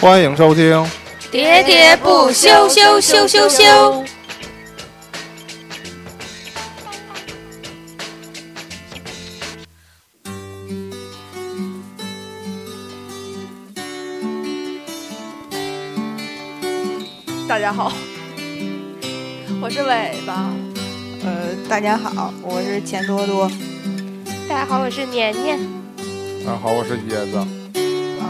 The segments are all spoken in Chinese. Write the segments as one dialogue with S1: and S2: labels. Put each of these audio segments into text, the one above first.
S1: 欢迎收听，啊
S2: 喋喋不休，休休休休。
S3: 大家好，我是尾巴。
S4: 呃，大家好，我是钱多多。
S2: 大家好，我是年年。
S1: 大家好，我是椰子。
S4: 嗯、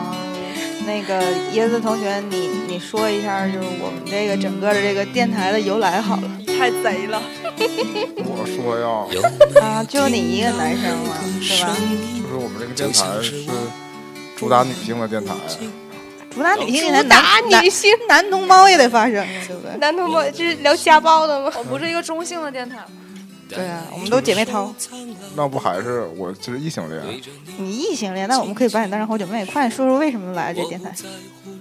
S4: 那个椰子同学，你你说一下，就是我们这个整个的这个电台的由来好了。
S3: 你太贼了，
S1: 我说呀，
S4: 啊，就你一个男生嘛，对吧？
S1: 就是我们这个电台是主打女性的电台，
S4: 主打女性电台，男男
S2: 性
S4: 男同胞也得发声啊，对不对？
S2: 男同胞，这是聊家暴的吗？
S3: 我不是一个中性的电台。
S4: 对啊，我们都姐妹淘。
S1: 那不还是我就是异性恋？
S4: 你异性恋，那我们可以把你当成好姐妹。快点说说为什么来这电台？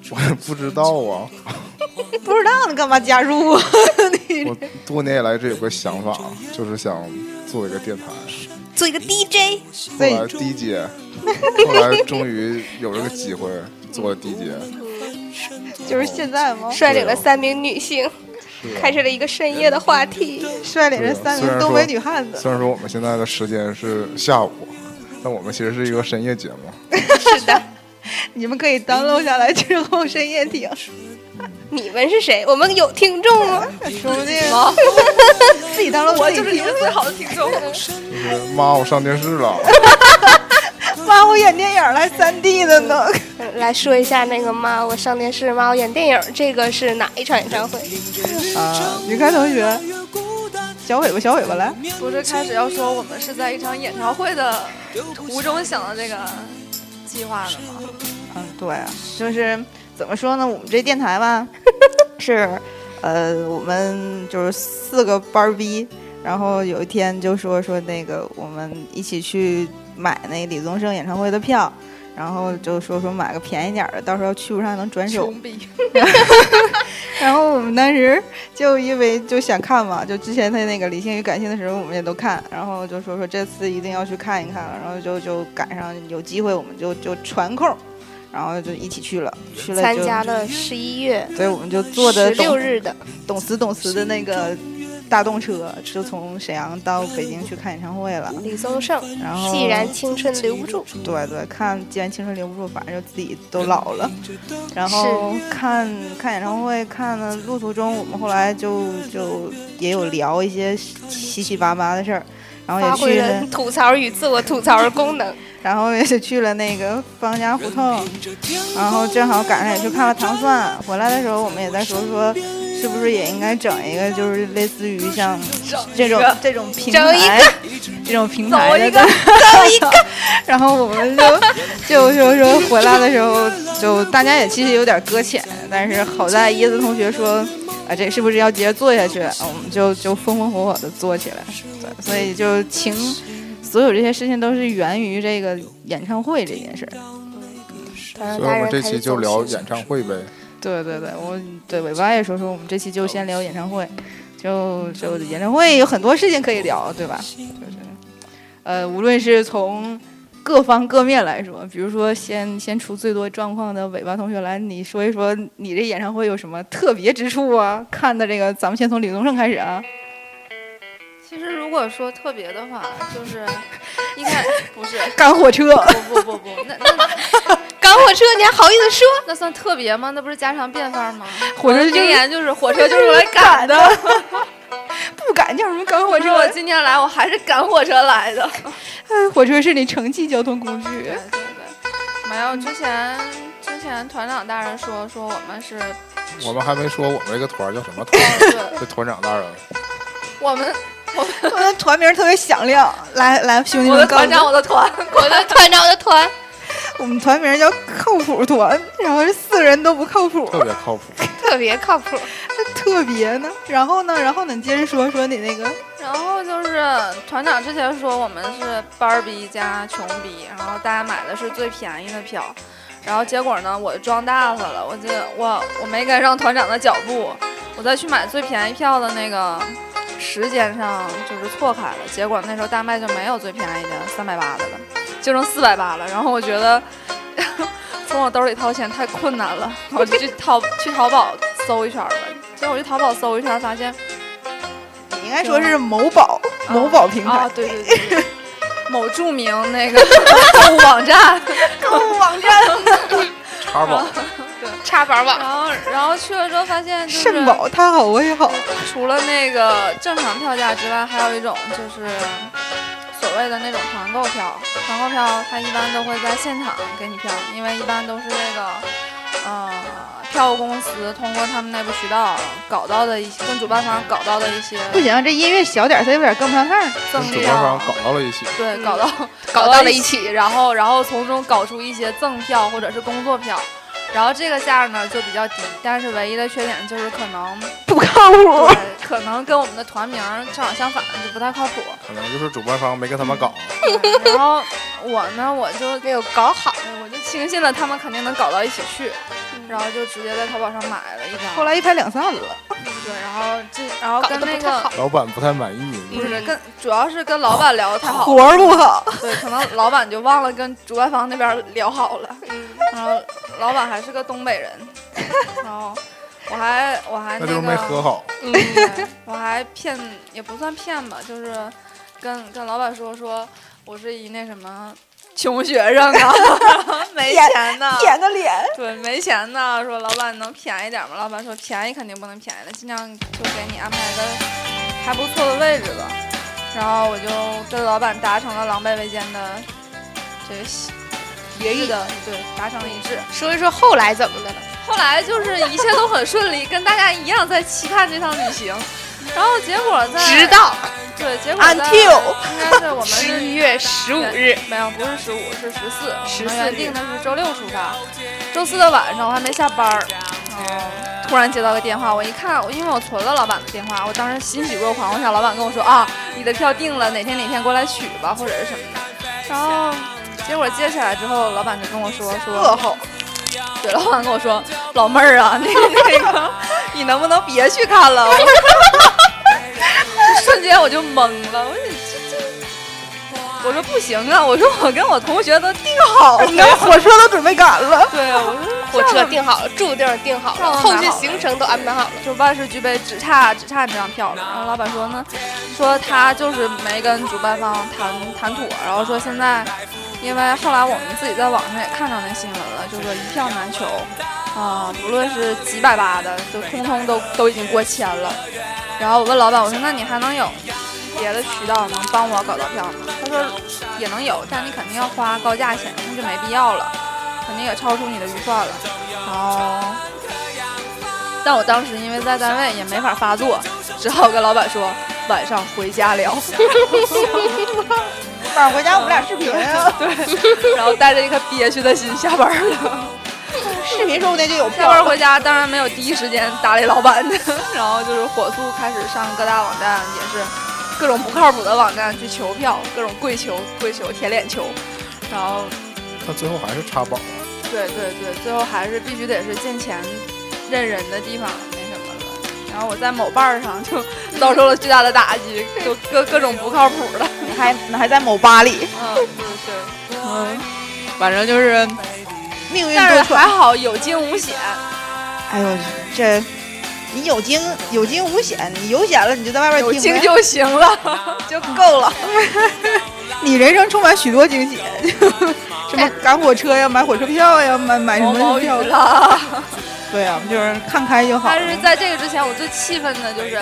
S1: 我也不知道啊，
S4: 不知道你干嘛加入啊？ 你
S1: 我多年以来这有个想法，就是想做一个电台，
S4: 做一个 DJ，
S1: 后来 DJ，后来终于有这个机会做了 DJ，
S4: 就是现在吗？
S2: 率领了三名女性，
S1: 是啊
S2: 开始了一个深夜的话题。
S4: 率领着三
S1: 啊虽然说
S4: 名东北女汉子。
S1: 虽然说我们现在的时间是下午，但我们其实是一个深夜节目。
S2: 是的，
S4: 你们可以 download 下来之后深夜听，
S2: 你们是谁？我们有听众
S4: 哎
S2: 吗？
S4: 说不定自己 download
S3: 我
S4: 自己
S3: 就是你
S4: 听
S3: 们最好的听众。
S1: 就是妈，我上电视了，
S4: 妈，我演电影儿来三 D 的呢。
S2: 嗯 来说一下那个妈，我上电视，妈我演电影，这个是哪一场演唱会？
S4: 啊，你看同学，小尾巴，小尾巴来，啊
S3: 不是开始要 说我们是在一场演唱会的途中想的这个计划的吗？
S4: 嗯，对啊，就是怎么说呢，我们这电台吧，是，呃，我们就是四个班儿逼，然后有一天就说说那个我们一起去买那李宗盛演唱会的票。然后就说说买个便宜点儿的，到时候去不上能转手。
S3: 穷逼，
S4: 然后我们当时就因为就想看嘛，就之前他那个《理性与感性》的时候，我们也都看，然后就说说这次一定要去看一看了，然后就就赶上有机会，我们就就传空，然后就一起去了，去了
S2: 参
S4: 就
S2: 加，了十一月
S4: 所以我们就坐
S2: 十
S4: 的
S2: 六
S4: 懂
S2: 日的，
S4: 懂词懂词的那个大动车，就从沈阳到北京去看演唱会了，
S2: 李宗盛。
S4: 然后
S2: 既然青春留不住，
S4: 对对，看《既然青春留不住》，反正就自己都老了。
S2: 嗯
S4: 然后看看演唱会，看的路途中，我们后来就就也有聊一些七七八八的事儿，然后
S2: 发
S4: 哦也
S2: 挥
S4: 去
S2: 了
S4: 了，
S2: 吐槽与自我吐槽的功能。
S4: 然后也去了那个方家胡同，然后正好赶上也去看了糖蒜。回来的时候，我们也在说说，是不是也应该整一个，就是类似于像这种这种平
S2: 整一
S4: 台，这种平台的
S3: 走一个
S4: 走一 个。然后我们就就就说回来的时候，就大家也其实有点搁浅，但是好在椰子同学说。啊，这是不是要接着做下去？我们就就风风火火的做起来，对，所以就情，所有这些事情都是源于这个演唱会这件事儿。
S2: 当然
S1: 所以我
S2: 呃大
S1: 们
S2: 人
S1: 这
S2: 开
S1: 期
S2: 始
S1: 就
S2: 走
S1: 聊
S2: 心
S1: 演唱会呗。
S4: 对对对，我对尾巴也说说，我们这期就先聊演唱会，就就
S3: 嗯
S4: 演唱会有很多事情可以聊，对吧？就是，呃，无论是从各方各面来说，比如说先先出最多状况的尾巴同学来，你说一说你这演唱会有什么特别之处啊？看的这个，咱们先从李宗盛开始啊。
S3: 其实如果说特别的话，就是一 开不是
S4: 赶火车，
S3: 不不不不，那那
S2: 赶火车，你还好意思说？
S3: 那算特别吗？那不是家常便饭吗？
S4: 火车
S3: 名
S4: 就是
S3: 言嗯就是火车就是来赶的。
S4: 不赶叫什么赶火
S3: 可是我
S4: 车？哎
S3: 今
S2: 哎
S3: 天来，我还是赶火车来的。
S4: 火车是你城际交通工具
S3: 对。对对，没有之前之前团长大人说说我们是，，
S1: 我们还没说我们这个团儿叫什么团这团长大人。
S3: 我们
S4: 我的团名特别响亮，来来，兄弟
S3: 我
S4: 们
S3: 的
S4: 告诉
S3: 团长，我的 团，
S2: 我的团长，我的团，
S4: 我们团名叫靠谱团，然后这四个人都不靠 谱，
S1: 特别靠谱。
S2: 特别靠谱。
S4: 特别呢。然后呢，然后呢，你接着说说你那个，
S3: 然后就是团长之前说我们是班儿逼加穷逼，然后大家买的是最便宜的票，然后结果呢，我装大发了，我这我我没跟上团长的脚步，我再去买最便宜票的那个时间上就是错开了，结果那时候大麦就没有最便宜的三百八的了，就剩四百八了。然后我觉得 从我兜里掏钱太困难了，我就去淘去淘宝搜一圈儿吧。结果我去淘宝搜一圈儿，发现
S5: 你应该说是某宝某宝平
S3: 啊，
S5: 台
S3: 对对 对对，某著名那个购物网站，
S5: 购物网站，
S1: 叉宝
S2: 插板网
S3: 然后然后去了之后发现就是
S5: 肾宝他好我也好，
S3: 除了那个正常票价之外，还有一种就是所谓的那种团购票。团购票它一般都会在现场给你票，因为一般都是那个呃票务公司通过他们内部渠道搞到的一些，跟主办方搞到的一些
S5: 不行，这音乐小点儿，他有点跟不上趟儿。
S1: 跟
S3: 赠
S1: 主
S3: 票，
S1: 办方搞到了一起，
S3: 对，
S2: 嗯
S3: 搞到
S2: 搞到了一起，
S3: 起，然后然后从中搞出一些赠票或者是工作票。然后这个价呢就比较低，但是唯一的缺点就是可能
S5: 不靠谱，
S3: 对，可能跟我们的团名儿正好相反，就不太靠 谱。
S1: 可能就是主办方没跟他们搞，
S3: 然后我呢，我就
S2: 没有搞好。
S3: 我就轻信了他们肯定能搞到一起去，然后就直接在淘宝上买了一张。
S5: 后来一拍两散了。
S3: 对，然后这然后
S2: 搞得
S3: 跟
S2: 不
S3: 那
S2: 太
S3: 个
S2: 好。
S1: 老板不太满意。
S3: 不是
S2: 嗯
S3: 跟主要是跟老板聊得太好，
S5: 活儿不好，
S3: 对，可能老板就忘了跟主办方那边聊好了，
S2: 嗯，
S3: 然后老板还是个东北 人，然后我还我还
S1: 那
S3: 那
S1: 就是没
S3: 个
S1: 和好，
S2: 嗯
S3: 对我还骗也不算骗吧，就是跟跟老板说说我是一那什么穷学生啊， 没钱 呢、
S5: 舔个脸。
S3: 对，没钱呢，说老板能便宜点吗？老板说便宜肯定不能便宜的，尽量就给你安排个还不错的位置吧。然后我就跟老板达成了狼狈为奸的这个协
S5: 决
S3: 议的，对，达成了一致。
S2: 说一说后来怎么的了？
S3: 后来就是一切都很顺利，跟大家一样在期盼这趟旅行。然后结果在
S2: 直到
S3: 对，结果在
S5: Until
S3: 应该是我们是
S2: 十一月十五日，
S3: 没有，不是十五，是十四。
S5: 14
S3: 我们原定的是周六出发，周四的晚上我还没下班儿，嗯，突然接到个电话，我一看，我因为我存了老板的电话，我当时欣喜若狂，我想老板跟我说啊，你的票定了，哪天哪天过来取吧，或者是什么的。然后结果接起来之后，老板就跟我说
S5: 噩
S3: 说，
S5: 耗，
S3: 对，老板跟我说，老妹儿啊，那个那个，你能不能别去看了？我 瞬间我就懵了，我说这这。我说不行啊！我说我跟我同学都定好了，
S5: 连火车都准备赶了。
S3: 对， 我说
S2: 火车订好了，住地儿订好
S3: 上
S2: 了，
S3: 网
S2: 后
S3: 买
S2: 续
S3: 好了
S2: 行程都安排好了。
S3: 就万事俱备，只差只差你这张票了。然后老板说呢，说他就是没跟主办方谈谈妥，然后说现在，因为后来我们自己在网上也看到那新闻了，就说一票难求，啊、不论是几百八的，就通通都都已经过千了。然后我问老板，我说那你还能有别的渠道能帮我搞到票吗？他说也能有，但你肯定要花高价钱，那就没必要了，肯定也超出你的预算了。然后，但我当时因为在单位也没法发作，只好跟老板说晚上回家聊，
S5: 晚上回家我们俩视频啊，
S3: 然后带着一颗憋屈的心下班了。
S5: 视频说不定就有
S3: 下
S5: 票
S3: 班
S5: 了。
S3: 回家当然没有第一时间搭理老板的，然后就是火速开始上各大网站，也是各种不靠谱的网站去求票，各种跪求、跪求、舔脸求，然后
S1: 他最后还是插宝，
S3: 对对对，最后还是必须得是见钱认人的地方那什么了。然后我在某伴儿上就 遭受了巨大的打击，就各各种不靠谱的。
S5: 你还你还在某吧里，
S3: 嗯，对对。
S5: 嗯，反正就是命运
S3: 但
S5: 多
S3: 是还
S5: 舛。
S3: 好有惊无险。
S5: 哎呦，这你有惊有惊无险，你有险了你就在外边
S3: 有
S5: 听
S3: 惊
S5: 呗，
S3: 就行 了，就够了。
S5: 你人生充满许多惊喜， 什么赶火车呀，买火车票呀，买买什
S3: 毛毛
S5: 么
S3: 雨
S5: 票？
S3: 了。
S5: 对啊，就是看开就好了。
S3: 但是在这个之前，我最气愤的就是，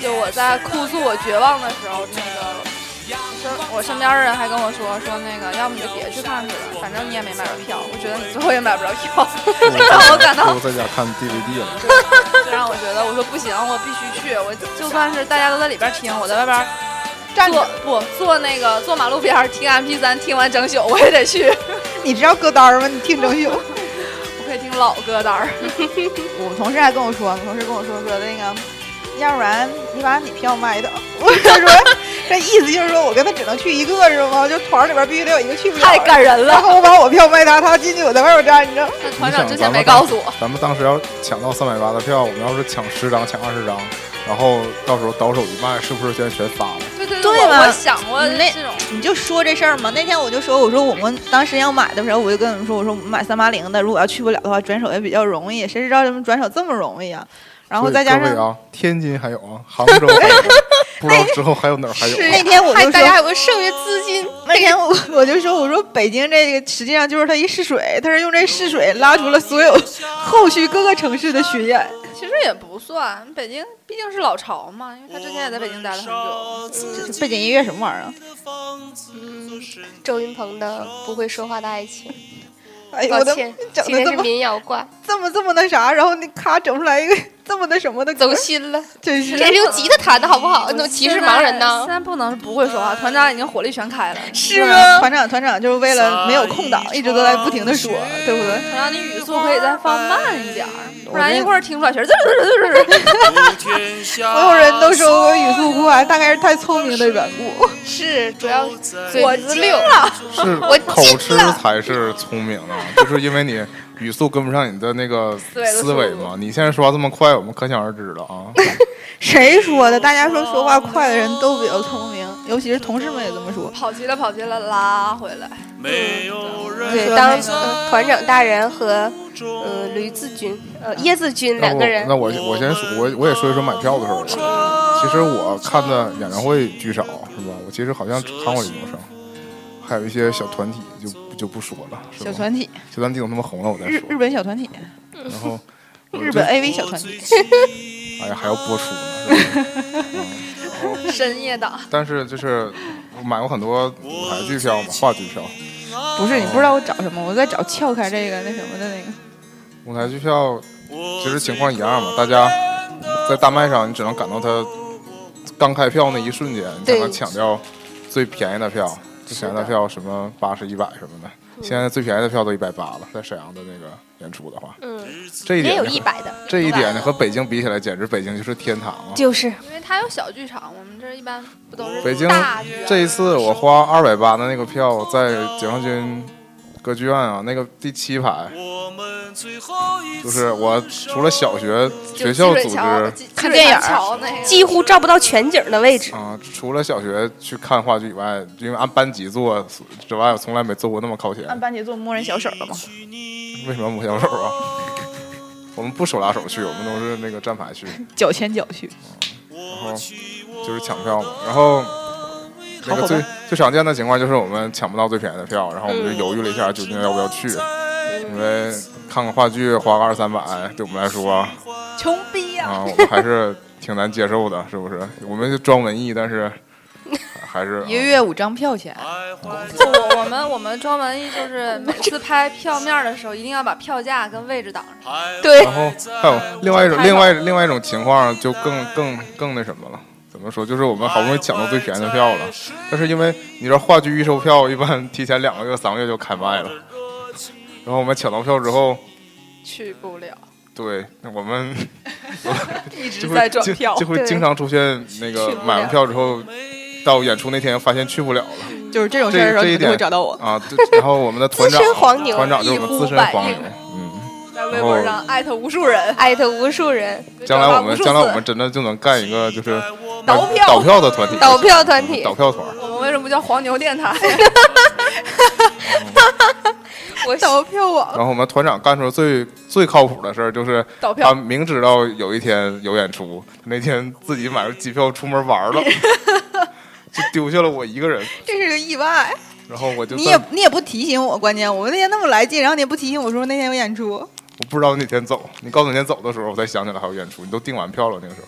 S3: 就我在哭诉我绝望的时候，那个身我身边的人还跟我说说那个，要么你就别去看去了，反正你也没买着票，我觉得你最后也买不着票， 让我感
S1: 最
S3: 到
S1: 后在家看 DVD 了。
S3: 就让我觉得我说不行，我必须去，我就算是大家都在里边听，我在外边
S5: 站
S3: 坐
S5: 着，
S3: 不坐那个坐马路边儿听 MP 三，听完整宿我也得去，
S5: 你知道歌单儿吗？你听整宿。
S3: 我可以听老歌单儿，
S5: 我同事还跟我说，我同事跟我说说那个，要不然你把你票卖掉。 我就说这意思就是说我跟他只能去一个是吗？就团里边必须得有一个去不了。
S3: 太感人
S5: 然
S3: 了。
S5: 后我把我票卖他，他进去我在外边站着。
S3: 那 团长之前没告诉我，
S1: 咱们当时要抢到三百八的票，我们要是抢十张、抢二十张，然后到时候倒手一卖，是不是现在全发了？
S3: 对对
S4: 对
S3: 我我
S4: 吧
S3: 想过
S4: 你那
S3: 这种，
S4: 你就说这事儿嘛。那天我就说，我说我们当时要买的时候，我就跟你们说，我说我们买三八零的，如果要去不了的话，转手也比较容易。谁知道他们转手这么容易啊？然后
S1: 所以
S4: 再加
S1: 各位
S4: 上
S1: 啊，天津还有啊，杭州还有啊，不知道之后还有哪儿还有啊？
S4: 那天我
S2: 还
S4: 就
S2: 大家
S4: 说，
S2: 有个剩余资金，
S4: 那天我我就说，我说北京这个实际上就是它一试水，它是用这试水拉出了所有后续各个城市的巡演。
S3: 其实也不算，北京毕竟是老巢嘛，因为他之前也在北京待了很久。
S4: 这背景音乐什么玩意儿啊？
S2: 周云鹏的《不会说话的爱情
S4: 哎》，呦，
S2: 抱
S4: 我都
S2: 歉，
S4: 整
S2: 今
S4: 的
S2: 天
S4: 这
S2: 是
S4: 么
S2: 民谣挂，
S4: 这么这么那啥，然后你咔整出来一个这么那什么的
S2: 走
S4: 歌，
S2: 心了。
S4: 真是
S2: 这是用吉他弹的好不好？你怎么歧视盲人
S3: 现
S2: 呢？
S3: 在不能不会说话，团长已经火力全开了。
S2: 是
S4: 吗？
S2: 吗？
S4: 团长团长就是为了没有空档，一直都在不停的说，对不对？
S3: 团长，你语速可以再放慢一点儿，不
S4: 我
S3: 然
S4: 这
S3: 一会儿听不出来全是滋滋滋滋。
S4: 所有人都说我语速快，大概是太聪明的缘故。
S2: 是，主要嘴子溜。
S1: 是
S2: 我
S1: 口
S2: 记
S1: 吃
S2: 了
S1: 才是聪明的，就是因为你语速跟不上你的那个
S3: 维的
S1: 思维
S3: 速度
S1: 嘛。你现在说话这么快，我们可想而知了啊。
S4: 谁说的？大家说说话快的人都比较聪明，尤其是同事们也这么说。
S3: 跑题了，跑题了，拉回来。
S2: 对，当、呃团长大人和呃驴子君、呃椰子君
S1: 那
S2: 两
S1: 我
S2: 个人
S1: 那，我我先说，我我也说一说买票的事儿吧。其实我看的演唱会巨少，是吧？我其实好像只看过李宗盛，还有一些小团体就就不说了，是吧？
S4: 小团体，
S1: 小团体等他们红了我再
S4: 日
S1: 说。
S4: 日本小团体，
S1: 然后我
S4: 日
S1: 就
S4: 本 AV 小团体，
S1: 哎呀还要播出呢，是吧？嗯、然后
S3: 深夜档，
S1: 但是就是我买过很多舞台剧票嘛，话剧票。
S4: 不是你不知道我找什么，我在找撬开这个那什么的那个。
S1: 舞台剧票其实情况一样嘛，大家在大麦上，你只能赶到它刚开票那一瞬间，你才
S2: 对
S1: 能抢掉最便宜的票。最便宜的票什么八十、一百什么的，
S2: 嗯
S1: 现在最便宜的票都一百八了，在沈阳的那个演出的话，
S2: 嗯，
S1: 这一
S2: 也
S1: 点
S2: 有
S1: 呢
S2: 一百的，
S1: 这一点呢和北京比起来，简直北京就是天堂啊！
S2: 就是
S3: 因为他有小剧场，我们这一般不都是
S1: 北京
S3: 大剧啊
S1: 这一次我花二百八的那个票，在解放军歌剧院啊，那个第七排， 就是我除了小学学校组织。
S3: 看
S2: 电影儿
S3: 桥那个
S2: 几乎照不到全景的位置。
S1: 啊、除了小学去看话剧以外，因为按班级坐之外，我从来没坐过那么靠前。
S4: 按班级做摸人小手了吗？
S1: 为什么摸小手啊？ 我们不手拉手去，我们都是那个站牌去，
S4: 脚牵脚去，
S1: 然后就是抢票嘛。然后那
S4: 好
S1: 个
S4: 伙
S1: 最
S4: 伴
S1: 最常见的情况就是我们抢不到最便宜的票，然后我们就犹豫了一下，究竟要不要 去，因为看个话剧花个二三百，对我们来说啊，
S4: 穷逼啊呀、
S1: 我们还是挺难接受的，是不是？我们就装文艺，但是还还 是
S4: 一个月五张票钱，
S1: 啊
S3: 我我们我们专门就是每次拍票面的时候，一定要把票价跟位置挡上。
S2: 对
S1: 然，后还有另外一种、另外另外一种情况，就更更更那什么了。怎么说？就是我们好不容易抢到最便宜的票了，但是因为你知道话剧预售票一般提前两个月、三个月就开卖了，然后我们抢到票之后，
S3: 去不了，
S1: 对我们
S3: 一直
S1: 就
S3: 在
S1: 会
S3: 转
S1: 经
S3: 票
S1: 就。会
S2: 对
S1: 经常出现那
S3: 去
S1: 个
S3: 不了
S1: 买完票之后，到演出那天发现去不了了。
S4: 就是这种事儿的时候，
S1: 这
S4: 你
S1: 一
S4: 们就
S1: 点
S4: 会找到我。
S1: 啊！对然后我们的团长
S2: 资深黄牛
S1: 团长就是我们资
S3: 一呼
S1: 深
S3: 百
S1: 黄
S3: 应
S1: 牛，嗯。
S3: 在微博上艾特无数人，
S2: 艾特无数人
S1: 将来我们
S3: 转发无数次
S1: 将来我们真的就能干一个就是
S3: 倒票
S1: 倒票的团体，
S2: 倒票团体
S1: 嗯倒票团儿。
S3: 我们为什么不叫黄牛电 台？
S2: 我倒票网，
S1: 然后我们团长干出最最靠谱的事儿就是
S3: 倒票
S1: 他明知道有一天有演出，他那天自己买了机票出门玩儿 了，就丢下了我一个人。
S4: 这是个意外，
S1: 然后我就
S4: 你
S1: 在
S4: 也你也不提醒我，关键我那天那么来劲，然后你也不提醒我说那天有演出。
S1: 我不知道你哪天走，你告诉我那天走的时候，我才想起来还有演出，你都订完票了那个时候。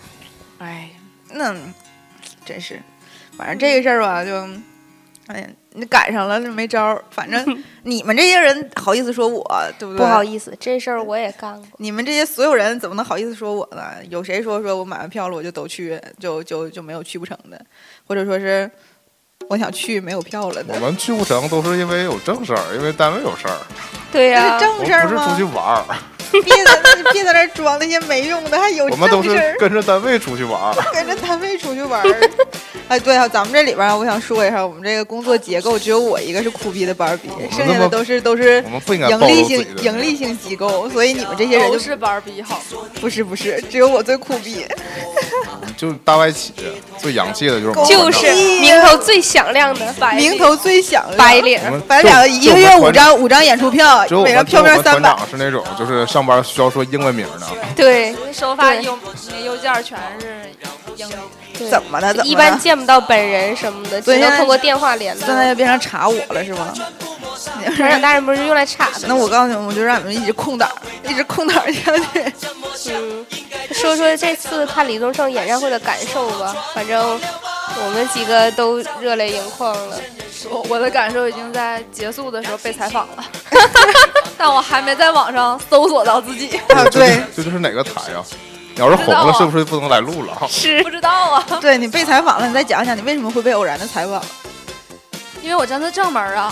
S4: 哎，那真是，反正这个事儿吧，就，哎呀，你赶上了，那没招儿。反正你们这些人好意思说我，对不对？
S2: 不好
S4: 思，
S2: 意思，这事儿我也干过。
S4: 你们这些所有人怎么能好意思说我呢？有谁说说我买完票了我就都去，就就就没有去不成的，或者说是我想去没有票了
S1: 我
S4: 的？
S1: 们去不成都是因为有正事儿，因为单位有事儿，
S2: 对
S4: 这
S2: 呀
S3: 哎
S4: 是、
S1: 我
S4: 正
S1: 们
S4: 事儿
S1: 不是出
S4: 吗
S1: 去？玩儿，
S4: 别在那别在那儿装那些没用的，还有
S1: 我们都
S4: 正事
S1: 是
S4: 儿。
S1: 跟着单位出去玩 儿。
S4: 跟着单位出去玩儿。 哎，对啊，咱们这里边儿我想说一下，我们这个工作结构只有我一个是苦逼的班儿逼，剩下的都是都是
S1: 我们哦不应该
S4: 盈
S1: 暴露
S4: 利
S1: 自己
S4: 性
S1: 的
S4: 盈利性机构，所以你们这些人
S3: 都
S4: 就是
S3: 班儿逼好吗，
S4: 不是不是，只有我最苦逼。
S1: 就是大外企最洋气的就是我们
S2: 就
S1: 团长
S2: 是名头最响亮的白领
S4: 名头最响亮，
S2: 白领
S1: 我，们
S4: 反正两个一个月五张五张演出票
S1: 只有，我
S4: 每张
S1: 们只有
S4: 票
S1: 我
S4: 面
S1: 们
S4: 三
S1: 团
S4: 百。
S1: 长是那种就是上班需要说英文名的，
S2: 对
S3: 首发邮邮件全是英语。
S2: 对
S4: 怎么的？怎么的？
S2: 一般见不到本人什么的，
S4: 对
S2: 只能
S4: 现在
S2: 通过电话联络
S4: 现。在就变成查我了是吗？
S2: 团长大人不是用来查的
S4: 那我告诉你们，我就让你们一直空档，一直空档下去。
S2: 嗯，说说这次看李宗盛演唱会的感受吧。反正我们几个都热泪盈眶了。
S3: 我我的感受已经在结束的时候被采访 了，但我还没在网上搜索到自己，
S4: 啊，对
S1: 这就是哪个台呀？你要是红
S2: 啊
S1: 了，是不是不能来录了？
S3: 不知道啊，
S4: 对，你被采访了，你再讲讲你为什么会被偶然的采访。
S3: 因为我站在正门啊，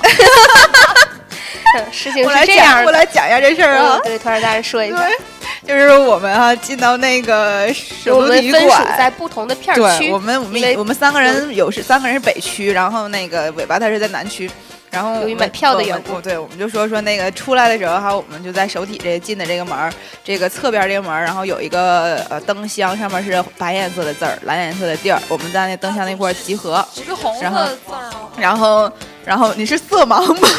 S2: 嗯事情
S4: 我来
S2: 是这样
S4: 讲，我
S2: 的。
S4: 来讲一下这事儿啊
S2: 嗯。对，团长大人说一下，
S4: 对，就是我们啊，进到那个首
S2: 我
S4: 都
S2: 们
S4: 体育
S2: 分属
S4: 馆，
S2: 在不同的片儿
S4: 对，
S2: 区
S4: 我。们我
S2: 因为嗯
S4: 们我们三个人有是三个人是北区，然后那个尾巴他是在南区，然后
S2: 由于
S4: 我们
S2: 买票的
S4: 我们
S2: 缘故
S4: 我对，我们就说说那个出来的时候哈，我们就在首体这进的这个门儿，这个侧边这个门儿，然后有一个呃灯箱，上面是白颜色的字儿，蓝颜色的地儿，我们在那灯箱那块儿集合，
S3: 不是红色
S4: 然后
S3: 字儿吗？
S4: 然后，然后你是色盲吗？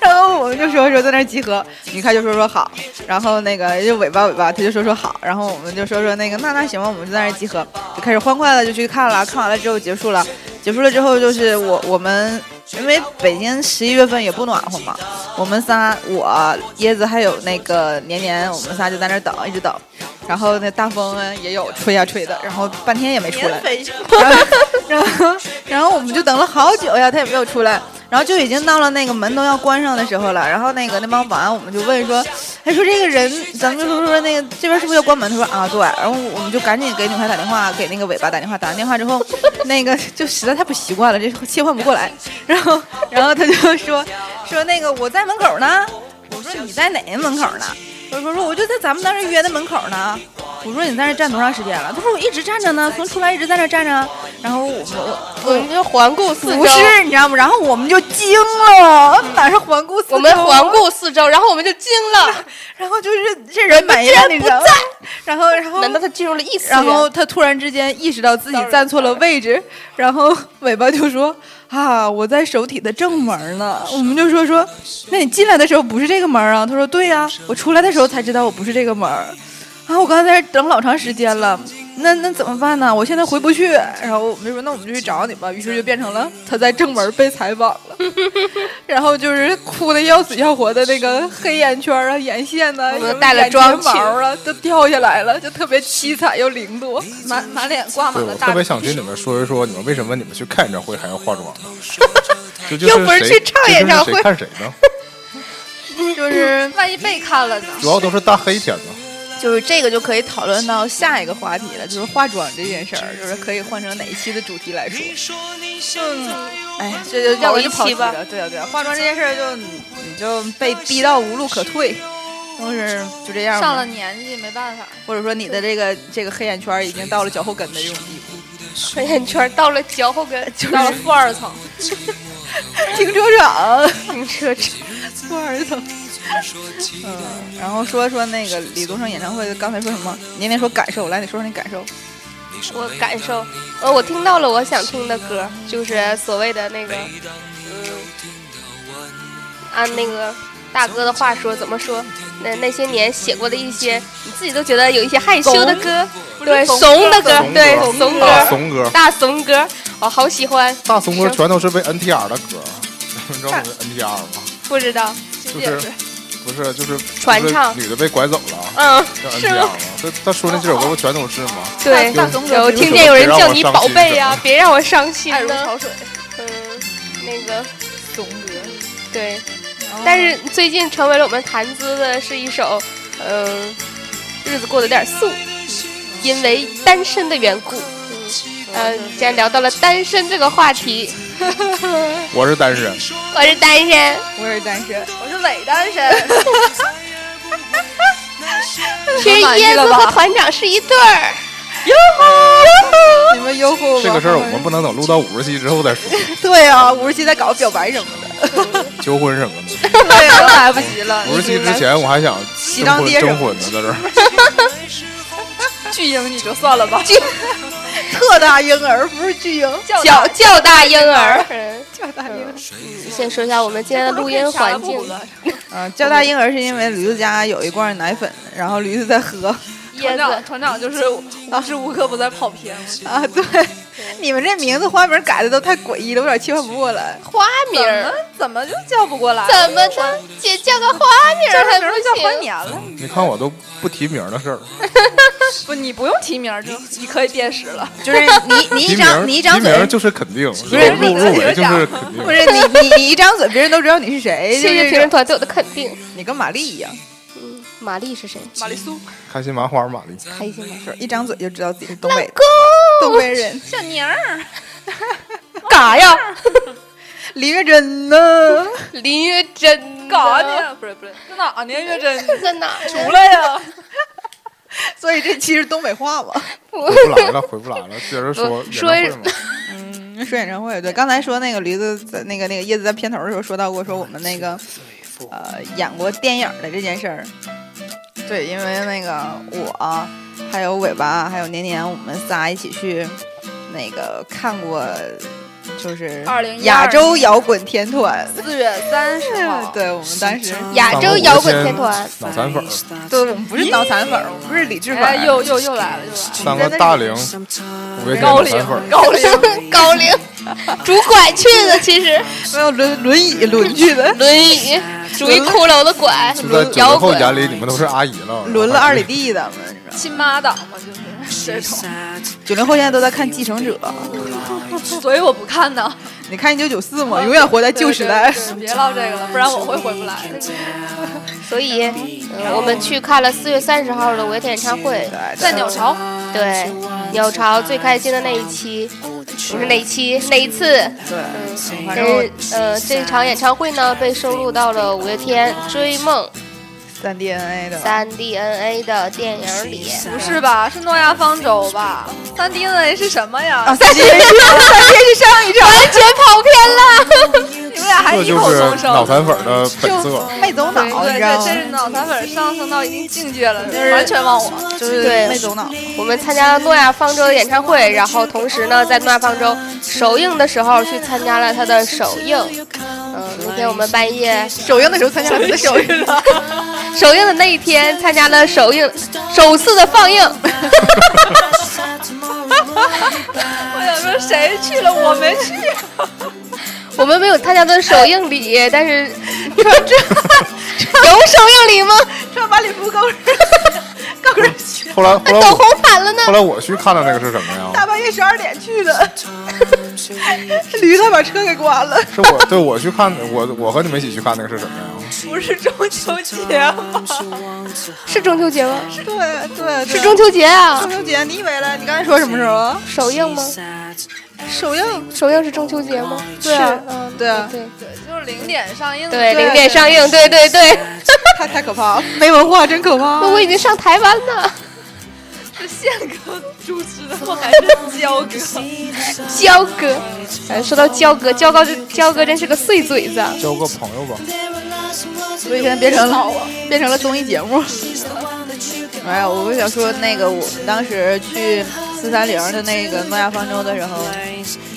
S4: 然后我们就说说在那儿集合，你看就说说好，然后那个就尾巴尾巴，他就说说好，然后我们就说说那个那那行吧，我们就在那儿集合，就开始欢快的就去看了，看完了之后结束了，结束了之后就是我我们因为北京十一月份也不暖和嘛，我们仨我椰子还有那个年年，我们仨就在那儿等一直等，然后那大风也有吹呀、吹的，然后半天也没出来。然后，然后，然后我们就等了好久呀，他也没有出来。然后就已经到了那个门都要关上的时候了。然后那个那帮保安，我们就问说，哎，说这个人，咱们就说说那个这边是不是要关门？他说啊，对。然后我们就赶紧给女孩打电话，给那个尾巴打电话。打完电话之后，那个就实在太不习惯了，这切换不过来。然后，然后他就说说那个我在门口呢。我说你在哪个门口呢？他说说我就在咱们当时约的门口呢。我说你在那站多长时间了？他说我一直站着呢，从出来一直在那站着。然后我们
S2: 我
S4: 我
S2: 们就嗯环顾四周
S4: 不，是，你知道吗？然后我们就惊了，哪是环顾四周啊
S2: 我们环，顾四周，然后我们就惊了。
S4: 然后就是这人没了，你知道吗？然后，然后
S2: 难，道他进入了异次
S4: 然
S2: 元？
S4: 后他突然之间意识到自己站错了位置，然后尾巴就说：“啊，我在首体的正门呢。”我们就说说，那你进来的时候不是这个门啊？他说：“对呀、我出来的时候才知道我不是这个门。”啊，我刚才在这等老长时间了，那那怎么办呢？我现在回不去。然后我们就说，那我们就去找你吧。于是就变成了他在正门被采访了， 然后就是哭的要死要活的那个黑眼圈啊、眼线呐、
S2: 我
S4: 什
S2: 们
S4: 么
S2: 带了
S4: 眼睫
S2: 妆去
S4: 毛啊，都掉下来了，就特别凄惨又零落。
S3: 满满脸挂满
S1: 对，
S3: 了
S1: 我
S3: 大
S1: 特别想听你们说一说，你们为什么你们去看演唱会还要化妆呢？ 这就
S4: 又不是
S1: 谁
S4: 去唱
S1: 这
S4: 演
S1: 就是
S4: 唱会
S1: 谁看谁呢？
S4: 就是
S3: 万一被看了呢？
S1: 主要都是大黑天呢。
S4: 就是这个就可以讨论到下一个话题了，就是化妆这件事儿，就是可以换成哪一期的主题来说。哎，这就
S2: 某
S4: 我
S2: 一
S4: 就跑
S2: 期
S4: 题
S2: 吧
S4: 了。对啊对啊，化妆这件事儿就你你就被逼到无路可退，就是就这样吧
S3: 上了年纪 没办法，
S4: 或者说你的这个这个黑眼圈已经到了脚后跟的这种地步。
S2: 黑眼圈到了脚后跟，就
S3: 到了负二层，
S4: 停车场，
S2: 停车场。
S4: 不好意思。嗯，然后说说那个李宗盛演唱会，刚才说什么？年年说感受，来你说说你感受。
S2: 我感受，呃，我听到了我想听的歌，就是所谓的那个，嗯，按那个大哥的话说，怎么说？那那些年写过的一些，你自己都觉得有一些害羞的歌，对，怂的歌，啊对，怂
S1: 大
S2: 歌，
S1: 怂歌，
S2: 大怂歌，我好喜欢，
S1: 大怂歌全都是被 NTR 的歌。 你知道什么是 NTR 吗？
S2: 不知道，
S1: 就是不是就是
S2: 传唱
S1: 不是女的被拐走了，
S2: 嗯，
S1: 叫
S2: 是
S1: NTR
S2: 吗
S1: 吗？？他他说那几首歌不全都是吗？
S2: 对，
S1: 大
S4: 怂歌
S2: 有
S4: 比如
S2: 听
S4: 说
S2: 见有人
S1: 别让
S2: 叫
S1: 我
S2: 你
S1: 伤
S2: 宝
S1: 心
S2: 贝
S1: 是
S2: 呀、
S1: 吗
S2: 别让我伤心
S3: 爱如
S2: 呢，
S3: 潮水，
S2: 嗯，那个
S4: 怂哥，
S2: 对。但是最近成为了我们谈资的是一首，嗯、日子过得有点素，因为单身的缘故。嗯，呃，既然聊到了单身这个话题，
S1: 我是单身，
S2: 我是单身，
S4: 我也是单身。
S3: 我是伪单 身，
S2: 其 实椰子和团长是一对儿。
S4: 你们优酷吗
S1: 这个事儿我们不能等录到五十期之后再说，
S4: 对啊，五十期再搞表白什么的，
S1: 求婚什么的。
S4: 对啊，都来不及了。
S1: 五十期之 前我还想
S4: 七
S1: 征
S4: 张
S1: 婚
S4: 爹什
S1: 征
S4: 么
S1: 婚呢，在这儿。
S3: 巨婴你就算了吧，
S4: 特大婴儿，不是巨婴，
S2: 较较大婴儿。
S4: 叫大婴儿。
S2: 嗯先说一下我们今天的录音环境，
S4: 嗯，叫大婴儿是因为驴子家有一罐奶粉，然后驴子在喝。
S2: 椰
S3: 团长，
S2: 子
S3: 团长就是无时无刻不在跑偏。
S4: 啊，对， 你们这名字花名改的都太诡异了，我有点气换不过来。
S2: 花名
S3: 怎
S2: 儿
S3: 么怎么就叫不过来？
S2: 怎么的？姐叫个花名
S3: 这
S2: 儿还
S3: 名儿
S2: 不
S3: 都叫欢
S2: 行？
S3: 年了，
S1: 你看我都不提名的事儿，
S3: 不，你不用提名儿，就你可以辨识了。
S4: 就是你你
S1: 提
S4: 一
S1: 名
S4: 张你一张
S1: 提名
S4: 嘴，
S1: 就是肯定，
S4: 是
S1: 入入围就是肯定
S4: 不。是你你你一张嘴，别人都知道你是谁。
S2: 谢谢评
S4: 就是
S2: 论团对我的肯定。
S4: 你跟玛丽一样，
S2: 嗯，玛丽是谁？
S3: 玛丽苏，
S1: 开心麻花玛丽，
S2: 开心麻
S4: 就是一张嘴就知道自己是东北
S2: 花。
S4: 东北 人。
S3: 小宁儿，
S2: 嘎 呀！
S4: 林月珍呢？
S2: 林月珍
S3: 搞啊你！不是不是，在哪呢？月珍，
S2: 在哪？
S3: 出来呀！
S4: 所以这期是东北话吧？
S1: 回不来了，回不来了。接着说
S2: 不
S1: 演
S2: 说
S1: 唱会嘛，
S4: 说演唱嗯会，对，刚才说那个驴子在那个那个叶子在片头的时候说到过，说我们那个呃演过电影的这件事儿。对，因为那个我还有尾巴还有年年，我们仨一起去那个看过，就是
S3: 2012
S4: 亚洲摇滚天团。
S3: 四月三十号，
S4: 对，我们当时
S3: 啊
S2: 亚洲摇滚天团，
S1: 脑残粉儿，
S4: 对，我们不是脑残粉儿，我们不是理智粉
S3: 哎，
S4: 儿，
S3: 又又又来了，又来了。
S1: 三个大龄五月天
S3: 高
S1: 脑
S3: 龄
S1: 残粉儿，
S2: 高龄高龄，拄拐去的，其实
S4: 没有轮轮椅轮去的，
S2: 轮椅拄一骷髅的拐
S1: 就在，九
S2: 摇
S1: 零后
S2: 滚
S1: 眼里你们都是阿姨了，
S4: 轮了二里地的，我们你知道吗
S3: 亲妈党嘛，就是这种，
S4: 九零后现在都在看《继承者》，
S3: 所以我不看 呢。
S4: 你看一九九四嘛，永远活在旧时代。
S3: 对对对别唠这个了，不然我会回不来的。
S2: 所以，呃我们去看了四月三十号的五月天演唱会，
S3: 在鸟巢，
S2: 对，鸟巢最开心的那一期，不是哪一期哪一次？
S4: 对，反正我
S2: 嗯，呃，这场演唱会呢被收录到了五月天《追梦
S4: 三 DNA 的吧，
S2: 三 DNA》的电影里。
S3: 不是吧？是诺亚方舟吧？三 DNA 是什么呀？
S4: 三 DNA
S2: 这是上一场，完全跑偏了。
S3: 你们俩还
S1: 这
S3: 异
S1: 就
S3: 口
S1: 是
S3: 同声。
S1: 脑残粉儿的本色。
S4: 没走脑，你
S3: 对
S4: 知
S3: 对，
S4: 道
S3: 这是
S4: 吗？
S3: 脑残粉上升到一定境界了，就是完全忘我。
S4: 就是
S2: 对
S4: 没走脑。
S2: 我们参加了诺亚方舟的演唱会，然后同时呢，在诺亚方舟首映的时候去参加了他的首映。嗯、那天我们半夜
S4: 首映的时候参加了你的首映，
S2: 首映的那一天参加了首映首次的放映，
S3: 我想说谁去了，我没 去。
S2: 我们没有参加的首映礼，但是 有首映礼吗？
S4: 穿晚礼服高跟高跟鞋，
S1: 后来后来
S2: 走
S1: 我
S2: 红毯了呢
S1: 后。来我去看的那个是什么呀？
S4: 大半夜十二点去的，驴子把车给关了，
S1: 是我对我去看我我和你们一起去看那个是什么呀？
S3: 不是中秋节吗？
S2: 是中秋节吗？
S4: 对对，对
S2: 是中秋节啊
S4: 中，秋节，你以为了？你刚才说什么时候啊？
S2: 首映吗？
S4: 首映，
S2: 首映是中秋节吗？
S4: 对啊
S2: 嗯，
S4: 对啊，
S2: 对
S3: 对，就是零点上映的。
S2: 对，
S4: 对
S2: 零点上映，对对对，
S4: 太太可怕了，没文化真可怕。
S2: 我已经上台湾了，
S3: 是宪哥主持的，我还是焦 哥。
S2: 焦哥。哎，说到焦哥，焦哥焦哥真是个碎嘴子。啊
S1: 交个朋友吧。
S4: 所以现在变成了变成了综艺节目。没有，我不想说那个，我们当时去四三零的那个诺亚方舟的时候，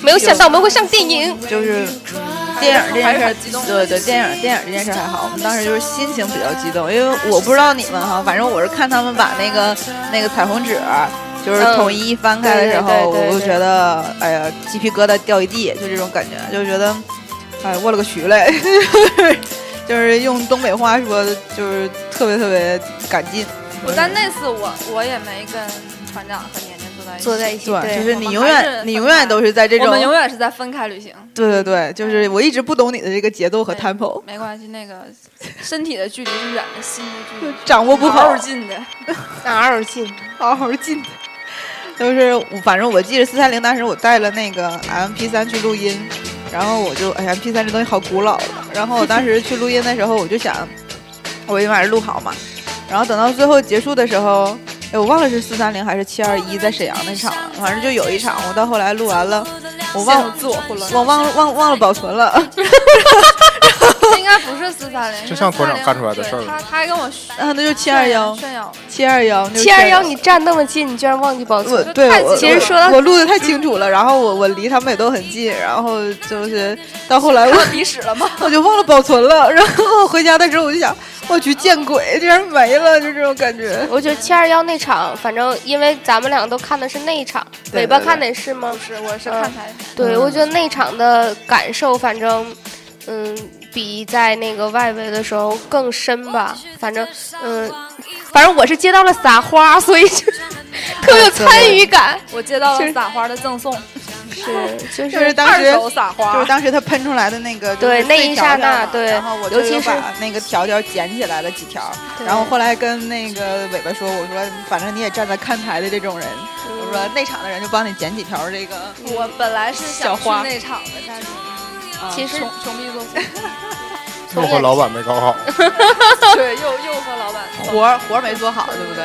S2: 没有想到我们会上电影，
S4: 就是电影这件事儿，对对，电影电影这件事儿还好，我们当时就是心情比较激动，因为我不知道你们哈，反正我是看他们把那个那个彩虹纸。就是
S2: 嗯
S4: 统一翻开的时候，
S2: 对对对对
S4: 我就觉得，哎呀，鸡皮疙瘩掉一地，就这种感觉，就觉得，哎，我了个去嘞！ 就是用东北话说，就是特别特别赶劲。
S3: 我但那次我我也没跟船长和年年坐在一起，
S2: 坐在一起，
S4: 对，就
S2: 对，
S4: 是你永远，你永远都是在这
S3: 我
S4: 种，
S3: 们永远是在分开旅行。
S4: 对对对，就是我一直不懂你的这个节奏和 tempo，
S3: 没关系，那个身体的距离是远的，心的距离
S4: 掌握
S3: 不
S4: 不
S3: 好
S4: 好
S3: 好，近 的。
S2: 哪有劲？
S4: 好好进。就是我，反正我记得四三零当时我带了那个 M P 三去录音，然后我就哎呀 M P 三这东西好古老了，然后我当时去录音的时候我就想，我一晚上录好嘛，然后等到最后结束的时候，哎我忘了是四三零还是七二一在沈阳那场了，反正就有一场，我到后来录完了，我 忘
S3: 自我混乱，
S4: 我忘忘忘了保存了，
S3: 应该该不是四三零，
S1: 就像团长干出来的事儿
S3: 对他他还跟我炫
S2: 啊
S4: 然后 那就七二幺，
S3: 炫耀，
S4: 七二幺，
S2: 七二幺，你站那么近，你居然忘记报
S4: 我
S2: 存。
S4: 对
S3: 太
S4: 我
S2: 其实
S4: 我
S2: 说到
S4: 我录的太清楚了，然后我我离他们也都很近，然后就是到后来我
S3: 我鼻屎了吗？
S4: 我就忘了保存了，然后我回家的时候我就想，我去见鬼，居然没了，就这种感觉。
S2: 我觉得七二幺那场，反正因为咱们两个都看的是那一场，
S4: 对
S2: 尾巴
S4: 对
S2: 看的也是吗？嗯
S3: 是，我是看台
S2: 对，
S4: 嗯
S2: 我觉得那场的感受，反正，嗯，比在那个外围的时候更深吧。反正，嗯，反正我是接到了撒花，所以 就特别有参与感。
S3: 哎我接到
S2: 就
S3: 了
S2: 是
S3: 撒花的赠送，
S2: 是，就
S4: 就是
S2: 是
S4: 当时
S3: 二手撒花，
S4: 就是当时他喷出来的那个，
S2: 对
S4: 就是
S2: 那一刹那
S4: 最条条的
S2: 对
S4: 然后我就
S2: 尤其
S4: 又
S2: 是
S4: 把那个条条捡起来了几条，
S2: 对
S4: 然后后来跟那个尾巴说，我说反正你也站在看台的这种人，我说内场的人就帮你捡几条这个，
S3: 我本来是想
S4: 小
S3: 去
S4: 花
S3: 那场的，但是
S4: 啊
S2: 其实
S3: 穷穷逼 作死，
S1: 又和老板没搞好。
S3: 对，又又和老板斗
S4: 活儿活儿没做好，对不对？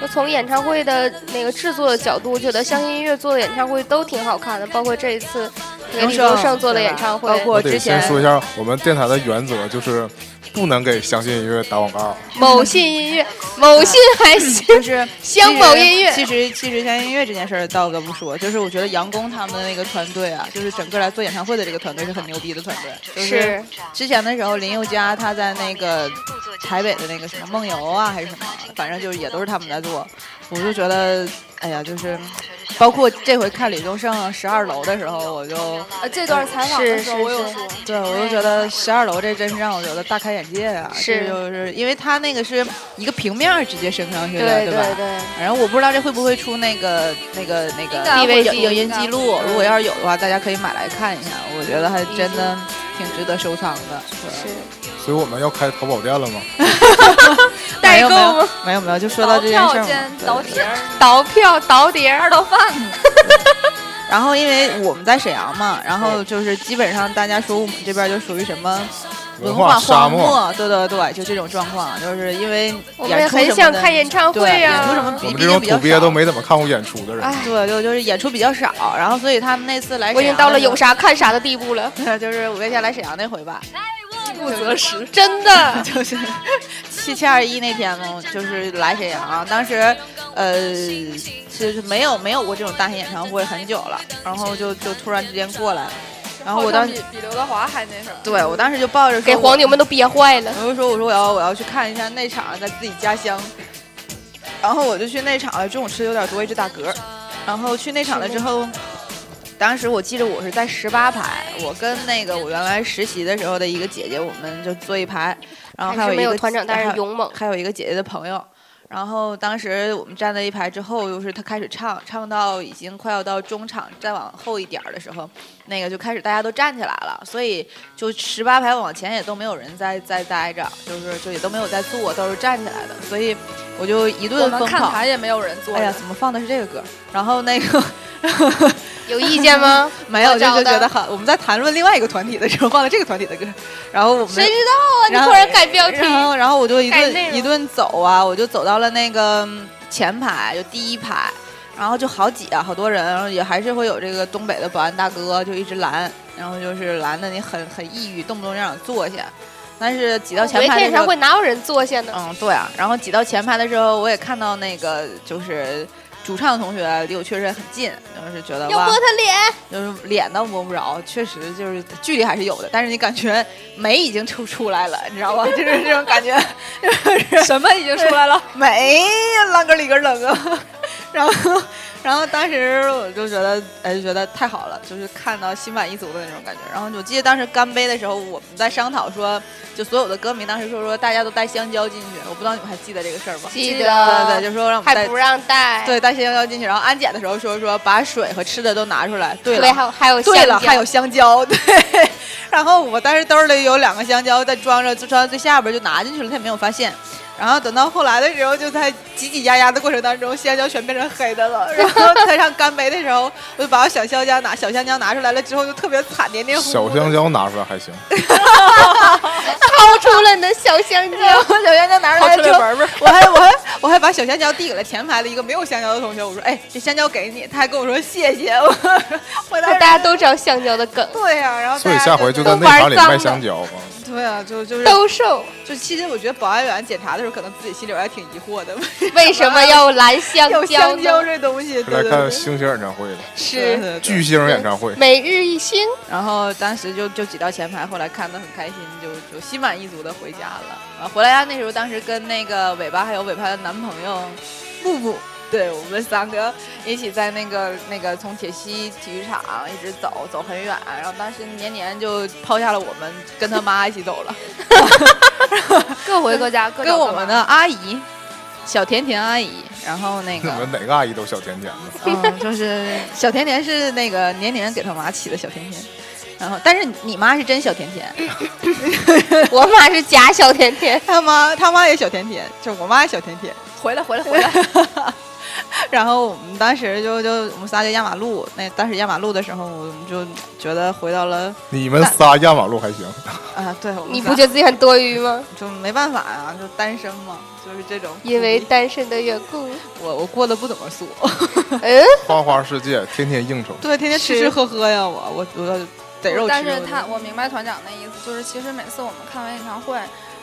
S2: 我从演唱会的那个制作的角度，我觉得相信音乐做的演唱会都挺好看的，包括这一次那个
S4: 荣
S2: 李宗
S4: 盛
S2: 盛做的
S4: 对吧
S2: 演唱会，
S4: 包括
S1: 我
S4: 我
S1: 得
S4: 之
S1: 先
S4: 前
S1: 说一下我们电台的原则，就是不能给相信音乐打广告。
S2: 某信音乐、某信
S3: 嗯
S2: 还行，
S4: 就是
S2: 香
S4: 其
S2: 某
S4: 实
S2: 音乐
S4: 其实其实像音乐这件事儿倒个不说，就是我觉得杨工他们的那个团队啊，就是整个来做演唱会的这个团队是很牛逼的团队。就是
S2: 是
S4: 之前的时候，林宥嘉他在那个台北的那个什么梦游啊还是什么，反正就是也都是他们在做。我就觉得，哎呀，就是包括这回看李宗盛十二楼的时候，我就
S3: 呃，这段采访的
S2: 是
S3: 时候我有
S2: 是
S3: 说，
S4: 对，我就觉得十二楼这真是让我觉得大开眼界啊！
S2: 是
S4: 这就是因为他那个是一个平面儿直接升上去的，
S2: 对
S4: 吧？
S2: 对对，
S4: 反正我不知道这会不会出那个那个那
S3: 应该
S2: 啊
S4: 个立
S3: 会
S4: 位
S3: 出
S4: 影音
S3: 应该
S4: 记
S3: 会
S4: 录，
S3: 出
S4: 如
S2: 嗯
S4: 果要是有的话，大家可以买来看一下，我觉得还真的挺值得收藏的。对
S2: 是
S1: 所以我们要开淘宝店了吗？
S4: 没
S2: 代购
S4: 有
S2: 吗？
S4: 没有没有，就说到
S3: 倒
S4: 这件事
S3: 票
S4: 儿
S3: 兼
S4: 嘛
S3: 倒
S4: 对。
S3: 碟儿，
S2: 倒票倒碟儿
S3: 二道贩子，
S4: 然后因为我们在沈阳嘛，然后就是基本上大家说我们这边就属于什么。文
S1: 化沙
S4: 荒
S1: 漠，
S4: 漠，对对对，就这种状况，就是因为
S2: 我们也
S4: 演出
S2: 很
S4: 什么
S2: 想
S4: 的
S2: 看演唱会
S4: 对演出什么
S2: 啊！
S4: 比
S1: 我们这种土鳖都。
S4: 毕竟比较少
S1: 没怎么看过演出的人，
S2: 哎，
S4: 对，就就是演出比较少，然后所以他们那次来沈阳的时候，
S2: 我已经到了有啥看啥的地步了，
S4: 就是五月天来沈阳那回吧，。
S3: 不择食，
S2: 真的
S4: 就是七七二一那天嘛，就是来沈阳，当时呃，就是没有没有过这种大型演唱会很久了，然后就就突然之间过来了，然后我当
S3: 好像
S4: 时
S3: 比比刘德华还那什么，
S4: 对我当时就抱着说
S2: 给
S4: 我
S2: 黄牛们都憋坏了，
S4: 我就说我说我要我要去看一下内场，在自己家乡。然后我就去内场了，中午吃的有点多，一直打嗝。然后去内场了之后，当时我记得我是在十八排，我跟那个我原来实习的时候的一个姐姐，我们就坐一排，然后还
S2: 还
S4: 有
S2: 是
S4: 一
S2: 没有
S4: 个
S2: 团长大人
S4: 还有
S2: 勇猛。
S4: 还有一个姐姐的朋友。然后当时我们站在一排之后，就是她开始唱，唱到已经快要到中场，再往后一点儿的时候，那个就开始大家都站起来了，所以就十八排往前也都没有人在在待着，就是就也都没有在坐，都是站起来的，所以我就一
S3: 我
S4: 顿
S3: 们
S4: 疯
S3: 看
S4: 跑。
S3: 台也没有人坐
S4: 哎呀，
S3: 着，
S4: 怎么放的是这个歌？然后那 个
S2: 有意见吗？
S4: 没有，
S2: 我
S4: 就
S2: 找
S4: 就觉
S2: 的
S4: 得好。我们在谈论另外一个团体的时候，放了这个团体的歌，然后我们
S2: 谁知道啊？你
S4: 然后
S2: 突然改标题，
S4: 然后，然后我就一
S2: 改内
S4: 顿
S2: 容
S4: 一顿走啊，我就走到了那个嗯前排，就第一排，然后就好挤啊，好多人，然后也还是会有这个东北的保安大哥就一直拦，然后就是拦的你很很抑郁，动不动就想坐下，但是挤到
S2: 五
S4: 前
S2: 月天
S4: 排的
S2: 演
S4: 时
S2: 唱
S4: 候
S2: 会，哪有人坐下呢？
S4: 嗯，对啊，然后挤到前排的时候，我也看到那个就是主唱同学离我确实很近，就是觉得
S2: 要
S4: 哇
S2: 摸，他脸，
S4: 就是脸都摸不着，确实就是距离还是有的，但是你感觉眉已经出出来了，你知 道吗？就是这种感觉，就是
S3: 什么已经出来了？
S4: 没呀，啷个里个冷啊！然后，然后当时我就觉得，哎，就觉得太好了，就是看到心满意足的那种感觉。然后我记得当时干杯的时候，我们在商讨说，就所有的歌迷当时说说大家都带香蕉进去，我不知道你们还记得这个事儿吗？
S2: 记
S4: 对
S2: 得
S4: 对对，就说让我们
S2: 还
S4: 带
S2: 不让带。
S4: 对带香蕉进去。然后安检的时候说说把水和吃的都拿出来。对
S2: 对，
S4: 了，
S2: 还有还有
S4: 对了，
S2: 香蕉
S4: 还有香蕉， 对。然后我当时兜里有两个香蕉，再装着，就装在最下边就拿进去了，他也没有发现。然后等到后来的时候，就在挤挤压压的过程当中，香蕉全变成黑的了。然后在上干杯的时候，我就把我小香蕉拿小香蕉拿出来了之后，就特别惨，黏黏糊
S1: 小
S4: 糊的。
S1: 香蕉拿出来 还行。
S2: 掏出了你的小香
S4: 然
S2: 蕉
S4: 后，小香蕉拿出来之后，
S3: 闻闻，
S4: 我还我还我还把小香蕉递给了前排的一个没有香蕉的同学，我说：“哎，这香蕉给你。”他还跟我说谢谢。 我我当
S2: 大
S4: 时
S2: 家都知道香蕉的梗。
S4: 对呀、然后
S1: 所以
S4: 大家
S1: 下回就在
S2: 都
S1: 内场里
S2: 玩脏
S1: 卖
S2: 了
S1: 香蕉啊！
S4: 对，对啊，就就是
S2: 兜售
S4: 就其实我觉得保安员检查的时候，可能自己心里边还挺疑 惑的，
S2: 为什么要蓝香
S4: 有
S2: 蕉
S4: 香蕉
S2: 呢？
S4: 这东西，
S1: 是来
S4: 对对
S1: 看
S4: 对
S1: 星星演唱会的，
S4: 对
S2: 是
S4: 对对，
S1: 巨星演唱会，
S2: 每日一星，
S4: 然后当时就就挤到前排，后来看的很开心，就就心满意足的回家了。啊，回来家那时候，当时跟那个尾巴还有尾巴的男朋友木木，对我们三个一起在那个那个从铁西体育场一直走走很远，然后当时年年就抛下了我们，跟他妈一起走了，
S2: 各回各家，各
S4: 跟
S2: 找各
S4: 我
S2: 妈
S4: 们的阿姨小甜甜阿姨，然后那
S1: 你
S4: 个
S1: 们哪个阿姨都小甜甜的，
S4: 嗯，就是小甜甜是那个年年给他妈起的小甜甜，然后但是你妈是真小甜甜，
S2: 我妈是假小甜甜，
S4: 他妈他妈也小甜甜，就是我妈也小甜 甜，
S2: 回来回来回来，
S4: 然后我们当时就就我们仨就压马路，那当时压马路的时候，我们就觉得回到了
S1: 你们仨压马路还 行，
S4: 啊，对，我们
S2: 你
S4: 仨
S2: 不觉得自己很多余吗？
S4: 就没办法呀、就单身嘛，就是这种，
S2: 因为单身的缘故，
S4: 我我过得不怎么素，
S2: 嗯，
S1: 花花世界天天应酬，
S4: 对，天天吃吃
S2: 是
S4: 喝喝呀，我我我逮肉吃，
S3: 但是
S4: 我就
S3: 他，我明白团长的意思，就是其实每次我们看完演唱会，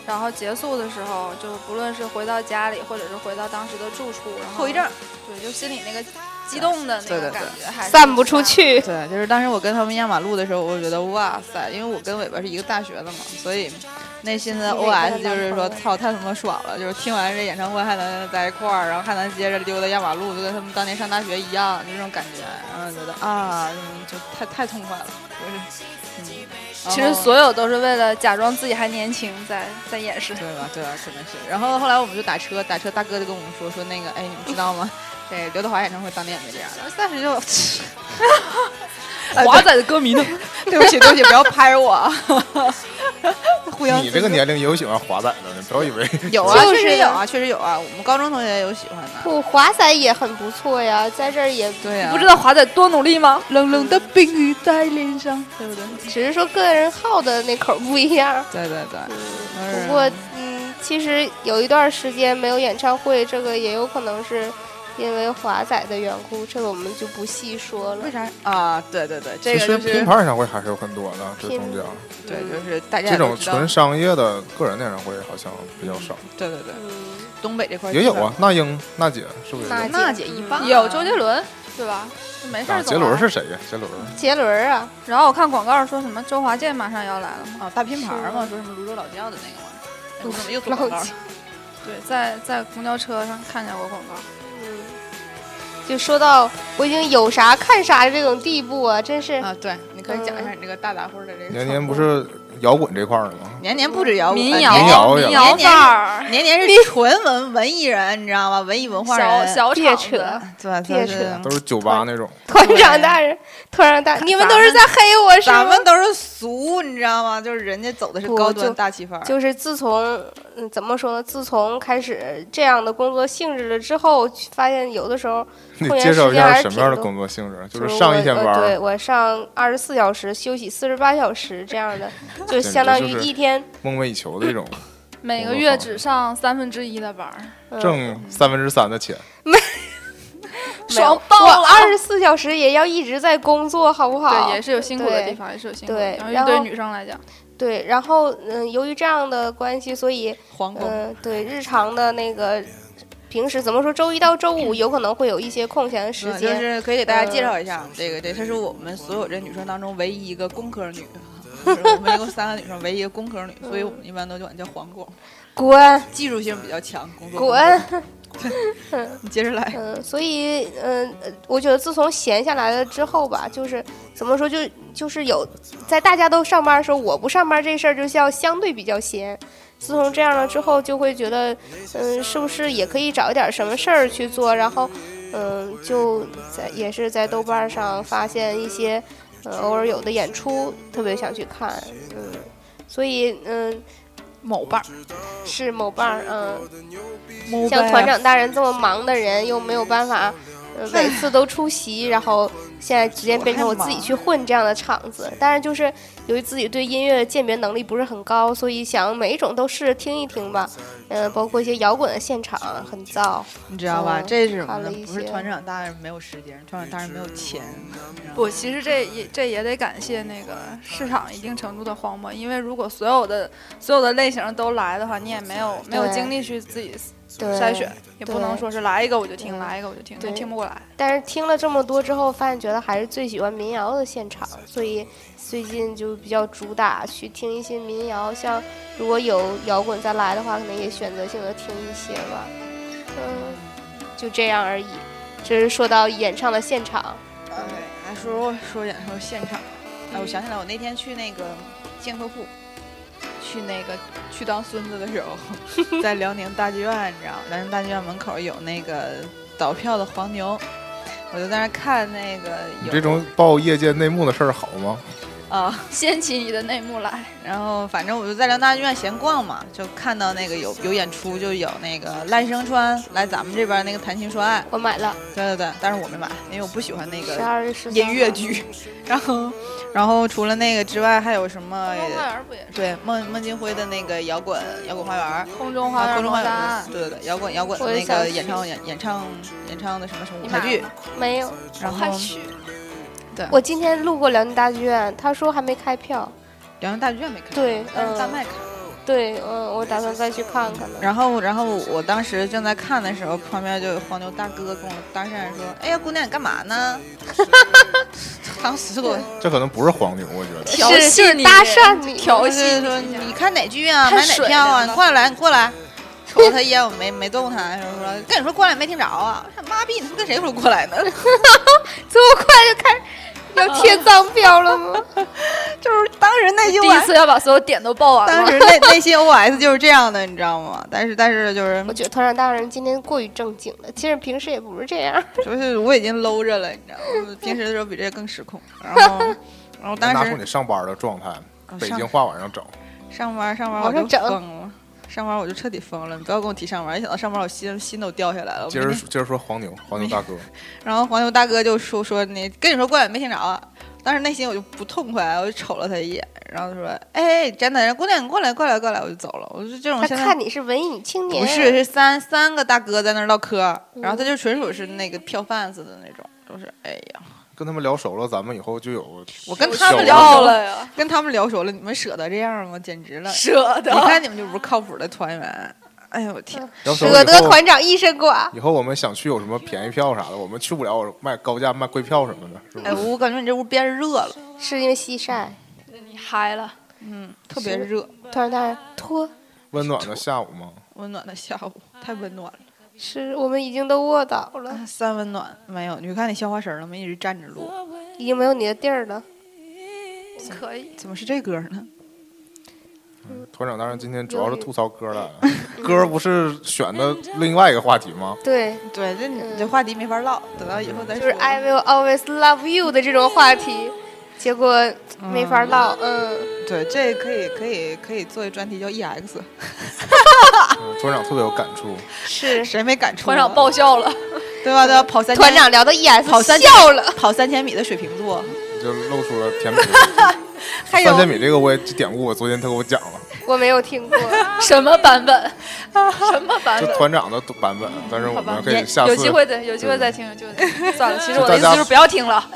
S3: 然后结束的时候，就是不论是回到家里，或者是回到当时的住处，然后
S4: 后遗症。
S3: 对，就心里那个激动的那
S4: 对对对
S3: 个感觉，还是
S2: 散不出。去，
S4: 对，就是当时我跟他们压马路的时候，我就觉得哇塞，因为我跟尾巴是一个大学的嘛，所以内心的
S2: 你尾巴
S4: OS 就
S2: 的男朋
S4: 是说，
S2: 友
S4: 操，太他妈爽了！就是听完这演唱会还能在一块儿，然后还能接着溜达压马路，就跟他们当年上大学一样，就这种感觉。然后觉得啊，嗯就太太痛快了，就是，嗯，然
S3: 其实
S2: 哦
S4: 后
S3: 所有都是为了假装自己还年轻，在在掩饰。
S4: 对吧？对吧？可能是。然后后来我们就打车，打车大哥就跟我们说说那个，哎，你们知道吗？这刘德华演唱会当年也没这样的， 当时就，华仔的歌迷呢？对不起，对不起，不要拍我啊。 互相
S1: 你这个年龄也有喜欢华仔的呢，不要以为
S4: 有啊，
S2: 就是
S4: 确实有啊，确实有啊。我们高中同学也有喜欢的。
S2: 不，华仔也很不错呀，在这儿也
S4: 对啊呀、
S3: 你不知道华仔多努力吗？
S4: 冷冷的冰雨在脸上，对不对？
S2: 只是说个人好的那口儿不一样。
S4: 对对对。
S2: 不过，嗯，其实有一段时间没有演唱会，这个也有可能是因为华仔的缘故，这个我们就不细说了
S4: 为。啥啊？对对对，这
S1: 其
S4: 个
S1: 实
S4: 就
S1: 拼
S4: 是
S1: 盘演唱会还是有很多的，这中间
S4: 对，
S3: 嗯
S4: 就是大家
S1: 这
S4: 也都
S1: 种
S4: 知道
S1: 纯商业的个人演唱会好像比较少，
S4: 对对对，
S2: 嗯，
S4: 东北这块儿
S1: 也有
S4: 基本
S1: 啊。那英、那姐是不是也
S2: 那
S1: 有？
S2: 姐
S4: 娜姐一棒
S3: 有周杰伦，对吧？就嗯没事
S1: 啊，
S3: 儿
S1: 杰
S3: 总玩
S1: 伦是谁呀？杰伦
S2: 杰伦儿啊，
S3: 然后我看广告说什么周华健马上要来了嘛，
S4: 啊，大拼盘儿嘛，说什么泸州老窖的那个嘛，哎我怎么又做
S2: 老
S4: 广告了
S2: 姐？
S3: 对，在在公交车上看见过广告，
S2: 嗯，就说到我已经有啥看啥这种地步啊，真是
S4: 啊，对，你可以讲一
S2: 嗯
S4: 下你这个大杂烩儿的这个。
S1: 年年不，是摇滚这块儿的吗？
S4: 年年不止摇滚
S3: 民
S1: 谣民谣
S3: 谣
S1: 也有
S3: 民谣
S4: 年
S3: 范儿，
S4: 年年是纯文文艺人，你知道吗？文艺文化
S3: 小
S4: 人，
S3: 小
S2: 别
S3: 厂
S2: 扯
S3: 子。
S2: 别
S4: 对，就
S2: 扯
S4: 是
S1: 都是酒吧那种，
S2: 团长大人，团长大，你们都是在黑我是吗
S4: 咱？们都是俗，你知道吗？就是人家走的是
S2: 不
S4: 高端
S2: 就
S4: 大气范儿，
S2: 就是自从嗯怎么说呢？自从开始这样的工作性质了之后，发现有的时候
S1: 你
S2: 后援
S1: 介绍一
S2: 时间还
S1: 下
S2: 是
S1: 什么样的
S2: 挺多
S1: 工作性质？啊就
S2: 就是是
S1: 上
S2: 我
S1: 一天
S2: 呃
S1: 班儿，
S2: 对我上二十四小时，休息四十八小时这 样的，就
S1: 简
S2: 相
S1: 直
S2: 当
S1: 就
S2: 于
S1: 是
S2: 一天、
S1: 梦寐以求的一种，
S3: 每个月只上三分之一的班儿，
S2: 嗯、
S1: 挣三分之三的钱，
S2: 没有
S3: 爽爆了
S2: 我二十四小时也要一直在工作，好不好？
S3: 对，也是有辛苦的
S2: 对
S3: 地方，也是有辛苦的
S2: 对
S3: 地方。
S2: 然
S3: 尤
S2: 后
S3: 其对女生来讲，
S2: 对然后嗯、由于这样的关系，所以
S4: 皇宫。
S2: 嗯、对日常的那个平时怎么说，周一到周五有可能会有一些空闲的时
S4: 嗯就
S2: 间。
S4: 是可以给大家介绍一下这个，这她是我们所有这女生当中唯一一个工科女，就是我们一共三个女生，唯一一个工科女，所以我们一般都管她叫皇宫，
S2: 滚
S4: 技术性比较强，工作
S2: 滚！
S4: 工作 你接着来。
S2: 嗯，所以嗯，呃我觉得自从闲下来了之后吧，就是怎么说，就就是有在大家都上班的时候，我不上班这事儿就叫相对比较闲。自从这样了之后，就会觉得，嗯，是不是也可以找一点什么事儿去做？然后，嗯，就在也是在豆瓣上发现一些，呃，偶尔有的演出，特别想去看，嗯，所以，嗯，
S4: 某伴儿，
S2: 是某伴儿，嗯，
S4: 某
S2: 像
S4: 伴儿
S2: 团长大人这么忙的人，又没有办法，呃每次都出席，然后现在逐渐变成我自己去混这样的场子。当然，就是由于自己对音乐鉴别能力不是很高，所以想每一种都试着听一听吧。嗯、包括一些摇滚的现场很燥，
S4: 你知道吧？这是什么
S2: 嗯看了
S4: 呢？
S2: 一
S4: 不是
S2: 些
S4: 团长大人没有时间，团长大人没有钱。
S3: 不，其实这也这也得感谢那个市场一定程度的荒漠，因为如果所有的所有的类型都来的话，你也没有没有
S2: 对
S3: 精力去自己
S2: 对
S3: 筛选，也不能
S2: 对
S3: 说是来一个我就听，
S2: 嗯
S3: 来一个我就听，
S2: 对
S3: 也听不过来。
S2: 但是听了这么多之后，发现觉得还是最喜欢民谣的现场，所以最近就比较主打去听一些民谣。像如果有摇滚再来的话，可能也选择性的听一些吧。嗯，就这样而已。这是说到演唱的现场，
S4: 哎，还说说演说现场，哎，我想起来，我那天去那个建科铺，去那个去当孙子的时候，在辽宁大剧院，你知道，辽宁大剧院门口有那个倒票的黄牛，我就在那儿看那个有
S1: 你这种报业界内幕的事儿好吗？
S4: 啊。
S3: 掀起你的内幕来，
S4: 然后反正我就在辽大剧院闲逛嘛，就看到那个有有演出，就有那个赖声川来咱们这边那个谈情说爱，
S2: 我买了
S4: 对对对，但是我没买，因为我不喜欢那
S2: 十
S4: 个
S2: 二月十
S4: 音乐剧。然后，然后除了那个之外，还有什么？
S3: 花园不也是？
S4: 对，孟孟京辉的那个摇滚摇滚花园，
S3: 空中花
S4: 啊，
S3: 园
S4: 空中
S3: 摩
S4: 花
S3: 擦
S4: 园
S3: 岸，，
S4: 对对对，摇滚摇滚的
S2: 我也
S4: 那个
S2: 想
S4: 演
S2: 去
S4: 唱演演唱演唱的什么什么舞
S3: 你
S4: 台
S3: 买
S4: 剧
S3: 了，
S2: 没有。
S4: 然后
S3: 快去！
S2: 我今天路过辽宁大剧院，他说还没开票。
S4: 辽宁大剧院没看，
S2: 对
S4: 但是大
S2: 嗯
S4: 麦看。
S2: 对，嗯，我打算再去看看呢。
S4: 然后，然后我当时正在看的时候，旁边就有黄牛大哥跟我搭讪说：“哎呀，姑娘，你干嘛呢？” 当时我
S1: 这可能不是黄牛，我觉得。
S3: 调
S2: 是
S3: 戏
S2: 是
S3: 你
S2: 搭讪你，
S3: 调
S4: 我
S3: 戏
S4: 是说：“
S3: 你
S4: 你看哪剧啊？
S3: 太
S4: 买哪
S3: 水
S4: 票啊？
S3: 灵
S4: 你
S3: 了
S4: 过来，你过来。”瞅了他一眼，我没没动他，然后说：“跟你说过来，没听着啊！”我说妈逼，你他妈跟谁说过来呢？
S2: 这么快就开始要
S4: 嗯
S2: 贴脏标了吗？
S4: 就是当时内心
S3: 第一
S4: OS，
S3: 次要把所有点都报完
S4: 当
S3: 了。
S4: 时内内心 OS 就是这样的，你知道吗？但是但是就是
S2: 我觉得团长大人今天过于正经了，其实平时也不是这样。
S4: 就是我已经搂着了，你知道吗？平时的时候比这更失控。然后然后当
S1: 拿
S4: 时
S1: 出你上班的状态，
S4: 哦
S1: 北
S4: 上
S1: 京话往上整。
S4: 上班上班我
S2: 往上
S4: 就
S2: 整
S4: 疯了，上班我就彻底疯了。你不要跟我提上班，一想到上班我心心都掉下来了。我
S1: 接
S4: 明
S1: 着
S4: 天
S1: 说接着说黄牛，黄牛大 哥，
S4: 然后黄牛大哥就说说你跟你说过来没听着啊，当时内心我就不痛快，我就瞅了他一眼，然后就说哎真的，姑娘你过来过来过来，我就走了。我就这种
S2: 他
S4: 哦现在
S2: 看你是文艺女青年，
S4: 不是是三三个大哥在那儿唠嗑，
S2: 嗯
S4: 然后他就纯属是那个票贩子的那种，就是哎呀，
S1: 跟他们聊熟了，咱们以后就有
S4: 我跟
S1: 有
S4: 他们
S1: 有
S4: 聊
S3: 要
S4: 熟
S3: 了呀，
S4: 跟他们聊熟了，你们舍得这样吗？简直了！
S3: 舍
S4: 你
S3: 得。
S4: 看你们就不是靠谱的团员。哎呦我天，
S1: 聊熟了
S2: 舍
S1: 以
S2: 得
S1: 后，
S2: 团长一身剐。
S1: 以后我们想去有什么便宜票啥的，我们去不了卖高价卖贵票什么的，是不
S4: 哎
S1: 是？
S4: 我感觉你这屋变热了。
S2: 嗯是因为西晒，
S3: 你嗨了，
S4: 嗯特别热，
S2: 团长大人脱，
S1: 温暖的下午吗？
S4: 温暖的下午，太温暖了，
S2: 是我们已经都卧倒了，
S4: 三温暖没有。你看你消化神了吗？一直站着录，
S2: 已经没有你的地儿了。
S3: 可以。
S4: 怎么是这歌呢？
S1: 团长大人今天主要是吐槽歌来了，歌不是选的另外一个话题吗？
S2: 对，
S4: 对，这你这话题没法唠，等到以后再
S2: 嗯就
S4: 说。
S2: 是 I will always love you 的这种话题，结果没法唠。嗯，
S4: 嗯对，这可以可以可以做一专题叫 E EX，
S1: 嗯团长特别有感触，
S2: 是
S4: 谁没敢出啊？
S3: 团长爆笑了，
S4: 对吧？对吧？跑三千
S2: 团长聊的 ES
S4: 跑三千
S2: 笑了。
S4: 跑三千米的水瓶座，
S1: 就露出了甜品。
S3: 哎
S4: 还有
S1: 三千米这个我也典故，我昨天他给我讲了，
S2: 我没有听过，
S3: 什么版本？什么版
S1: 就
S3: 本？
S1: 团长的版本，但是我
S3: 好吧
S1: 们可以下次
S3: 有机会再有机会再听，有机会再听。算了，其实我的
S1: 就大
S3: 意思
S1: 家
S3: 就是不要听了。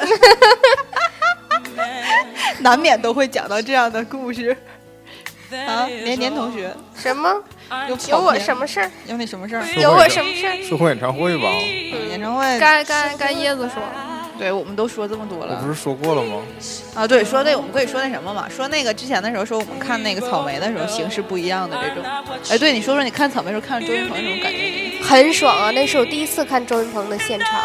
S4: 难免都会讲到这样的故事 啊。连年同学
S2: 什 么
S4: 有
S2: 有我
S4: 么哎
S2: 什么事儿？
S4: 有你什么事儿？
S1: 说
S2: 有
S1: 会
S2: 我
S1: 演
S2: 什么事儿？
S1: 说会演唱会吧，
S4: 演唱会，
S3: 该该该椰子说了，
S4: 对我们都说这么多
S1: 我
S4: 了
S1: 不。是说过了吗？
S4: 啊，对，说那我们可以说那什么嘛，说那个之前的时候，说我们看那个草莓的时候形式不一样的这 种。哎，对，你说说你看草莓的时候看周云鹏什么感 觉？
S2: 很爽啊！那是我第一次看周云鹏的现场，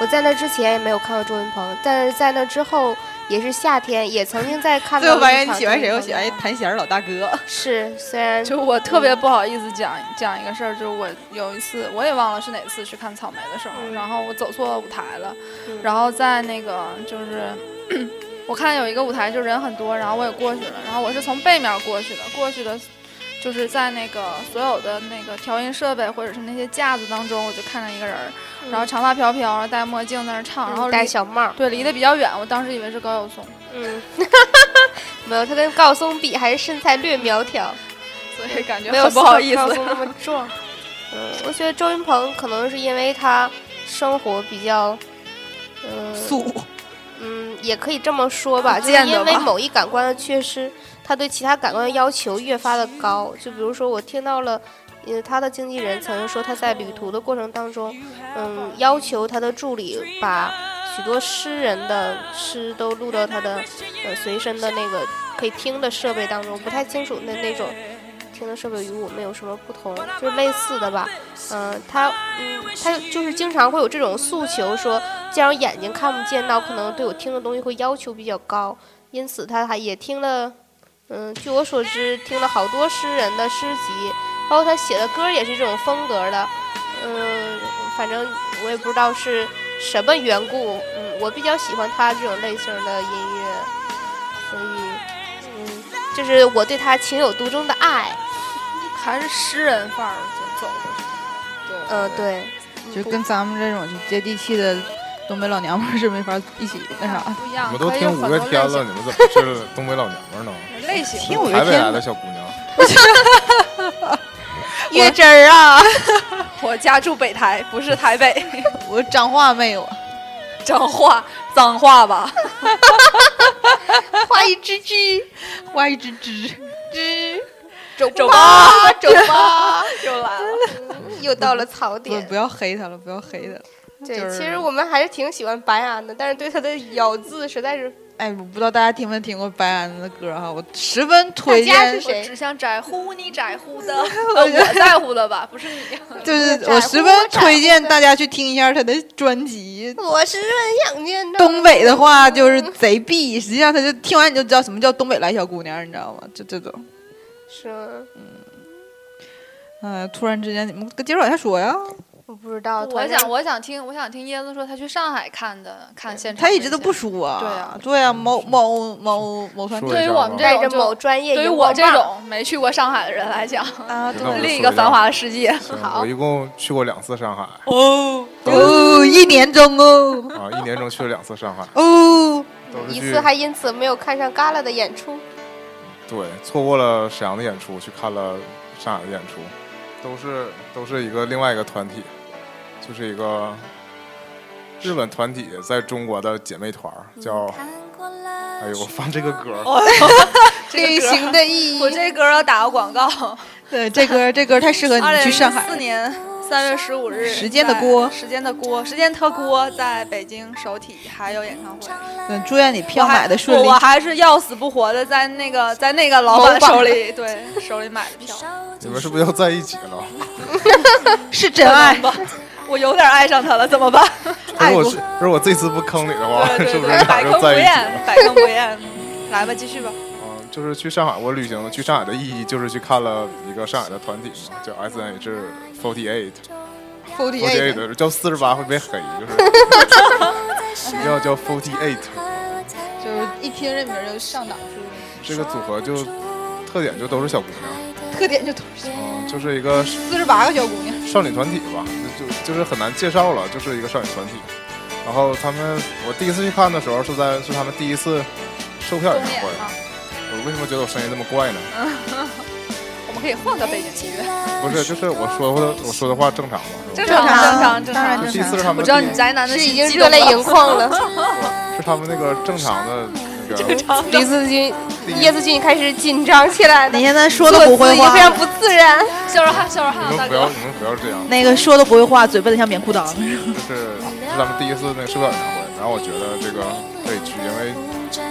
S2: 我在那之前也没有看过周云鹏，但是在那之后也是夏天，也曾经在看
S4: 最
S2: 到
S4: 后发
S2: 了一
S4: 现你
S2: 场周
S4: 喜
S2: 云
S4: 欢
S2: 鹏的演唱会。
S4: 谁？我喜欢哎谭贤儿老大哥。
S2: 是，虽然
S3: 就我特别不好意思讲讲一个事儿，就是我有一次我也忘了是哪次去看草莓的时候，
S2: 嗯
S3: 然后我走错舞台了，
S2: 嗯
S3: 然后在那个就是我看有一个舞台就人很多，然后我也过去了，然后我是从背面过去的，过去的就是在那个所有的那个调音设备或者是那些架子当中，我就看着一个人儿，然后长发飘飘，然后戴墨镜在那儿唱，然
S2: 嗯
S3: 后
S2: 戴
S3: 离
S2: 小帽儿，
S3: 对离得比较远，我当时以为是高晓松，
S2: 嗯， 没有，他跟高晓松比还是身材略苗条，
S3: 所以感觉
S2: 没有
S3: 很不好意
S2: 高晓
S3: 思。
S2: 松 那么壮。嗯，我觉得周云鹏可能是因为他生活比较，嗯、
S4: 素
S2: 嗯，也可以这么说吧，就是
S4: 见得
S2: 因为
S4: 吧
S2: 某一感官的缺失，他对其他感官的要求越发的高。就比如说，我听到了，呃，他的经纪人曾经说，他在旅途的过程当中，嗯，要求他的助理把许多诗人的诗都录到他的呃随身的那个可以听的设备当中，不太清楚那那种。听的设备与我们有什么不同？就是类似的吧，嗯、他，嗯，他就是经常会有这种诉求，说既然眼睛看不见到，可能对我听的东西会要求比较高，因此他还也听了，嗯，据我所知，听了好多诗人的诗集，包括他写的歌也是这种风格的，嗯，反正我也不知道是什么缘故，嗯，我比较喜欢他这种类型的音乐，所以，嗯，这是我对他情有独钟的爱，
S3: 还是诗人范儿就走的。
S2: 嗯、对，
S4: 就跟咱们这种就接地气的东北老娘们儿是没法一起那啥。
S3: 不一样，
S1: 你们都
S3: 可以
S1: 听
S3: 有
S1: 五
S3: 很
S1: 月
S3: 多
S1: 天
S3: 类
S1: 了，你们怎么是东北老娘们儿 呢？
S3: 型类型。
S4: 听五月
S1: 台北来
S4: 天，
S1: 的小姑娘，
S4: 月真儿啊，
S3: 我家住北台，不是台北，
S4: 我脏话没有，啊
S3: 脏话，脏话吧。
S4: 画一只鸡，画一只鸡，
S2: 之
S3: 走吧，
S2: 走吧，
S3: 又来了。
S2: 嗯又到了槽
S4: 不
S2: 点。
S4: 不要黑他了，不要黑他了。
S2: 对，
S4: 就是
S2: 其实我们还是挺喜欢白安的，但是对他的咬字实在是，
S4: 哎，我不知道大家听没听过白安的歌哈，我十分推
S2: 大家
S4: 荐
S2: 是。谁
S3: 我只想在乎你在乎 的，呃我在乎的吧，不是 你。
S4: 对对，
S2: 在
S4: 我
S2: 乎
S4: 十
S2: 我
S4: 分
S2: 在
S4: 推
S2: 乎
S4: 荐
S2: 的
S4: 大家去听一下他的专辑。
S2: 我是很想念的。
S4: 东北的话就是贼必，实际上他就听完你就知道什么叫东北来小姑娘，你知道吗？就这种。
S2: 是吗？
S4: 嗯、突然之间你们接着往下说呀，
S2: 我不知道，
S3: 我
S2: 团长
S3: 想，我想听，我想听椰子说他去上海看的，看现场。
S4: 他一直都不。说。
S3: 对啊，
S4: 对啊，某某某某团
S1: 说
S3: 对于
S1: 一下
S3: 我们
S1: 吧
S3: 这
S2: 带
S3: 种
S2: 着
S3: 就
S2: 某专业
S3: 对于
S2: 荧
S3: 我
S2: 光
S3: 这
S2: 棒
S3: 种没去过上海的人来讲，
S4: 啊，
S1: 那我们
S3: 另一
S1: 说
S3: 个
S1: 一
S3: 繁
S1: 下
S3: 华的世界。
S1: 行
S3: 好
S1: 我，一共去过两次上海
S4: 哦
S1: 都是
S4: 哦，一年中哦
S1: 啊，一年中去了两次上海，
S4: 哦，
S1: 都是
S2: 一
S1: 去
S2: 次还因此没有看上旮旯的演出。
S1: 对错过了沈阳的演出，去看了上海的演出，都是都是一个另外一个团体，就是一个日本团体在中国的姐妹团儿，叫
S3: 嗯
S1: 哎呦，我放这个歌儿，
S3: 哦
S4: 旅行的 意义
S3: 我。这歌要打个广告。
S4: 对，这歌这歌太适合你
S3: 二零
S4: 去上
S3: 零
S4: 海
S3: 四
S4: 了。
S3: 年三月十五日，
S4: 时间的锅
S3: 在时间的锅，时间特锅，在北京首体还有演唱会。
S4: 嗯，祝愿你票买的顺利
S3: 我还我。还是要死不活的在那个在那个老板手里，对手里买的票。
S1: 你们是不是要在一起了？
S4: 是真爱。
S3: 吧，我有点爱上他了，怎么办？
S1: 可是我
S4: 过
S1: 这可是我这次不坑你的话，
S3: 对
S1: 是
S3: 对
S1: 不
S3: 对
S1: 是，俩
S3: 百
S1: 人
S3: 坑不
S1: 在一起
S3: 厌
S1: 了？，
S3: 百坑不厌。 来吧，继续吧。
S1: 嗯，就是去上海，我旅行去上海的意义就是去看了一个上海的团体嘛，叫 S N H Forty Eight。
S4: Forty
S1: forty
S4: eight，
S1: eight 叫四十八会被黑，就是一定要叫 forty eight。
S4: 就是一听这名儿就上档次，
S1: 这个组合就特点就都是小姑娘，
S4: 特点就都是
S1: 嗯，就是一个
S4: 四十八个小姑娘。
S1: 少女团体吧，就就就是很难介绍了，就是一个少女团体。然后他们，我第一次去看的时候是在是他们第一次售票演唱会。
S3: 啊
S1: 我为什么觉得我声音这么怪呢？
S3: 我们可以换个背景音乐，
S4: 嗯
S1: 不是，就是我说的我说的话正常吗？是吧
S4: 正
S3: 常
S4: 常
S3: 正常正
S4: 当然
S3: 常
S4: 正
S1: 就。第一次是他们
S3: 我知道
S1: 第一
S3: 你宅男的
S2: 是
S3: 心
S2: 已经
S3: 激
S2: 热
S3: 动
S2: 泪
S3: 了
S2: 盈眶 了。
S1: 是他们那个正常的那个
S2: 李子君、
S1: 第一
S2: 叶子君开始紧张起来了，
S4: 你现在说的
S2: 坐
S4: 不会
S2: 姿也
S4: 话
S2: 非，常不自然。
S3: 笑容汉，笑容
S1: 你
S3: 汉，大
S1: 们不要
S3: 哥
S1: 你。们不要这样。
S4: 那个说的不会话，嘴笨的像棉裤裆。
S1: 就是是咱们第一次那个社表演唱会，然后我觉得这个可以去，因为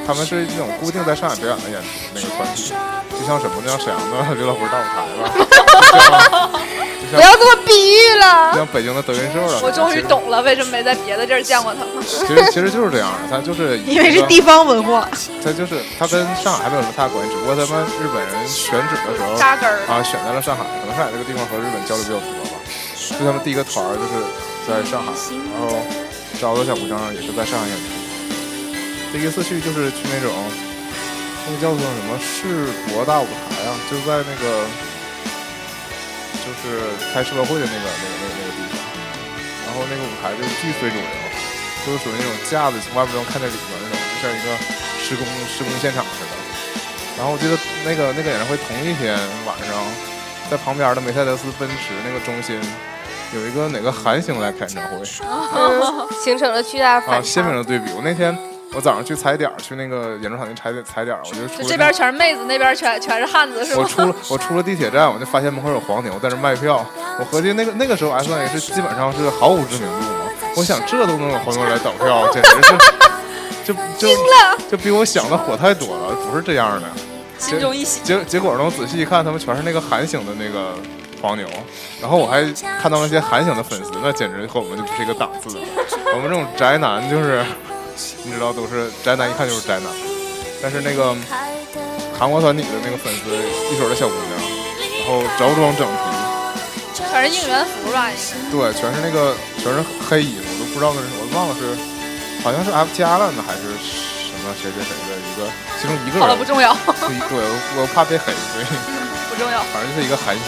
S1: 他们是那种固定在上海表演的演出那个团体，就像什么，就像沈阳的刘老根大舞台了，就像
S2: 不要这么比喻
S1: 就
S2: 了。
S1: 像北京的德云社了。
S3: 我终于，懂了，为什么没在别的地儿见过他了。
S1: 其实其实就是这样的，它就是一
S4: 因为是
S1: 个
S4: 地方文化，
S1: 它就是它跟上海没有什么太大关系，只不过他们日本人选址的时候
S3: 扎根儿，
S1: 啊选在了上海，可能上海这个地方和日本交流比较多吧，就他们第一个团儿就是在上海，然后找的小姑娘也是在上海演出。第一次去就是去那种，那个叫做什么世博大舞台啊，就在那个就是开世博会的那个那个那个那个地方，然后那个舞台就是巨非主流，就是属于那种架子从外面能看见里面那种，就像一个施工施工现场似的。然后我记得那个那个演唱会同一天晚上，在旁边的梅赛德斯奔驰那个中心，有一个哪个韩星来开演唱会
S2: 嗯 形成了巨大
S1: 啊，
S2: 的反
S1: 鲜明
S2: 差。
S1: 的对比。我那天我早上去踩点儿，去那个演出场地踩点踩点儿，我就出
S3: 就
S1: 了
S3: 这边全是妹子，那边全全是汉子，是
S1: 我
S3: 吗？
S1: 出了我出了地铁站，我就发现门口有黄牛在那卖票。我合计那个那个时候 S 也是基本上是毫无知名度嘛，我想这都能有黄牛来倒票，简直是就就就比我想的火太多了，不是这样的。
S6: 心中一喜。
S1: 结结果呢，我仔细一看，他们全是那个韩星的那个黄牛，然后我还看到那些韩星的粉丝，那简直和我们就不是一个档次的。我们这种宅男就是，你知道，都是宅男，一看就是宅男。但是那个韩国团体的那个粉丝，一手的小姑娘，然后着装整齐，
S3: 全 是应援服吧？应
S1: 对，全是那个全是黑衣服，我都不知道那是什么，我忘了是好像是 F T Island 的还是什么谁谁谁的一个，其中一个
S3: 该好了，
S1: 人
S3: 不，重要，
S1: 对，我我怕被黑，所以。
S3: 不重要。
S1: 反正就是一个韩星，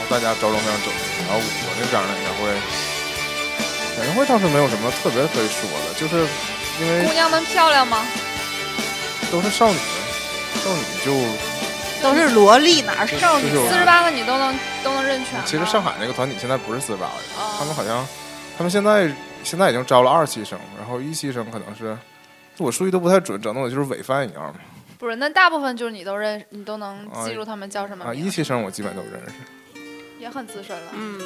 S1: 然后大家着装非常整齐。然后我那边的演唱会，演唱会倒是没有什么特别可以说的，就是因为
S3: 姑娘们漂亮吗？
S1: 都是少女，少女就
S4: 都是萝莉，哪是少
S1: 就
S4: 女
S1: 是？有
S3: 四十八个你都能都能认全吗。
S1: 其实上海那个团体现在不是四十八个人，
S3: 哦
S1: 他们好像他们现在现在已经招了二期生，然后一期生可能是。我数据都不太准，整的我就是伪啊饭一样
S3: 不是，那大部分就是你都认，你都能记住他们叫什
S1: 嘛
S3: 么
S1: 啊！
S3: 名
S1: 一
S3: 字，
S1: 期生我基本都认识，
S3: 也很资深了。
S6: 嗯，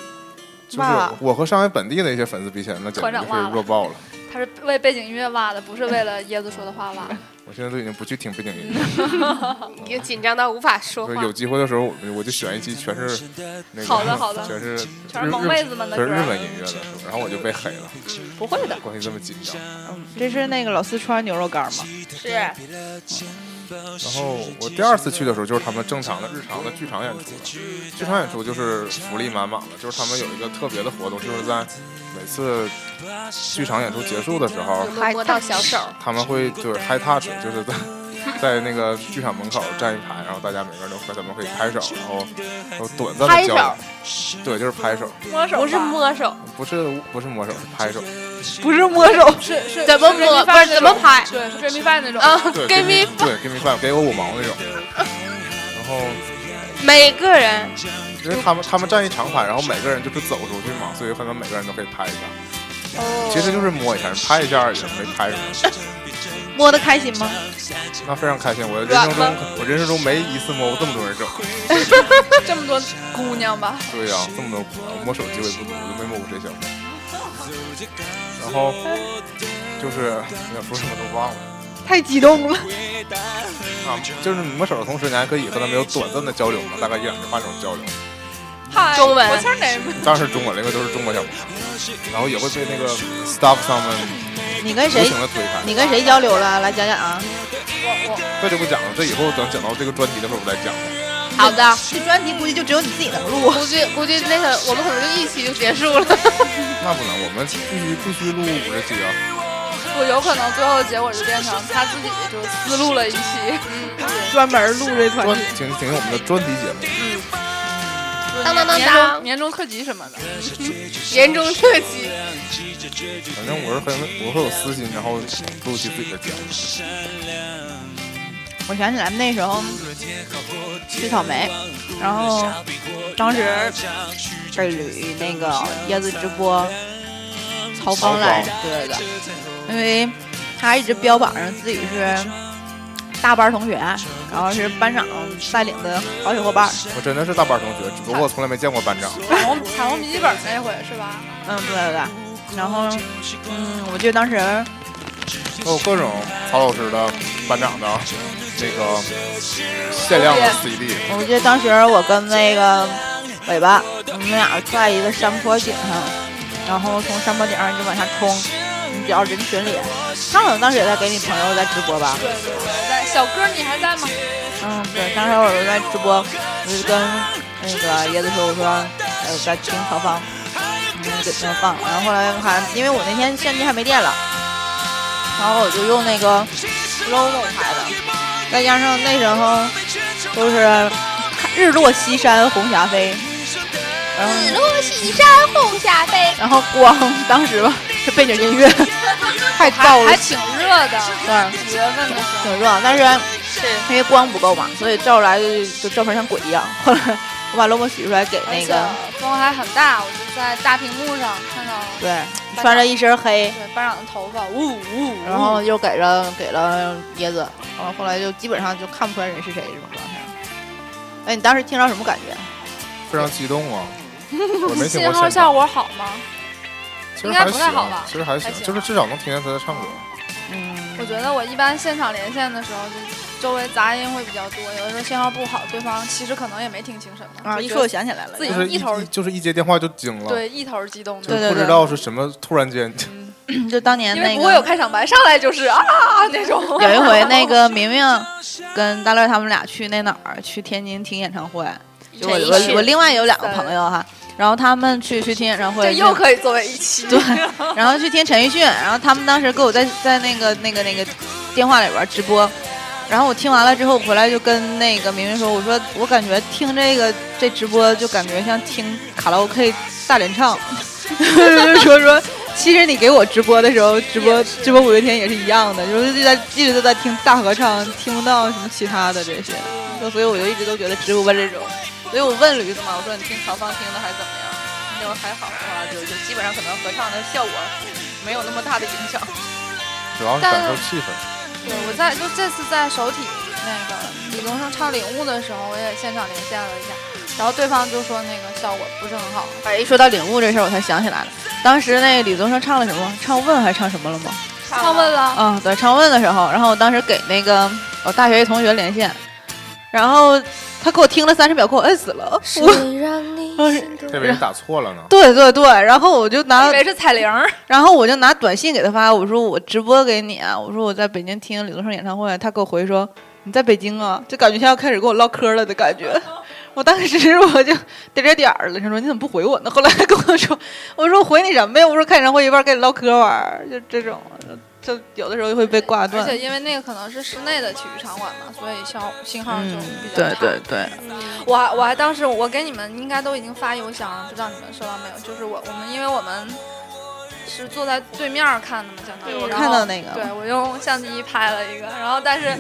S1: 就是
S4: 哇
S1: 我和上海本地的一些粉丝比起来，那简
S3: 团
S1: 直
S3: 长
S1: 就
S3: 忘
S1: 是
S3: 了
S1: 弱爆了。
S3: 他是为背景音乐挖的，不是为了椰子说的话挖的。
S1: 我现在都已经不去听背景音乐了。
S2: 已经紧张到无法说
S1: 对，
S2: 话
S1: 有。机会的时候，我们我就选一期全是那个
S3: 好的好的
S1: 全是
S3: 全是
S1: 日
S3: 萌妹子们的
S1: 全是
S3: 歌
S1: 日本音乐的，然后我就被黑了，
S4: 不会的，
S1: 关系这么紧张。
S4: 嗯，这是那个老四川牛肉干吗？
S2: 是，
S1: 然后我第二次去的时候，就是他们正常的日常的剧场演出了，剧场演出就是福利满满的，就是他们有一个特别的活动，就是在每次剧场演出结束的时候，
S2: 摸摸到小手，
S1: 他们会就是 high touch，就是在 在那个剧场门口站一排，然后大家每个人都和他们可以拍手，然后都短暂
S2: 拍
S1: 的
S2: 手
S1: 交流，对，就是拍手，
S3: 摸手
S2: 不是
S3: 吧
S2: 摸手，
S1: 不是不是摸手，是拍手。
S4: 不是摸手，
S3: 是是
S2: 怎么摸？不是怎么？拍？
S3: 是 Remy Fan 那种对，是 Remy Fan 那种。
S2: 啊
S1: 对
S2: ，give me
S1: 对给 i 饭，给我五毛那种。然后
S2: 每个人
S1: 因为他们他们站一长排，然后每个人就是走出去嘛，所以可能每个人都可以拍一下。其实就是摸一下，拍一下而已，没拍什么。
S4: 摸的开心吗？
S1: 那非常开心，我人
S2: 软
S1: 生中我人生中没一次摸过这么多人手。
S3: 这么多姑 娘吧，
S1: 对呀、这么多我摸手机我也不我都没摸过这小子。然后就是想说什么都忘了。
S4: 太激动了，
S1: 啊，就是你摸手的同时，你还可以和他们有短暂的交流嘛，大概一两句话这种交流。
S3: 嗨，
S2: 中文
S3: 我村哪
S1: 当然是中文了，因为都是中国小朋友，然后也会被那个 staff 他们
S4: 你跟
S1: 无
S4: 谁？
S1: 情的推开。
S4: 你跟谁交流了？来讲讲啊！
S1: 这就不讲了，这以后等讲到这个专题的时候我再讲吧。
S2: 好的，
S4: 这专题估计就只有你自己能录。
S2: 估计估计那个我们可能就一期就结 束了。
S1: 那不能，我们必须必须录五十期啊！
S3: 不有可能最后的结果就变成他自己就思路了一期，
S4: 专门录这款
S1: 专请请我们的专题节目，
S2: 当当当
S3: 年终
S2: 当
S3: 年终特辑什么的。
S2: 年终特辑，
S1: 反正我是很我会有私心，然后录起自己的节目。
S4: 我想起来那时候吃草莓，然后当时被吕那个椰子直播曹芳来着，对的，因为他一直标榜着自己是大班同学，然后是班长带领的好小伙伴儿，
S1: 我真的是大班同学，只不过我从来没见过班长。
S3: 彩虹彩虹笔记本那回哎是吧？
S4: 嗯，对对对，然后嗯，我记得当时
S1: 我有各种曹老师的、班长的那个限量的 CD，
S4: 我记得当时我跟那个尾巴，我们俩在一个山坡顶上，然后从山坡顶上就往下冲，你只要人群里，他好像当时也在给你朋友在直播吧，
S3: 对对对，在小哥你还在吗？
S4: 嗯，对，当时我就在直播，我就跟那个椰子说，我说，哎，我在听曹芳，嗯，给他们放，然后后来还因为我那天相机还没电了，然后我就用那个 Lomo 拍的，再加上那时候就是日落西山红霞飞，然后
S2: 紫罗西山红霞飞。
S4: 然后光当时吧，这背景音 乐太爆了
S3: 还，挺热的，
S4: 对，
S3: 五月份的时候。
S4: 挺热，但是因为光不够嘛，所以照出来就就照片像鬼一样。 后来我把 logo 取出来给
S3: 而
S4: 那
S3: 且
S4: 个，
S3: 风还很大，我就在大屏幕上看到
S4: 对，穿着一身黑，
S3: 对班长的头发，呜呜呜，
S4: 然后又给了给了椰子，然后后来就基本上就看不出来人是谁这种状态。哎，你当时听到什么感觉？
S1: 非常激动 啊！我没听
S3: 信
S1: 过
S3: 号
S1: 现
S3: 效
S1: 场，
S3: 果好吗？
S1: 其实
S3: 应该
S1: 还
S3: 不太好吧
S1: 行，其实还
S3: 还
S1: 行，
S3: 行
S1: 就是至少能听见他在唱歌。
S4: 嗯
S3: 我觉得我一般现场连线的时候，就周围杂音会比较多，有的时候信号不好，对方其实可能也没听清什么。
S4: 啊，
S3: 就
S4: 一
S3: 觉
S4: 说我
S3: 得
S4: 想起来了，
S3: 自己
S1: 就是
S3: 一头
S1: 一就是一接电话就惊了，
S3: 对一头激动
S1: 就
S3: 的，
S4: 对
S1: 是不知道是什么，突然间
S4: 就当年
S3: 因
S4: 那
S3: 为
S4: 个
S3: 不会有开场白，上来就是啊那种。
S4: 有一回，那个明明跟大乐他们俩去那哪儿，去天津听演唱会。就我
S2: 陈奕
S4: 我
S2: 迅
S4: 我另外有两个朋友哈，然后他们去去听演唱
S3: 这
S4: 会，
S3: 又可以作为一期。
S4: 对，然后去听陈奕迅，然后他们当时跟我在在那个那个那个电话里边直播，然后我听完了之后回来就跟那个明明说，我说我感觉听这个这直播就感觉像听卡拉 OK 大联唱， 就是说说。其实你给我直播的时候，直播直播五月天也是一样的，就是就在一直都在听大合唱，听不到什么其他的这些，就所以我就一直都觉得直播这种，所以我问驴子嘛，我说你听曹芳听的还怎么样？那种还好啊，就就基本上可能合唱的效果没有那么大的影响。
S1: 主要是
S3: 但
S1: 感受气氛。
S3: 对，我在就这次在首体那个李宗盛唱《领悟》的时候，我也现场连线了一下，然后对方就说那个效果不是很好。
S4: 哎，一说到领悟这事儿，我才想起来了，当时那李宗盛唱了什么？唱问还是唱什么了吗？
S3: 他问了，
S4: 啊，对，唱问的时候，然后我当时给那个我大学一同学连线，然后他给我听了三十秒，给我摁死了。我
S2: 谁让你
S4: 当时
S2: 心动
S1: 这边人打错了呢，
S4: 对对对，然后我就拿
S3: 以为是彩铃儿，
S4: 然后我就拿短信给他发，我说我直播给你啊，我说我在北京听李宗盛演唱会，他给我回说你在北京啊，就感觉像要开始跟我唠嗑了的感觉。 我当时我就点点点儿了，他说你怎么不回我呢？后来他跟我说， 我说我回你什么呀？我说看演唱会一半跟你唠嗑玩儿，就这种，就有的时候就会被挂
S3: 而
S4: 断。
S3: 且因为那个可能是室内的体育场馆嘛，所以消信号就
S4: 嗯
S3: 比，较
S4: 对
S3: 差。
S4: 对对，
S3: 我还我还当时我给你们应该都已经发邮箱了，不知道你们收到没有？就是我我们因为我们是坐在对面儿看的嘛，相当于
S2: 嗯
S3: 我
S4: 我看到那个，
S3: 对我用相机拍了一个，然后但是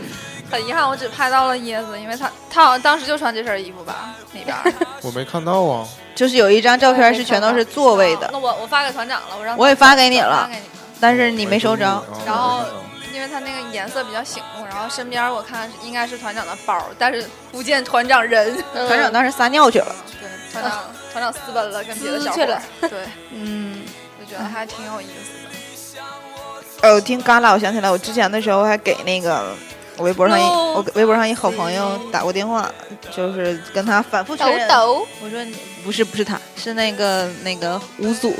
S3: 很遗憾我只拍到了椰子，因为他他好像当时就穿这身衣服吧里边儿
S1: 我没看到啊。
S4: 就是有一张照片是全都是座位的，
S3: 那我我发给团长了，我让
S4: 我也发给你
S3: 发
S4: 了
S3: 给，你们，
S4: 但是你没收着。
S1: 我没注意
S3: 然后
S1: 哦
S3: 因为他那个颜色比较醒目，然后身边儿我看是应该是团长的包儿，但是不见团长人。
S2: 嗯
S4: 团长嗯当时撒尿去了。
S3: 对，团长、团长私奔了，跟别的
S2: 私
S3: 小伙
S2: 去
S3: 儿
S2: 了，
S3: 对，
S4: 嗯，
S3: 就觉得还挺有意思的。
S4: 呃，我听嘎啦，我想起来，我之前的时候还给那个微博上一
S3: No
S4: 我给微博上一好朋友打过电话，就是跟他反复确
S2: 抖
S4: 认。
S2: 抖，
S4: 我说你不是不是他，是那个那个五组，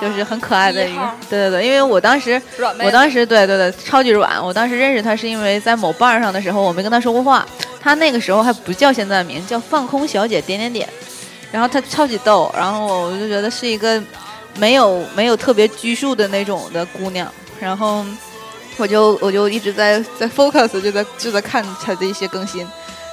S4: 就是很可爱的一
S3: 一
S4: 个
S3: 号。
S4: 对对对，因为我当时
S3: 啊软妹子，
S4: 我当时对对对超级软，我当时认识他是因为在某伴儿上的时候，我没跟他说过话，他那个时候还不叫现在名，叫放空小姐点点点，然后他超级逗，然后我就觉得是一个没有没有特别拘束的那种的姑娘，然后我就我就一直在在 focus 就在就在看他的一些更新，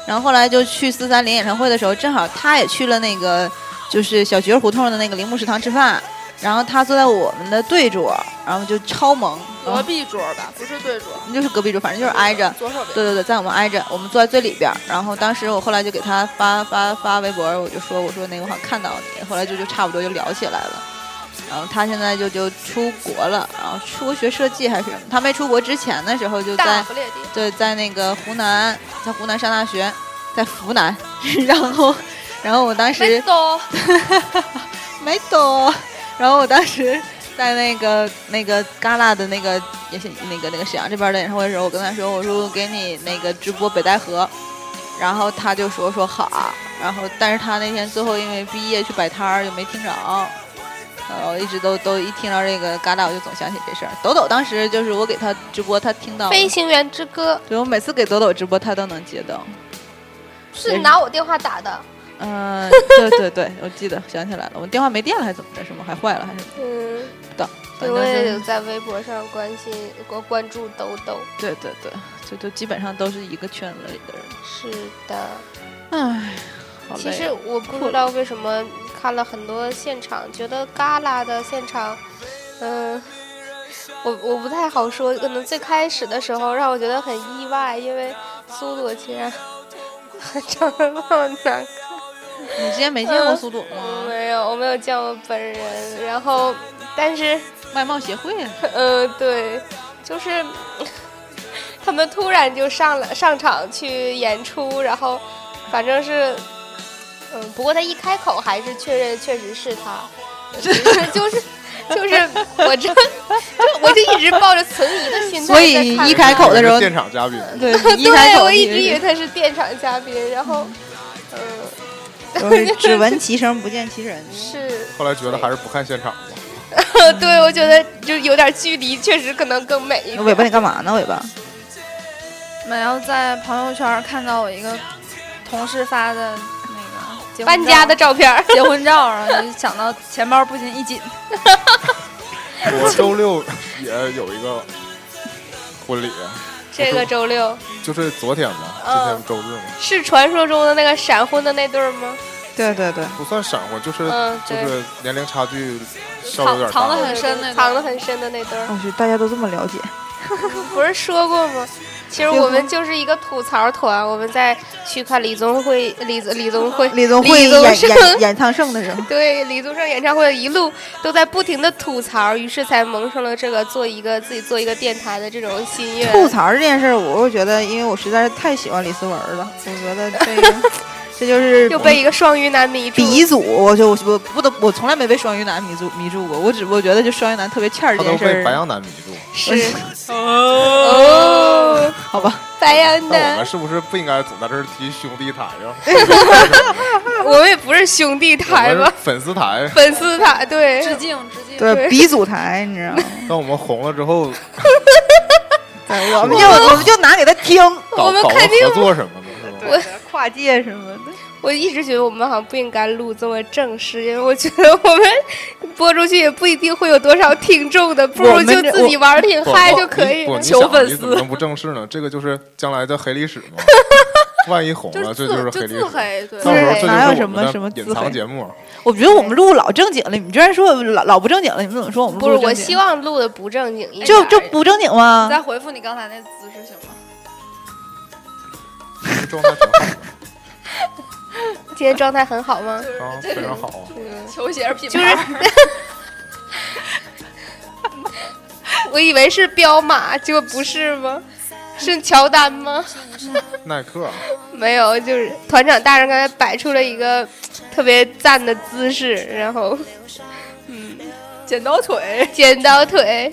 S4: 然后后来就去四三零演唱会的时候，正好他也去了那个就是小菊儿胡同的那个铃木食堂吃饭。然后他坐在我们的对桌，然后就超萌，然后
S3: 隔壁桌吧，不是对桌，
S4: 就是隔壁桌，反正就是挨着。
S3: 左手边。
S4: 对对对，在我们挨着，我们坐在最里边儿。然后当时我后来就给他发发发微博，我就说我说那个我好像看到你，后来就就差不多就聊起来了。然后他现在就就出国了，然后出国学设计还是什么？他没出国之前的时候就在
S3: 大不列颠，
S4: 对，在那个湖南，在湖南上大学，在湖南， 然后然后我当时
S3: 没走，
S4: 没懂。 然后我当时在那个那个旮旯的那个也是那个那个沈阳这边的演唱会的时候，我跟他说，我说我给你那个直播北戴河，然后他就说说好，啊然后但是他那天最后因为毕业去摆摊儿就没听着。然后一直都都一听到这个旮旯，我就总想起这事儿。抖抖当时就是我给他直播，他听到了，
S2: 飞行员之歌
S4: 对我每次给抖抖直播，他都能接到。
S2: 是拿我电话打的，
S4: 嗯， 对对对，我记得想起来了，我电话没电了还是怎么的？什么还坏了还是
S2: 嗯，
S4: 反
S2: 对，
S4: 正
S2: 我也
S4: 是
S2: 有在微博上关心关关注抖抖，
S4: 对对对，就就基本上都是一个圈子里的人。
S2: 是的，
S4: 唉，好
S2: 其
S4: 累
S2: 实
S4: 啊
S2: 我不知道为什么看了很多现场，觉得嘎啦的现场，嗯、我我不太好说，可能最开始的时候让我觉得很意外，因为苏朵竟然 长得那么难看。
S4: 你之前没见过苏朵
S1: 嗯
S2: 我
S4: 吗？
S2: 没有，我没有见过本人，然后但是
S4: 外貌协会啊，
S2: 呃，对，就是 他们突然就上了上场去演出，然后反正是，嗯、不过他一开口还是确认确实是他， 只是 就是就是我这就我就一直抱着存疑的心态
S4: 所
S2: 在
S4: 以
S2: 看
S4: 一开
S2: 他
S4: 口的时候
S1: 是现场嘉宾，
S4: 对， 一开
S2: 对
S4: 口
S2: 我一
S4: 你
S2: 直以为他是电场嘉宾，然后嗯、
S4: 就是只闻其声不见其 人。
S2: 是
S1: 后来觉得还是不看现 场吧。
S2: 对我觉得就有点距离，确实可能更美一点。
S4: 尾巴你干嘛呢？尾巴？
S3: 没有在朋友圈看到我一个同事发的那个结婚
S2: 搬家的照片儿。
S3: 照结婚照，然后就想到钱包不禁一紧。
S1: 我周六也有一个婚礼，
S2: 这个周六
S1: 就是昨天嘛，今
S4: 嗯
S1: 天周日嘛，
S2: 是传说中的那个闪婚的那对儿吗？
S4: 对对对，
S1: 不算闪婚，就是
S2: 嗯，
S1: 就
S2: 对，
S1: 是年龄差距稍微有点
S3: 藏
S1: 大
S3: 得。很深那个
S2: 藏的很深的那对儿，
S4: 我去，哦大家都这么了解。
S2: 不是说过吗？其实我们就是一个吐槽团，我们在去看李宗会、李李宗会、
S4: 李宗
S2: 慧
S4: 慧
S2: 李宗
S4: 演
S2: 演盛演
S4: 演演唱圣的时候，
S2: 对李宗盛演唱会一路都在不停的吐槽，于是才萌生了这个做一个自己做一个电台的这种心愿。
S4: 吐槽这件事儿，我又觉得，因为我实在是太喜欢李思文了，我觉得这 个这就是
S2: 又被一个双鱼男迷住，
S4: 鼻祖，我就我我不得我从来没被双鱼男迷住迷住过，我只不过觉得就双鱼男特别欠儿
S1: 他
S4: 这
S1: 都
S4: 件事
S1: 被白
S4: 儿，
S1: 羊男迷住，
S2: 是哦，
S4: 好吧？
S2: 白羊
S1: 那我
S2: 男
S1: 们，是不是不应该总在这儿提兄弟台 呀？
S2: 我们也不是兄弟台
S1: 我们
S2: 吧
S1: 是？粉丝台，
S2: 粉丝台对，
S3: 致敬致 敬。
S4: 对
S2: 对
S4: 鼻祖台，你知道吗？
S1: 当我们红了之 后，
S4: 对 我们就我们就拿给他 听，
S1: 搞
S2: 我们
S1: 搞个
S2: 肯定
S1: 合作什么的，是吧？
S2: 我
S4: 跨界什么的。
S2: 我一直觉得我们好像不应该录这么正式，因为我觉得我们播出去也不一定会有多少听众的，不
S4: 我
S2: 如
S4: 们
S2: 就
S4: 这
S2: 自己玩儿挺
S1: 不
S2: 嗨
S1: 不
S2: 就可以
S1: 你不
S2: 了
S1: 你。
S3: 求
S1: 想
S3: 粉
S1: 你怎
S3: 丝
S1: 么能不正式呢？这个就是将来的黑历史 嘛。万一红
S3: 就
S1: 了，
S3: 是
S1: 这
S3: 自
S1: 就是
S3: 就
S1: 黑历
S3: 自
S1: 史。
S3: 黑，对，
S1: 到时候
S2: 对
S1: 这
S4: 哪
S1: 就
S4: 有
S1: 是
S4: 什
S1: 我
S4: 么
S1: 们
S4: 什么
S1: 的
S4: 自
S1: 隐
S4: 黑
S1: 藏节目。啊
S4: 我觉得我们录老正经了，你们居然说老老不正经了，你们怎么说我们
S2: 不是，
S4: 录正经
S2: 我希望录的不正经一点
S4: 就
S2: 儿。
S4: 就不正经
S3: 你
S4: 吗？
S3: 再回复你刚才那姿势行吗？
S1: 状态挺好
S2: 今天状态很好吗？
S1: 的 啊，非常好啊。
S2: 嗯，
S3: 球鞋品
S2: 就
S3: 牌
S2: 是。我以为是彪马，结果不是 吗？是乔丹吗？
S1: 耐克啊，
S2: 没有，就是团长大人刚才摆出了一个特别赞的姿势，然后
S3: 剪刀腿，
S2: 剪刀腿。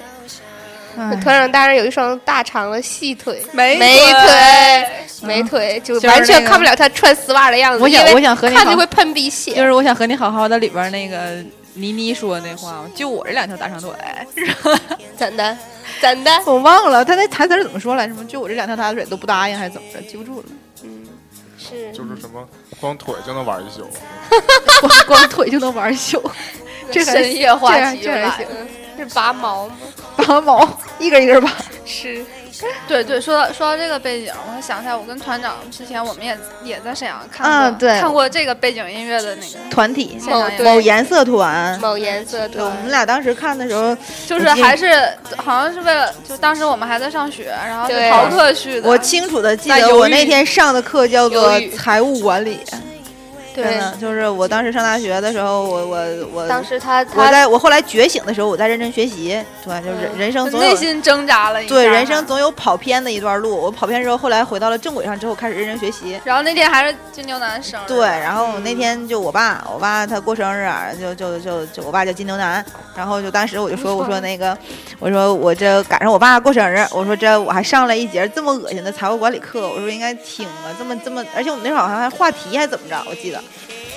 S4: 哎
S2: 团长大人有一双大长的细 腿，
S3: 美
S2: 美
S3: 腿
S2: 腿，美腿，就
S4: 就是
S2: 完全
S4: 那个
S2: 看不了他穿丝袜的样子。
S4: 我想
S2: 因为
S4: 我想和你
S2: 看
S4: 好
S2: 就会喷鼻血。
S4: 就是我想和你好好的里边那个倪妮说那话，就我这两条大长腿，
S2: 怎的？怎的？
S4: 我忘了他那台词儿怎么说来着？什么就我这两条大长腿都不答应还是怎么着？记不住了，
S2: 嗯，是
S1: 就是什么光腿就能玩一宿，
S4: 光光腿就能玩一宿，这还
S3: 深夜话题
S4: 这还这还
S3: 来
S4: 行
S3: 了
S2: 是拔毛吗？
S4: 拔 毛一根一根拔。
S2: 是
S3: 对对，说到说到这个背景，我想起来，我跟团长之前我们也也在沈阳看过、
S4: 嗯对
S3: 看过这个背景音乐的那个，
S4: 团体
S3: 现
S2: 某
S3: 场演
S2: 对
S3: 出
S4: 某哦颜色团，
S2: 某颜色
S4: 对，
S2: 的
S4: 我们俩当时看的时候，
S3: 就是还是好像是为了，就当时我们还在上学，然后是
S2: 对
S3: 逃课去的。
S4: 我清楚的记
S3: 那
S4: 得
S3: 犹
S4: 我
S3: 豫
S4: 那天上的课叫做
S2: 犹豫
S4: 财务管理，真
S2: 对。
S4: 的就是我当时上大学的时候，我我我
S2: 当时他
S4: 我
S2: 他
S4: 在我后来觉醒的时候，我在认真学习，对，就人
S2: 嗯
S4: 人生总
S3: 内
S4: 有
S3: 心挣扎了一下，
S4: 对人生。总有跑偏的一段路。我跑偏之后，后来回到了正轨上之后，开始认真学习。
S3: 然后那天还是金牛男生日，
S4: 对，然后那天就我爸，我爸他过生日啊，就就就就我爸叫金牛男，然后就当时我就说，我说那个，我说我这赶上我爸过生日，我说这我还上了一节这么恶心的财务管理课，我说应该挺啊，这么这么，而且我们那会儿好像还话题还怎么着，我记得，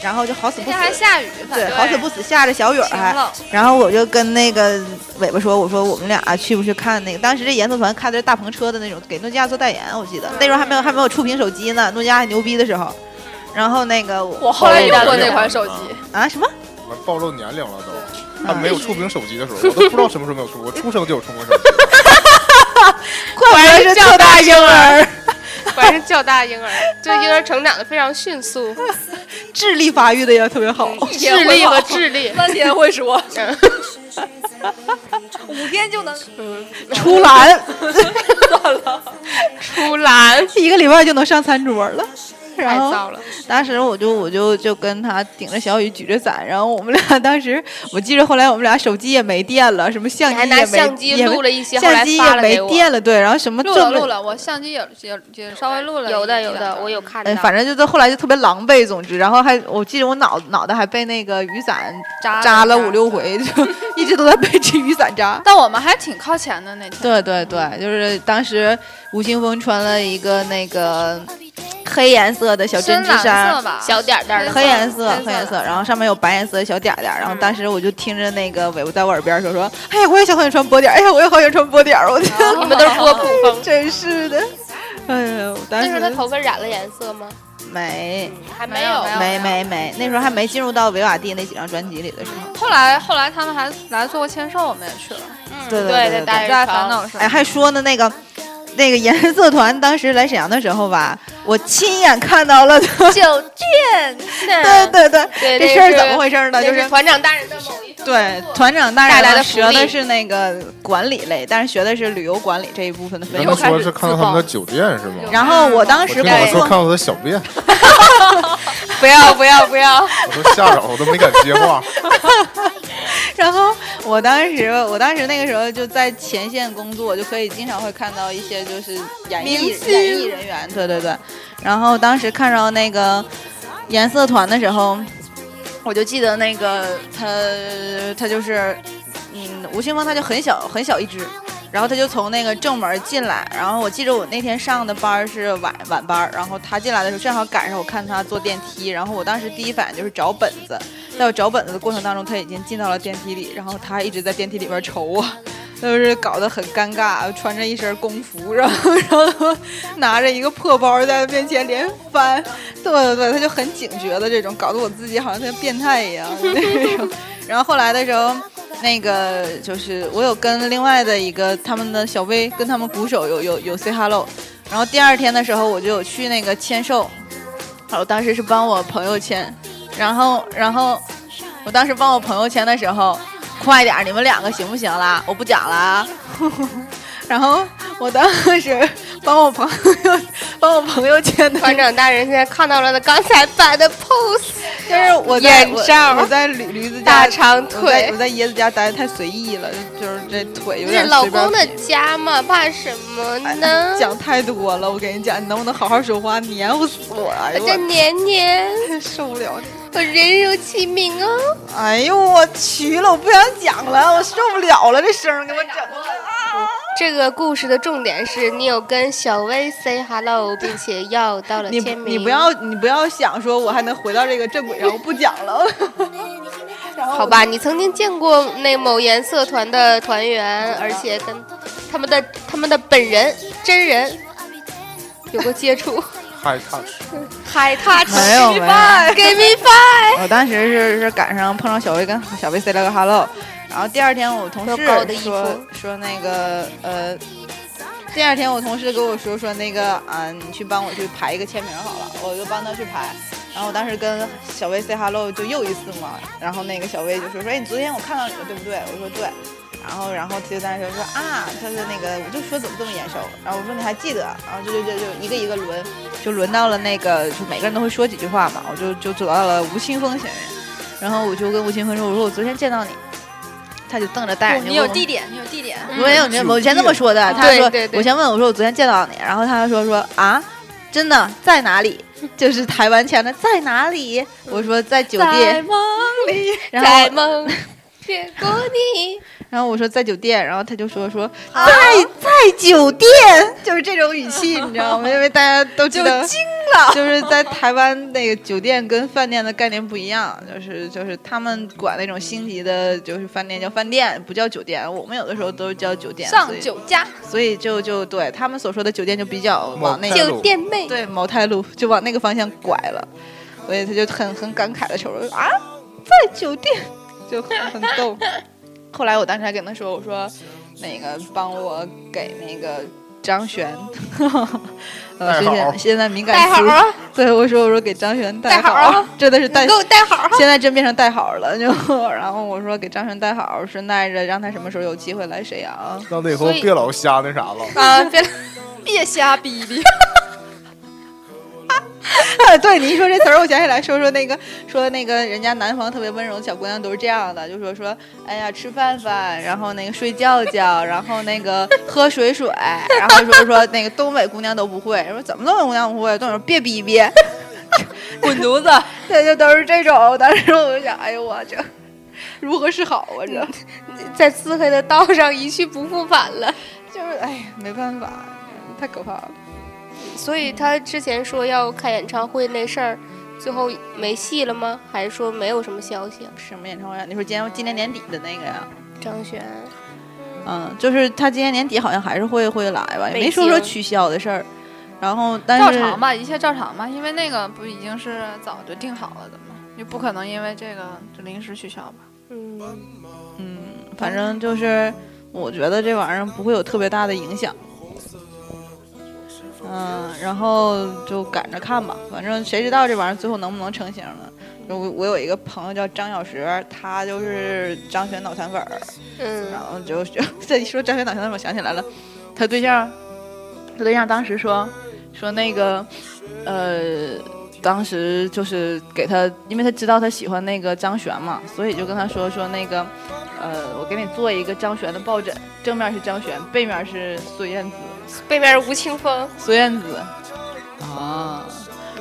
S4: 然后就好死
S3: 那
S4: 不
S3: 天还
S4: 死，
S3: 下雨，反
S4: 对，
S3: 正
S4: 好死不死下着小雨儿
S3: 挺
S4: 还。
S3: 冷，
S4: 然后我就跟那个尾巴说：“我说我们俩去不去看那个？当时这颜色团开的是大篷车的那种，给诺基亚做代言，我记得那时候还没有还没有触屏手机呢，诺基亚还牛逼的时候。然后那个我
S3: 我后来用过
S1: 我
S3: 那款
S1: 我
S3: 手机，
S4: 啊什么
S1: 我们暴露年龄了都。他
S3: 嗯
S4: 啊
S1: 没有触屏手机的时候，我都不知道什么时候没有触，我出生就有触屏手机。
S4: 快活是特大婴儿，
S2: 反正叫大婴儿，这婴儿成长的非常迅速。
S4: 智力发育的也特别好。
S2: 智力和智力，
S3: 三天会说，五天就能
S4: 出栏
S3: 算了。
S2: 出栏
S4: 一个礼拜就能上餐桌了，
S2: 太
S4: 然后
S2: 糟了。
S4: 当时我就我就就跟他顶着小雨举着伞，然后我们俩当时我记着后来我们俩手机也没电了，什么相
S2: 你
S4: 机
S2: 还
S4: 也
S2: 拿
S4: 没
S2: 相机
S4: 也没
S2: 录了一些，后来
S4: 相机
S2: 发
S4: 也
S2: 了
S4: 没
S2: 给我。
S4: 电了，对，然后什么
S3: 录了
S4: 证
S3: 录
S4: 明，
S3: 了，我相机也也也稍微录了一两张，
S2: 有的有的，我有看
S4: 呃
S2: 到。，
S4: 反正就到后来就特别狼狈，总之，然后还我记得我脑脑袋还被那个雨伞
S3: 扎
S4: 扎了五。六回，就一直都在被这雨伞扎。
S3: 但我们还挺靠前的那 天，
S4: 对对对，就是当时吴青峰穿了一个那个黑颜色的小针织
S3: 深蓝
S4: 衫
S3: 色，吧，
S2: 小点点的，嗯
S4: 黑颜色
S3: 黑色，
S4: 黑颜色，然后上面有白颜色的小点儿点儿，然后当时我就听着那个伟伟在我耳边说说，哎呀，我也想好想穿波点儿，哎呀，我也好想穿波点儿，我就
S2: 你们都是波普风。
S4: 真是的，哎呀，我当
S2: 那时候他
S4: 时
S2: 头发染了颜色吗？
S4: 没
S2: 还
S3: 没
S2: 有
S3: 有。
S4: 没没没，那时候还没进入到维瓦蒂那几张专辑里的时候，
S3: 后来后来他们还来做过签售，我们也去了，
S2: 嗯
S4: 对对对
S2: 对
S4: 对
S2: 大
S3: 热爱烦 恼是吧
S4: 哎，还说呢那个。那个颜色团当时来沈阳的时候吧，我亲眼看到了，对
S2: 酒店。
S4: 对对，
S2: 对，
S4: 这
S2: 那
S4: 事儿
S2: 是
S4: 怎么回事呢？
S2: 那
S4: 就是
S2: 团长大人的某一
S4: 对，团长大
S2: 带来
S4: 人
S2: 的
S4: 呢
S2: 福
S4: 学的
S2: 利
S4: 是那个管理类，但是学的是旅游管理这一部分的分
S1: 跟
S4: 类
S1: 他
S3: 又。开
S1: 说
S3: 始
S1: 是看到
S3: 自
S1: 他们的
S3: 爆
S1: 酒店是吗？
S4: 然后我当
S1: 我
S4: 时
S1: 听
S4: 跟
S1: 我
S4: 我
S1: 说看
S4: 朋
S1: 到他的小便，
S3: 不要不要不要，
S1: 我都吓着了，我都没敢接话。
S4: 然后我当时我当时那个时候就在前线工作，就可以经常会看到一些就是演艺
S3: 明星
S4: 演艺人员，对对对。然后当时看到那个颜色团的时候，我就记得那个他他就是嗯吴青峰，他就很小很小一只。然后他就从那个正门进来，然后我记着我那天上的班儿是晚晚班儿，然后他进来的时候正好赶上我看他坐电梯，然后我当时第一反应就是找本子，在我找本子的过程当中，他已经进到了电梯里，然后他一直在电梯里边瞅我，就是搞得很尴尬，穿着一身工服，然后然后 拿着一个破包在面前连翻，对 对对，他就很警觉的这种，搞得我自己好像像变态一样的那种。 然后后来的时候。那个就是我有跟另外的一个他们的小薇跟他们鼓手有有有 say hello，然后第二天的时候我就有去那个签售，好我当时是帮我朋友签，然后然后我当时帮我朋友签的时候，快点儿，你们两个行不行啦？ 我不讲了啊。然后我当时帮我朋友帮我朋友签的
S2: 团长大人现在看到了他刚才摆的 pose，
S4: 就是我在
S2: 眼
S4: 我
S2: 罩
S4: 我在驴驴子家
S2: 大长
S4: 我在
S2: 腿
S4: 我，在椰子家待的太随意了，就是这腿有
S2: 这
S4: 点
S2: 是老
S4: 随便哎
S2: 公的家嘛，怕什么呢？
S4: 讲太多了，我跟你讲，你能不能好好说话？黏糊死我！哎
S2: 我
S4: 呦
S2: 叫
S4: 我
S2: 年年，
S4: 真 受不了你！
S2: 我人如其名哦。
S4: 哎呦我去了，我不想讲了，我受不了了，这声儿给我整的啊！
S2: 这个故事的重点是你有跟小薇 say hello，并且要到了
S4: 你
S2: 签名。
S4: 你不要你不要想说我还能回到这个正轨上，我不讲了。
S2: 好吧？你曾经见过那某颜色团的团员，而且跟他们的他们的本人真人有过接触。
S1: Hi touch，
S2: 海 獭吃
S4: 没有没有
S2: 饭，Give me five。
S4: 我当时是是赶上碰上小薇跟小薇 say 了个 hello，然后第二天我同事
S2: 多高的衣服
S4: 说说那个呃，第二天我同事跟我说说那个啊，你去帮我去排一个签名好了，我就帮他去排。然后我当时跟小薇 say hello 就又一次嘛，然后那个小薇就说说哎，你昨天我看到你了对不对？我说对。然后，然后他就在那说说啊，他说那个，我就说怎么这么眼熟。然后我说你还记得？然后就就就就一个一个轮，就轮到了那个，就每个人都会说几句话嘛。我就就走到了吴青峰前面，然后我就跟吴青峰说，我说我昨天见到你，他就瞪着
S2: 哎
S4: 大眼睛
S3: 你
S4: 问我。
S3: 有地点，你有地点，
S4: 我没有，没有我先这么说的。他
S2: 对
S4: 说
S2: 对，对
S4: 我先问我说我昨天见到你，然后他说说啊，真的在哪里？就是台湾腔的在哪里？我说在酒店，
S3: 梦里，
S4: 然
S2: 在
S4: 后
S2: 梦见过你，
S4: 然后我说在酒店，然后他就说说
S3: 啊
S4: 在在酒店， 就是这种语气，你知道吗？因为大家都知
S3: 就
S4: 道。
S3: 惊 了。
S4: 就是在台湾那个酒店跟饭店的概念不一样，就是就是他们管那种星级的，就是饭店叫饭店，不叫酒店。我们有的时候都叫酒店，
S3: 上
S4: 所以
S3: 酒家，
S4: 所以就就对他们所说的酒店就比较往那
S1: 某
S4: 个
S2: 酒店妹。
S4: 对茅台路就往那个方向拐了，所以他就很很感慨的瞅着啊，在酒店就很很逗。后来我当时还跟他说，我说那个帮我给那个张悬，呃，
S1: 代
S4: 现
S1: 号
S4: 在现在敏
S2: 代
S4: 感
S2: 号
S4: 词，
S2: 啊，
S4: 对我说我说给张悬
S2: 代
S4: 好，哦
S2: 号啊
S4: 真的是代
S2: 你给我代号啊。
S4: 现在真变成代好了，就然后我说给张悬代好，顺带着让他什么时候有机会来啊沈阳。
S1: 那得以后
S2: 所以
S1: 别老瞎那啥了。
S2: 啊， 别别瞎逼逼，
S4: 对，你一说这词儿，我想起来说说那个说那个人家南方特别温柔的小姑娘都是这样的，就说说哎呀吃饭饭，然后那个睡觉觉，然后那个喝水水，然后说说那个东北姑娘都不会，说怎么东北姑娘不会，东北人别逼逼，
S2: 滚犊子！
S4: 对，就都是这种。当时我就想，哎呦我这如何是好啊这。
S2: 在自黑的道上一去不复返了。
S4: 就是哎呀，没办法，太可怕了。
S2: 所以他之前说要开演唱会那事儿，最后没戏了吗？还是说没有什么消息啊？
S4: 什么演唱会啊？你说今年今年年底的那个呀？
S2: 张悬，
S4: 嗯，就是他今年年底好像还是会会来吧，也
S2: 北
S4: 没说说
S2: 京
S4: 取消的事儿。然后，但
S3: 照
S4: 是
S3: 常吧，一切照常吧，因为那个不已经是早就定好了的嘛，就不可能因为这个就临时取消吧。
S2: 嗯，
S4: 嗯，反正就是我觉得这玩意儿不会有特别大的影响。嗯，然后就赶着看吧，反正谁知道这玩意儿最后能不能成型呢？就我我有一个朋友叫张小石，他就是张悬脑残粉儿，然
S2: 嗯，
S4: 后就这一说张学导，现在我想起来了，他对象，他对象当时说说那个，呃，当时就是给他，因为他知道他喜欢那个张悬嘛，所以就跟他说说那个，呃，我给你做一个张悬的抱枕，正面是张悬，背面是孙燕姿，
S2: 背面吴青峰。
S4: 孙燕姿，啊，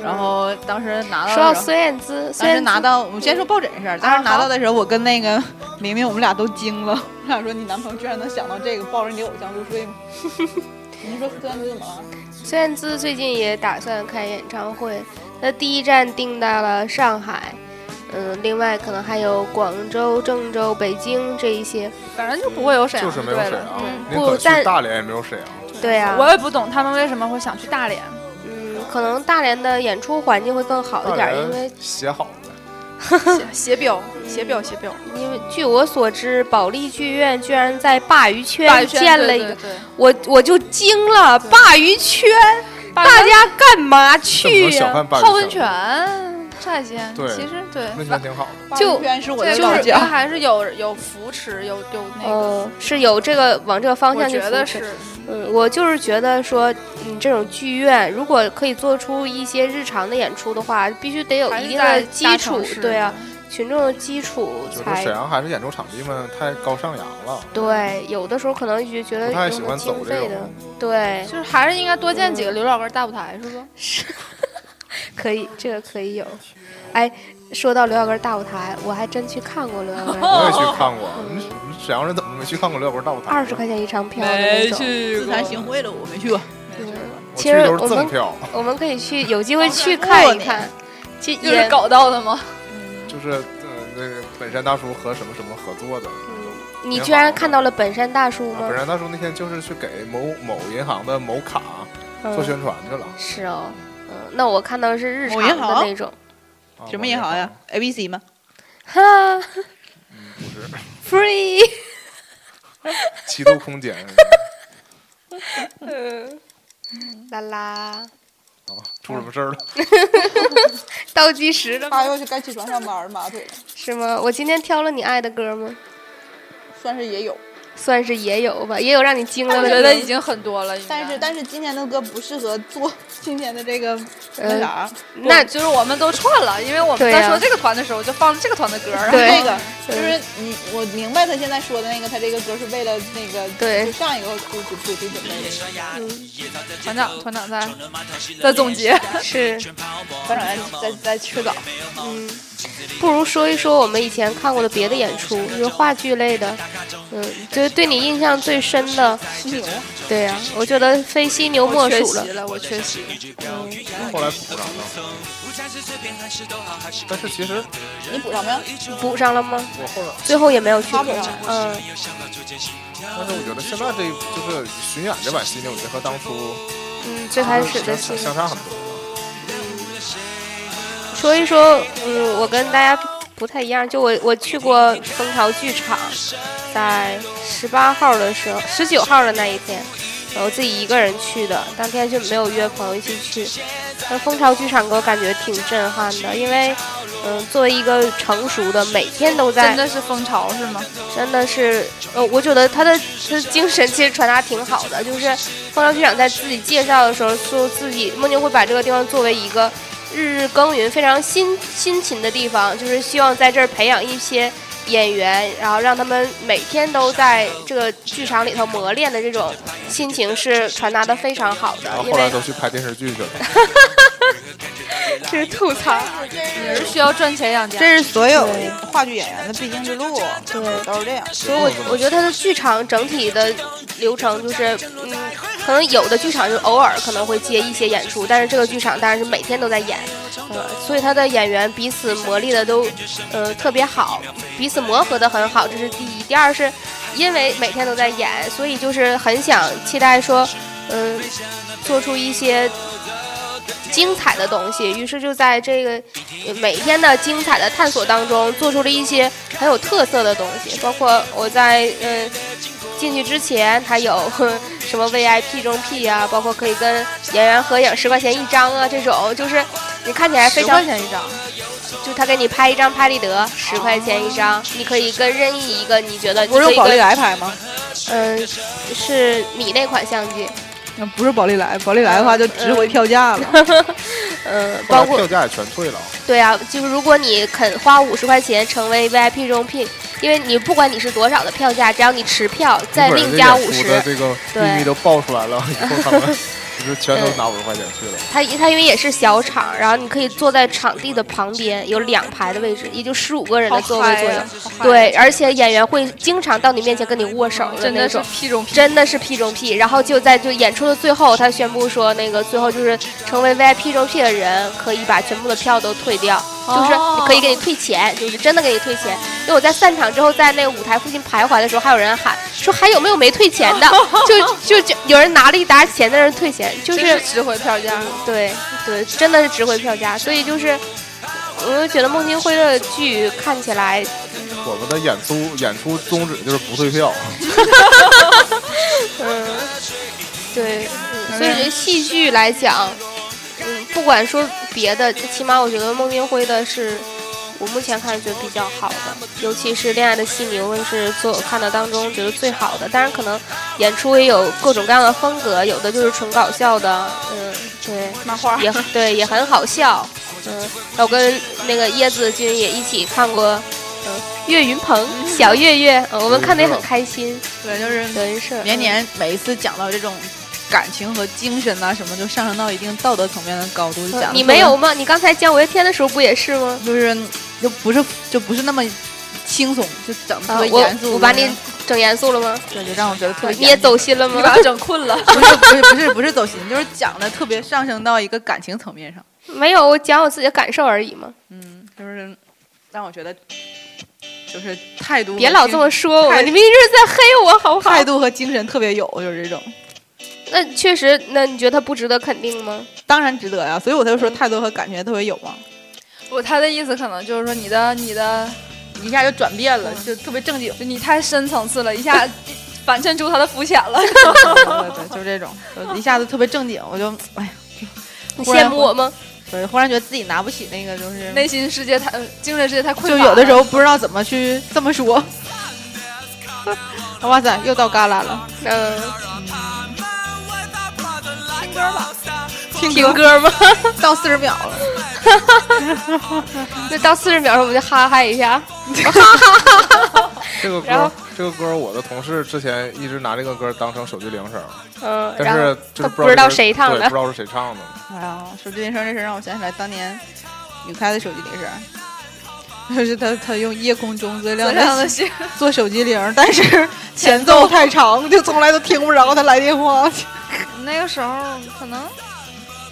S4: 然后当时拿到
S2: 说到
S4: 的时候
S2: 孙燕姿，孙
S4: 当时
S2: 燕姿
S4: 拿到，我们先说抱枕的事儿。当时拿到的时候，我跟那个明明，我们俩都惊了。我俩说：“你男朋友居然能想到这个，抱着你的偶像入睡 吗？”你说孙燕姿怎么了？
S2: 孙燕姿最近也打算开演唱会，她第一站定到了上海，嗯，另外可能还有广州、郑州、北京这一些。
S3: 反正就不会有沈阳，
S1: 就是没有沈
S3: 对
S1: 阳
S3: 了，嗯，
S1: 你
S2: 不
S1: 可去
S2: 但
S1: 大连也没有沈阳。
S2: 对啊，
S3: 我也不懂他们为什么会想去大连。
S2: 嗯，可能大连的演出环境会更好一
S1: 大
S2: 点儿，因
S1: 连
S2: 为
S1: 写好了，
S3: 写写表，写表，写表。
S2: 因为据我所知，保利剧院居然在鲅鱼
S3: 鲅
S2: 圈
S3: 鱼圈
S2: 建了
S3: 对
S2: 一个，
S3: 对对
S2: 我我就惊了，
S3: 对
S2: 鲅鱼圈，
S3: 鲅
S2: 大家干嘛
S1: 这么多
S2: 去
S1: 小
S2: 呀、
S1: 贩办
S3: 泡温泉这些，
S1: 对
S3: 其实对，
S1: 温泉挺好。
S2: 就
S4: 居然哦是啊我
S3: 这
S4: 的
S3: 就
S4: 老
S3: 是
S4: 家。
S3: 还是有有扶持，有有那个，
S2: 呃，是有这个往这个方
S3: 我
S2: 向去
S3: 觉得
S2: 扶持
S3: 是
S2: 嗯，我就是觉得说，嗯，这种剧院如果可以做出一些日常的演出的话，必须得有
S3: 还
S2: 一
S3: 是
S2: 定
S3: 在
S2: 的
S3: 大
S2: 基础
S3: 城市，
S2: 对啊，，群众的基础
S1: 就是说
S2: 才
S1: 沈阳还是演出场地嘛，太高尚扬了，
S2: 对。有的时候可能就觉得
S1: 不太
S2: 用
S1: 喜
S2: 的
S1: 欢走
S2: 经
S1: 这
S2: 费
S1: 种，
S2: 的，对，
S3: 就是还是应该多建几个
S2: 嗯
S3: 刘老根大舞台，是不？
S2: 可以，这个可以有。哎，说到刘老根大舞台，我还真去看过刘老 根大
S1: 我
S2: 舞
S1: 也
S2: 台，
S1: 去 看过。你你沈阳人怎么没去看过乐博大舞台？
S2: 二十块钱一张票的那种。
S4: 自惭形秽了，我没去过。
S1: 我
S2: 其
S1: 去
S2: 实
S1: 都
S2: 我
S1: 是赠
S2: 们
S1: 票，
S2: 我们可以去，有机会去看一看。其实
S3: 就
S2: 也
S3: 是搞到的吗？
S1: 就是呃那个本山大叔和什么什么合作的。
S2: 你居然看到了本山大叔
S1: 啊
S2: 吗
S1: 本？山大叔那天就是去给某某银行的某卡
S2: 嗯
S1: 做宣传去了。
S2: 是哦，嗯，那我看到是日常
S4: 某银
S2: 的
S4: 行
S2: 那种。
S1: 啊
S4: 什么银行呀？？A B C 吗？
S2: 哈
S1: 嗯，不是，
S2: ，free，
S1: 七度空间。
S2: 嗯，啦啦，
S1: 啊，出什么事儿了？
S2: 倒计时了
S4: 八月就该起床上班了，马腿了，
S2: 是吗？我今天挑了你爱的歌吗？
S4: 算是也有。
S2: 算是也有吧，也有让你惊了
S3: 我
S2: 的
S3: 觉
S2: 歌
S3: 得已经很多了，应该
S4: 但是但是今年的歌不适合做今年的这个那
S2: 呃
S4: 啥，
S2: 那
S3: 就是我们都串了，因为我们
S2: 对
S3: 在
S2: 呀
S3: 说这个团的时候，就放这个团的歌，然后
S2: 对
S4: 这个就是你我明白他现在说的那个，他这个歌是为了那个
S2: 对
S4: 就上一个主主主题准备的。
S3: 团长团长在在总结，
S2: 是，
S4: 班长在在在吃早，
S2: 嗯，不如说一说我们以前看过的别的演出，就是话剧类的，嗯，就是对你印象最深的。
S4: 犀牛，
S2: 对呀、我觉得非犀牛莫
S3: 我缺
S2: 属
S3: 席
S2: 了。
S3: 了，我缺席了。
S1: 后来补上了。但是其实
S4: 你补上没有？
S2: 补上了吗？
S1: 我后来，
S2: 最后也没有去
S4: 他
S2: 补
S4: 补上。
S2: 嗯，
S1: 但是我觉得现在这就是巡演这版犀牛，我觉得和当初
S2: 嗯，最开始的心
S1: 相相差很多。
S2: 说一说，嗯，我跟大家不太一样，就我我去过蜂巢剧场，在十八号的时候，十九号的那一天，然后自己一个人去的，当天就没有约朋友一起去。那蜂巢剧场给我感觉挺震撼的，因为，嗯、作为一个成熟的，每天都在
S3: 真的是蜂巢是吗？
S2: 真的是，呃，我觉得他的他的精神其实传达挺好的，就是凤巢局长在自己介绍的时候说自己梦境会把这个地方作为一个日日耕耘、非常辛辛勤的地方，就是希望在这儿培养一些演员，然后让他们每天都在这个剧场里头磨练的这种心情是传达的非常好的
S1: 然后，
S2: 因
S1: 后来
S2: 为
S1: 都去拍电视剧去了。
S2: 这是吐槽，
S3: 也是需要赚钱养家。
S4: 这是所有话剧演员的必经之路，对，都是这样。
S2: 所以我我觉得他的剧场整体的流程就是，嗯，可能有的剧场就偶尔可能会接一些演出，但是这个剧场当然是每天都在演，呃，所以他的演员彼此磨砺的都，呃，特别好，彼此磨合的很好，这是第一。第二是，因为每天都在演，所以就是很想期待说，嗯、做出一些。精彩的东西，于是就在这个呃每天的精彩的探索当中，做出了一些很有特色的东西，包括我在呃进去之前，还有 呵什么 VIP 中 P 啊，包括可以跟演员合影，十块钱一张啊，这种就是你看起来非
S3: 十
S2: 常
S3: 块，钱一张，
S2: 就他给你拍一张拍立得，十块钱一张，你可以跟任意一个你觉得
S4: 不是
S2: 你可
S4: 用啊
S2: 以
S4: 宝丽
S2: 跟
S4: 来拍吗？
S2: 嗯、是米那款相机，
S4: 那不是宝丽来，宝丽来的话就值回票价了。
S2: 嗯、
S1: 后来
S2: 包括
S1: 票价也全退了，
S2: 对啊，就是如果你肯花五十块钱成为 VIP 中 P，因为你不管你是多少的票价，只要你持票，再
S1: 一会儿
S2: 另
S1: 这
S2: 加
S1: 演
S2: 五
S1: 出的
S2: 十。
S1: 这个
S2: 对
S1: 秘密都爆出来了，以后他们就是全都拿五十块钱去了。
S2: 它它因为也是小场，然后你可以坐在场地的旁边，有两排的位置，也就十五个人的座
S3: 啊
S2: 位左右。对，而且演员会经常到你面前跟你握手
S3: 真
S2: 那
S3: 的是
S2: 种。
S3: 屁中屁。
S2: 真的是 P 中 P，然后就在就演出的最后，他宣布说，那个最后就是成为 VIP 中 P 的人可以把全部的票都退掉，就是
S3: 哦
S2: 可以给你退钱，就是真的给你退钱。因为我在散场之后，在那个舞台附近徘徊的时候，还有人喊说还有没有没退钱 的，就就就有人拿了一沓钱在那儿退钱，就
S3: 真
S2: 是
S3: 是值回票价，
S2: 对对，真的是值回票价。所以就是，我就觉得孟京辉的剧看起来，
S1: 我们的演出演出宗旨就是不退票，
S2: 嗯，对，嗯所以我觉得戏剧来讲，嗯，不管说别的，起码我觉得孟京辉的是我目前看觉得比较好的，尤其是《恋爱的犀牛》是所有看的当中觉得最好的。当然，可能演出也有各种各样的风格，有的就是纯搞笑的，嗯，对。
S3: 漫画
S2: 也对，也很好笑。嗯，我跟那个椰子君也一起看过，嗯，岳云鹏、小岳岳，嗯我们看的也很开心。
S4: 对，就是
S2: 德云社
S4: 年，年每一次讲到这种感情和精神呐、什么，就上升到一定道德层面的高度，就
S2: 嗯
S4: 讲得
S2: 你
S4: 特别
S2: 没有吗？你刚才讲五月天的时候不也是吗？
S4: 就是就不是就不是那么轻松，就整得
S2: 啊
S4: 特别
S2: 我
S4: 严肃的那种。
S2: 我把你整严肃了吗？
S4: 对，就让我觉得特别
S2: 你也
S4: 严肃。
S2: 走心了
S3: 你
S2: 吗
S3: 把？他整困了。
S4: 不是不是不是不是走心， 就是讲的特别上升到一个感情层面上，
S2: 没有，我讲我自己的感受而已嘛。
S4: 嗯，就是让我觉得就是态度
S2: 别
S4: 和
S2: 老
S4: 精
S2: 这么说我，
S4: 嗯太
S2: 你们一直在黑我好不好
S4: 态？度和精神特别有，就是这种，
S2: 那确实，那你觉得他不值得肯定吗？
S4: 当然值得呀、所以我才说态度和感觉特别有嘛，
S3: 我他的意思可能就是说你的你的，
S4: 一下就转变了，就特别正经
S3: 就你太深层次了，一下反衬出他的肤浅了。
S4: 对对对，就是这种，就一下子特别正经，我就哎呀，
S2: 你
S4: 忽然
S2: 羡慕我吗？
S4: 对，忽然觉得自己拿不起那个，就是
S3: 内心世界太呃精神世界太匮乏
S4: 就
S3: 了。
S4: 有的时候不知道怎么去这么说。 哇塞，又到旮旯了，
S2: 嗯，
S4: 听
S2: 听
S4: 歌
S2: 歌吗？
S4: 到四十秒了，
S2: 那到四十秒的时候我们就哈哈一下。
S1: 这个
S2: 然
S1: 歌
S2: 后
S1: 这个歌我的同事之前一直拿这个歌当成手机铃声，
S2: 嗯，
S1: 但
S2: 然后
S1: 是就是
S2: 他不知道谁
S1: 是
S2: 唱的
S1: 对不知道是谁唱的。
S4: 哎呀，手机铃声这事儿让我想起来当年女开的手机铃 声，就是她她用夜空中最亮
S3: 这样
S4: 的
S3: 的心，
S4: 做手机铃，但是前奏太长，就从来都听不着她来电话。
S3: 那个时候可能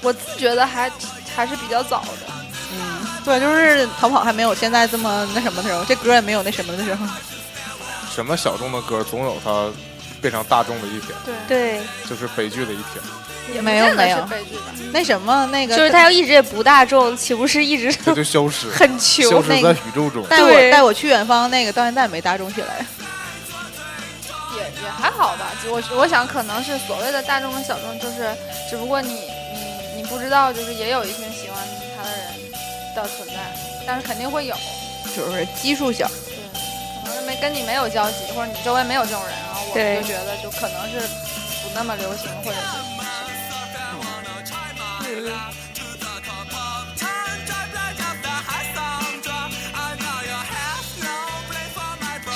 S3: 我自觉得还还是比较早的。
S4: 嗯， 对，就是逃跑还没有现在这么那什么的时候，这歌也没有那什么的时候。
S1: 什么小众的歌总有它变成大众的一天，
S3: 对，
S2: 对，
S1: 就是悲剧的一天。
S3: 也
S4: 没有
S3: 不见得
S4: 没有
S3: 是悲剧吧
S4: 那什么那个
S2: 就是他要一直也不大众，岂不是一直，
S1: 它就消失
S2: 很穷？
S1: 消失 在宇宙中。
S4: 带我
S2: 对
S4: 带我去远方那个到现在也没大众起来。
S3: 也也还好吧。就我我想可能是所谓的大众跟小众，就是只不过你你你不知道，就是也有一群喜欢他的人的存在，但是肯定会有，
S4: 就是基数小，
S3: 对，可能是没跟你没有交集，或者你周围没有这种人，然后我
S2: 对
S3: 就觉得就可能是不那么流行，或者是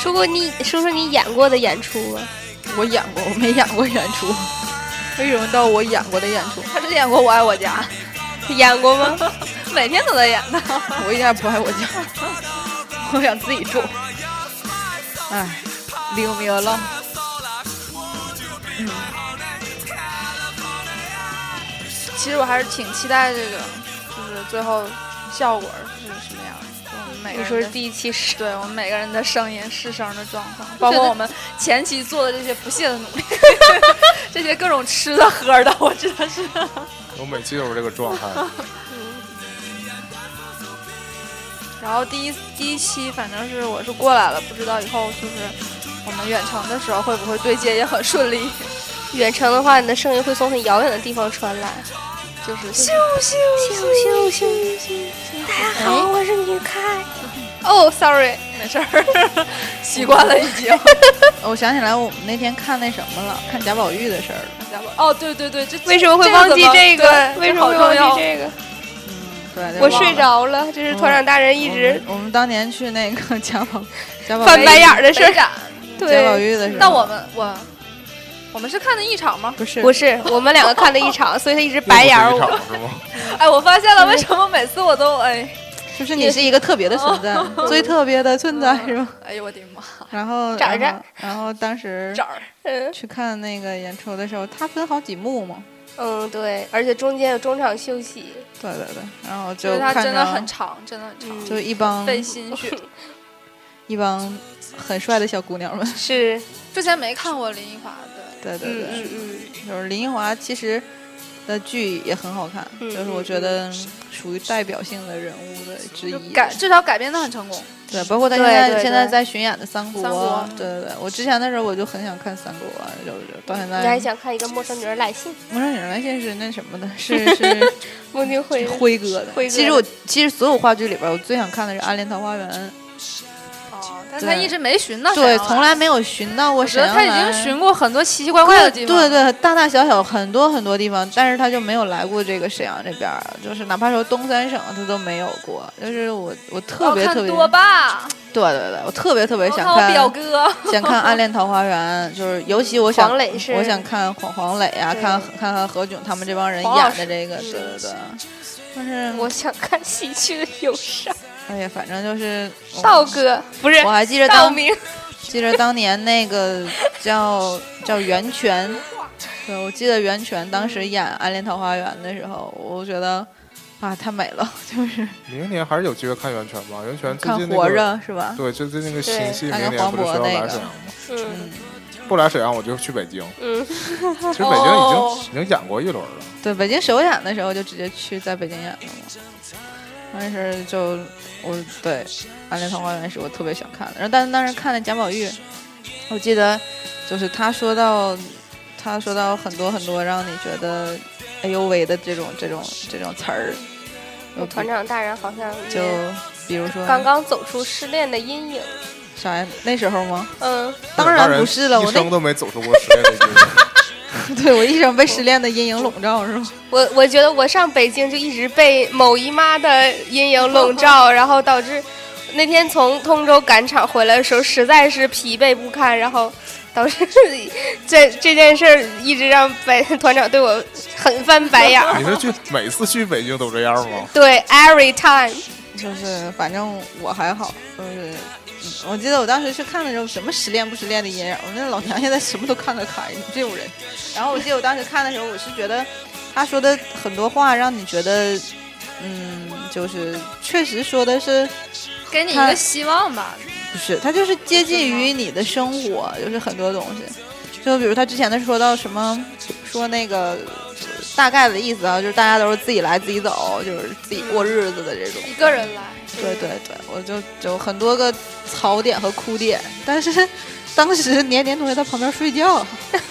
S2: 说过你说说你演过的演出吧，
S4: 我演过，我没演过演出。 为什么到我演过的演出？他只演过《我爱我家
S2: 演过吗？每天都在演呢。》，
S4: 我一点也不爱我家，我想自己住。哎，Leave me alone。
S3: 其实我还是挺期待这个，就是最后效果是什么样的。就我们每
S2: 你
S3: 个人
S2: 说是
S3: 的
S2: 第一期是
S3: 对我们每个人的声音、试声的状况，包括我们前期做的这些不懈的努力， 这些各种吃的喝的，我真的是
S1: 我每期都是这个状态。
S3: 然后第一第一期反正是我是过来了，不知道以后就是我们远程的时候会不会对接也很顺利，
S2: 远程的话，你的声音会从很遥远的地方传来。
S3: 就是咻咻
S2: 咻咻咻！大家好，我是女开。哦、s o r r y
S3: 没事儿，习惯了已经。
S4: 我想起来，我们那天看那什么了，看贾宝玉的事儿了。
S3: 哦，对对对，这
S2: 为什么会忘记这个？为什么会忘记
S3: 这
S2: 这个？
S4: 嗯对，就
S2: 我
S4: 忘
S2: 睡
S4: 了。
S2: 着了，这是团长大人一直
S4: 我们我们当年去那个 贾宝贾
S3: 嗯
S4: 宝
S2: 翻
S4: 玉
S2: 白眼儿的事
S3: 个
S2: 儿。
S3: 展？
S4: 贾宝
S2: 对，
S4: 玉的事儿，
S3: 那我们我我们是看的一场吗？
S4: 不是
S2: 不是我们两个看了一场，所以他一直白眼儿
S1: 并不
S2: 我。
S1: 是一场是吗？
S3: 哎，我发现了，为什么每次我都哎
S4: 就是你是一个特别的存在，最特别的存在是吧？
S3: 哎呦我的妈，
S4: 然后
S2: 找一
S4: 然
S2: 找
S4: 后然后当时
S3: 这儿
S2: 嗯
S4: 去看那个演出的时候，它分好几幕嘛。
S2: 嗯，对，而且中间有中场休息。
S4: 对对对，然后
S3: 因
S4: 就
S3: 为它
S4: 看
S3: 真的
S4: 着
S3: 很长，真的很长，
S2: 嗯
S4: 就一帮
S3: 费 心血。
S4: 一帮很帅的小姑娘们。
S2: 是，
S3: 之前没看过林奕华
S4: 对
S3: 的，
S4: 对
S2: 嗯
S4: 对，
S2: 嗯嗯。
S4: 就是林奕华其实的剧也很好看，
S2: 嗯
S4: 就是我觉得属于代表性的人物的之
S3: 就
S4: 一。
S3: 改至少改编的很成功。
S4: 对，包括他现
S2: 对
S4: 在
S2: 对
S4: 现在
S2: 对
S4: 在巡演的《三国》
S3: 三国
S4: 对对对，我之前的时候我就很想看《三国》，啊就是到
S3: 嗯
S4: 现在。
S2: 你还想看一个陌生女人来信？
S4: 陌生女人来信是那什么的，是 是
S2: 孟京辉
S4: 是。辉哥的。
S2: 辉哥的
S4: 其实我其实所有话剧里边，我最想看的是《暗恋桃花源》，
S3: 哦，但
S4: 对
S3: 他一直没寻到沈啊
S4: 对，
S3: 阳来。
S2: 啊
S4: 从来没有寻到过
S3: 我觉
S4: 沈
S3: 得
S4: 阳
S3: 他
S4: 来。
S3: 已经寻过很多奇奇怪怪的地方。
S4: 对对，大大小小很多很多地方，但是他就没有来过这个沈阳这边儿，就是哪怕说东三省他都没有过。就是我我特别
S3: 我
S4: 特
S3: 要哦看
S4: 别，
S3: 多吧，
S4: 对对对，我特别特别
S3: 我
S4: 想
S3: 看
S2: 哦
S3: 我表哥，
S4: 想看《暗恋桃花 源》，就是尤其我想
S2: 黄磊是
S4: 我想看黄黄磊啊，
S2: 对
S4: 看看看何炅他们这帮人
S3: 黄老
S4: 演
S3: 师
S4: 的这个，对对对。但是
S2: 我想看喜剧的忧伤。
S4: 哎呀，反正就是我
S2: 道哥不是
S4: 我还记着
S2: 道
S4: 当
S2: 明，
S4: 记着当年那个叫叫袁泉，对我记得袁泉当时演《暗恋桃花源》的时候，我觉得啊太美了，就是
S1: 明年还是有机会看源泉吧？源泉最
S4: 看
S1: 近那
S4: 活
S1: 个
S4: 着是吧？
S1: 对，最近那个
S2: 对
S1: 新戏
S4: 那
S1: 明
S4: 个
S1: 年不是说要
S4: 黄渤那
S1: 来
S4: 个
S1: 沈阳吗？
S2: 嗯
S1: 不来沈阳我就去北京。
S2: 嗯，
S1: 其实北京已经已经演过一轮了。
S4: 对，北京首演的时候就直接去在北京演了嘛。但是就我对《暗恋桃花源》是我特别想看的，然后但是当时看了贾宝玉，我记得就是他说到他说到很多很多让你觉得哎呦喂的这种这种这种词儿，
S2: 我团长大人好像
S4: 就
S2: 也
S4: 比如说
S2: 刚刚走出失恋的阴影。
S4: 啥呀？那时候吗？
S2: 嗯，
S4: 当然不是了，
S1: 一
S4: 我
S1: 生
S4: 那
S1: 都没走出过失恋的阴影。
S4: 对我一生被失恋的阴影笼罩是 吗？
S2: 我我觉得我上北京就一直被某姨妈的阴影笼罩，然后导致那天从通州赶场回来的时候实在是疲惫不堪，然后导致 这这件事儿一直让白 团长对我很翻白眼 儿。
S1: 你是去每次去北京都这样吗？
S2: 对，every time，
S4: 就是反正我还好，就是嗯我记得我当时去看的时候，什么失恋不失恋的阴影，我那老娘现在什么都看得开，你这种人。然后我记得我当时看的时候，我是觉得他说的很多话让你觉得，嗯，就是确实说的是
S3: 给你一个希望吧。
S4: 不是，它就是接近于你的生活，就是很多东西。就比如他之前的说到什么，说那个大概的意思啊，就是大家都是自己来自己走，就是自己过日子的这种。
S3: 一个人来，
S4: 对对对，我就有很多个槽点和哭点，但是当时年年同学在旁边睡觉，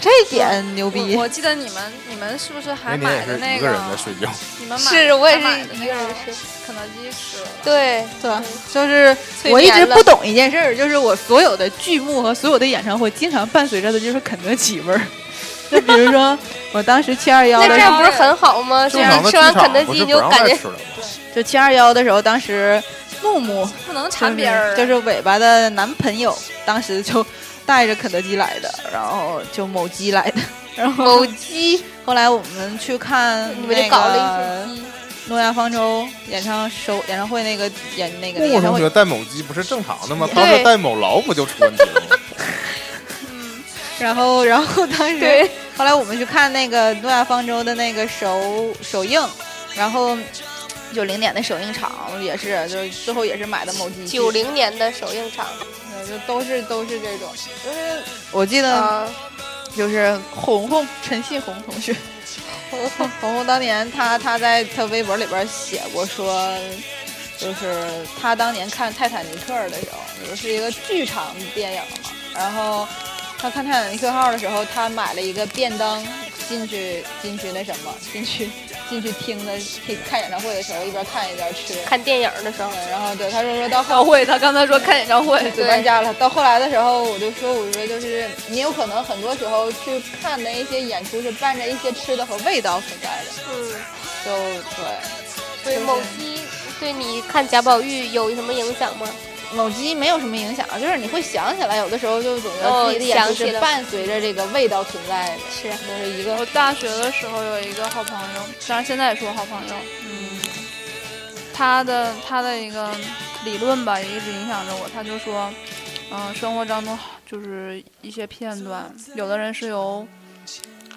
S4: 这点牛逼
S3: 我。我记得你们你们是不是还
S1: 那年也
S3: 买
S1: 是
S3: 的那
S1: 一个人在睡觉，
S3: 你们买
S2: 是我也是
S3: 还买的那
S2: 一个人吃，
S3: 肯德基吃了。
S2: 对，
S4: 对吧，就是
S2: 嗯催
S4: 我一直
S2: 眠了
S4: 不懂一件事儿，就是我所有的剧目和所有的演唱会，经常伴随着的就是肯德基味儿。就比 如说，我当时七二幺
S2: 那
S4: 的
S2: 这
S4: 时候，
S2: 样不是很好吗？这
S1: 正
S2: 样
S1: 常的机场
S2: 吃完肯德
S1: 不是
S2: 基你
S1: 不
S2: 就
S1: 让
S2: 感
S1: 再
S2: 觉
S1: 吃了吗？
S4: 就七二幺的时候，当时木木
S3: 不能
S4: 就
S3: 馋
S4: 是
S3: 别人
S2: 啊
S3: 儿，
S4: 就是尾巴的男朋友，当时就带着肯德基来的，然后就某鸡来的，然后
S2: 某鸡
S4: 后来我们去看
S2: 你们
S4: 那
S2: 就搞了一
S4: 个
S2: 份鸡，
S4: 诺亚方舟演唱首演唱会那个演那个
S1: 木木
S4: 演唱
S1: 同
S4: 会
S1: 学带某鸡不是正常的吗？
S2: 对
S1: 当时带某劳不就出问题了吗？
S4: 然后，然后当时
S2: 对，
S4: 后来我们去看那个诺亚方舟的那个首首映，然后九零年的首映场也是，就是最后也是买的某机器
S2: 九，零年的首映场，
S4: 就都是都是这种，就是呃我记得
S2: 啊，
S4: 就是红红陈信红同学，红红红红当年他他在他微博里边写过说。就是他当年看《泰坦尼克》的时候，就是一个剧场电影嘛，然后他看《泰坦尼克号》的时候，他买了一个便当进去进去那什么，进去进去听的听看演唱会的时候，一边看一边吃。
S2: 看电影的时候，
S4: 嗯然后对他说说到
S3: 演唱
S4: 后
S3: 会，他刚才说看演唱会，
S4: 就搬家了，到后来的时候，我就说我说就是你有可能很多时候去看的一些演出是伴着一些吃的和味道存在的，
S2: 嗯，
S4: 就对。
S2: 对某鸡对你看贾宝玉有什么影响吗？
S4: 某鸡没有什么影响，就是你会想起来，有的时候就总觉得自己的演出
S2: 哦想起
S4: 是
S2: 了
S4: 伴随着这个味道存在的，
S2: 是
S4: 就是一个
S3: 我大学的时候有一个好朋友，当然现在也是我好朋友。嗯，他的他的一个理论吧，也一直影响着我。他就说，嗯、生活当中就是一些片段，有的人是由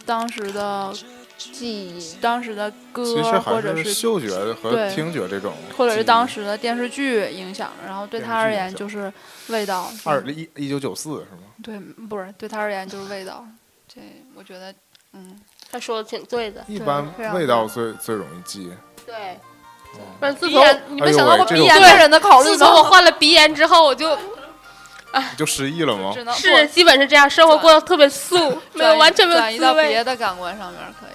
S3: 当时的
S4: 记忆。
S3: 当时的
S1: 其实
S3: 歌，或
S1: 还
S3: 者
S1: 是
S3: 是
S1: 嗅觉和
S3: 对
S1: 听觉这种，
S3: 或者是当时的电视剧影响，然后对他而言就是味道。嗯
S1: 二一一九九四是吗？
S3: 对，不是对他而言就是味道。这我觉得，嗯，
S2: 他说的挺对的，
S1: 一般
S3: 非常
S1: 味道最最容易记。
S2: 对。
S1: 哦
S2: 不是自
S3: 鼻
S2: 从
S3: 炎，你
S1: 哎
S3: 们
S1: 呦
S3: 想到
S1: 喂
S3: 过
S1: 这
S3: 鼻
S1: 个
S3: 炎
S1: 我
S3: 个人的考虑
S2: 自
S3: 吗？
S2: 从我患了鼻炎之后，我就
S1: 你就失忆了吗？
S3: 只能
S2: 是基本是这样，生活过得特别素，没有
S3: 转移
S2: 完全没
S3: 转移
S2: 有滋
S3: 到别
S2: 味。
S3: 的感官上面可以。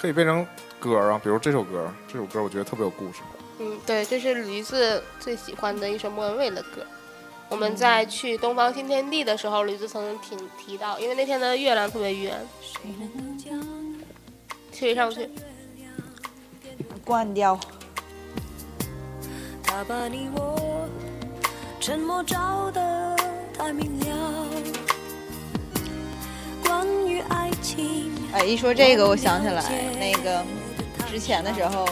S1: 可以变成歌儿啊，比如这首歌儿，这首歌儿我觉得特别有故事。
S2: 嗯，对，这是驴子最喜欢的一首莫文蔚的歌。我们在去东方新天地的时候，驴子曾经提提到，因为那天的月亮特别圆，推上去，
S4: 关掉。
S6: 他把你我沉默照得太明了。关于爱情，
S4: 哎，一说这个，我想起来那个之前的时候，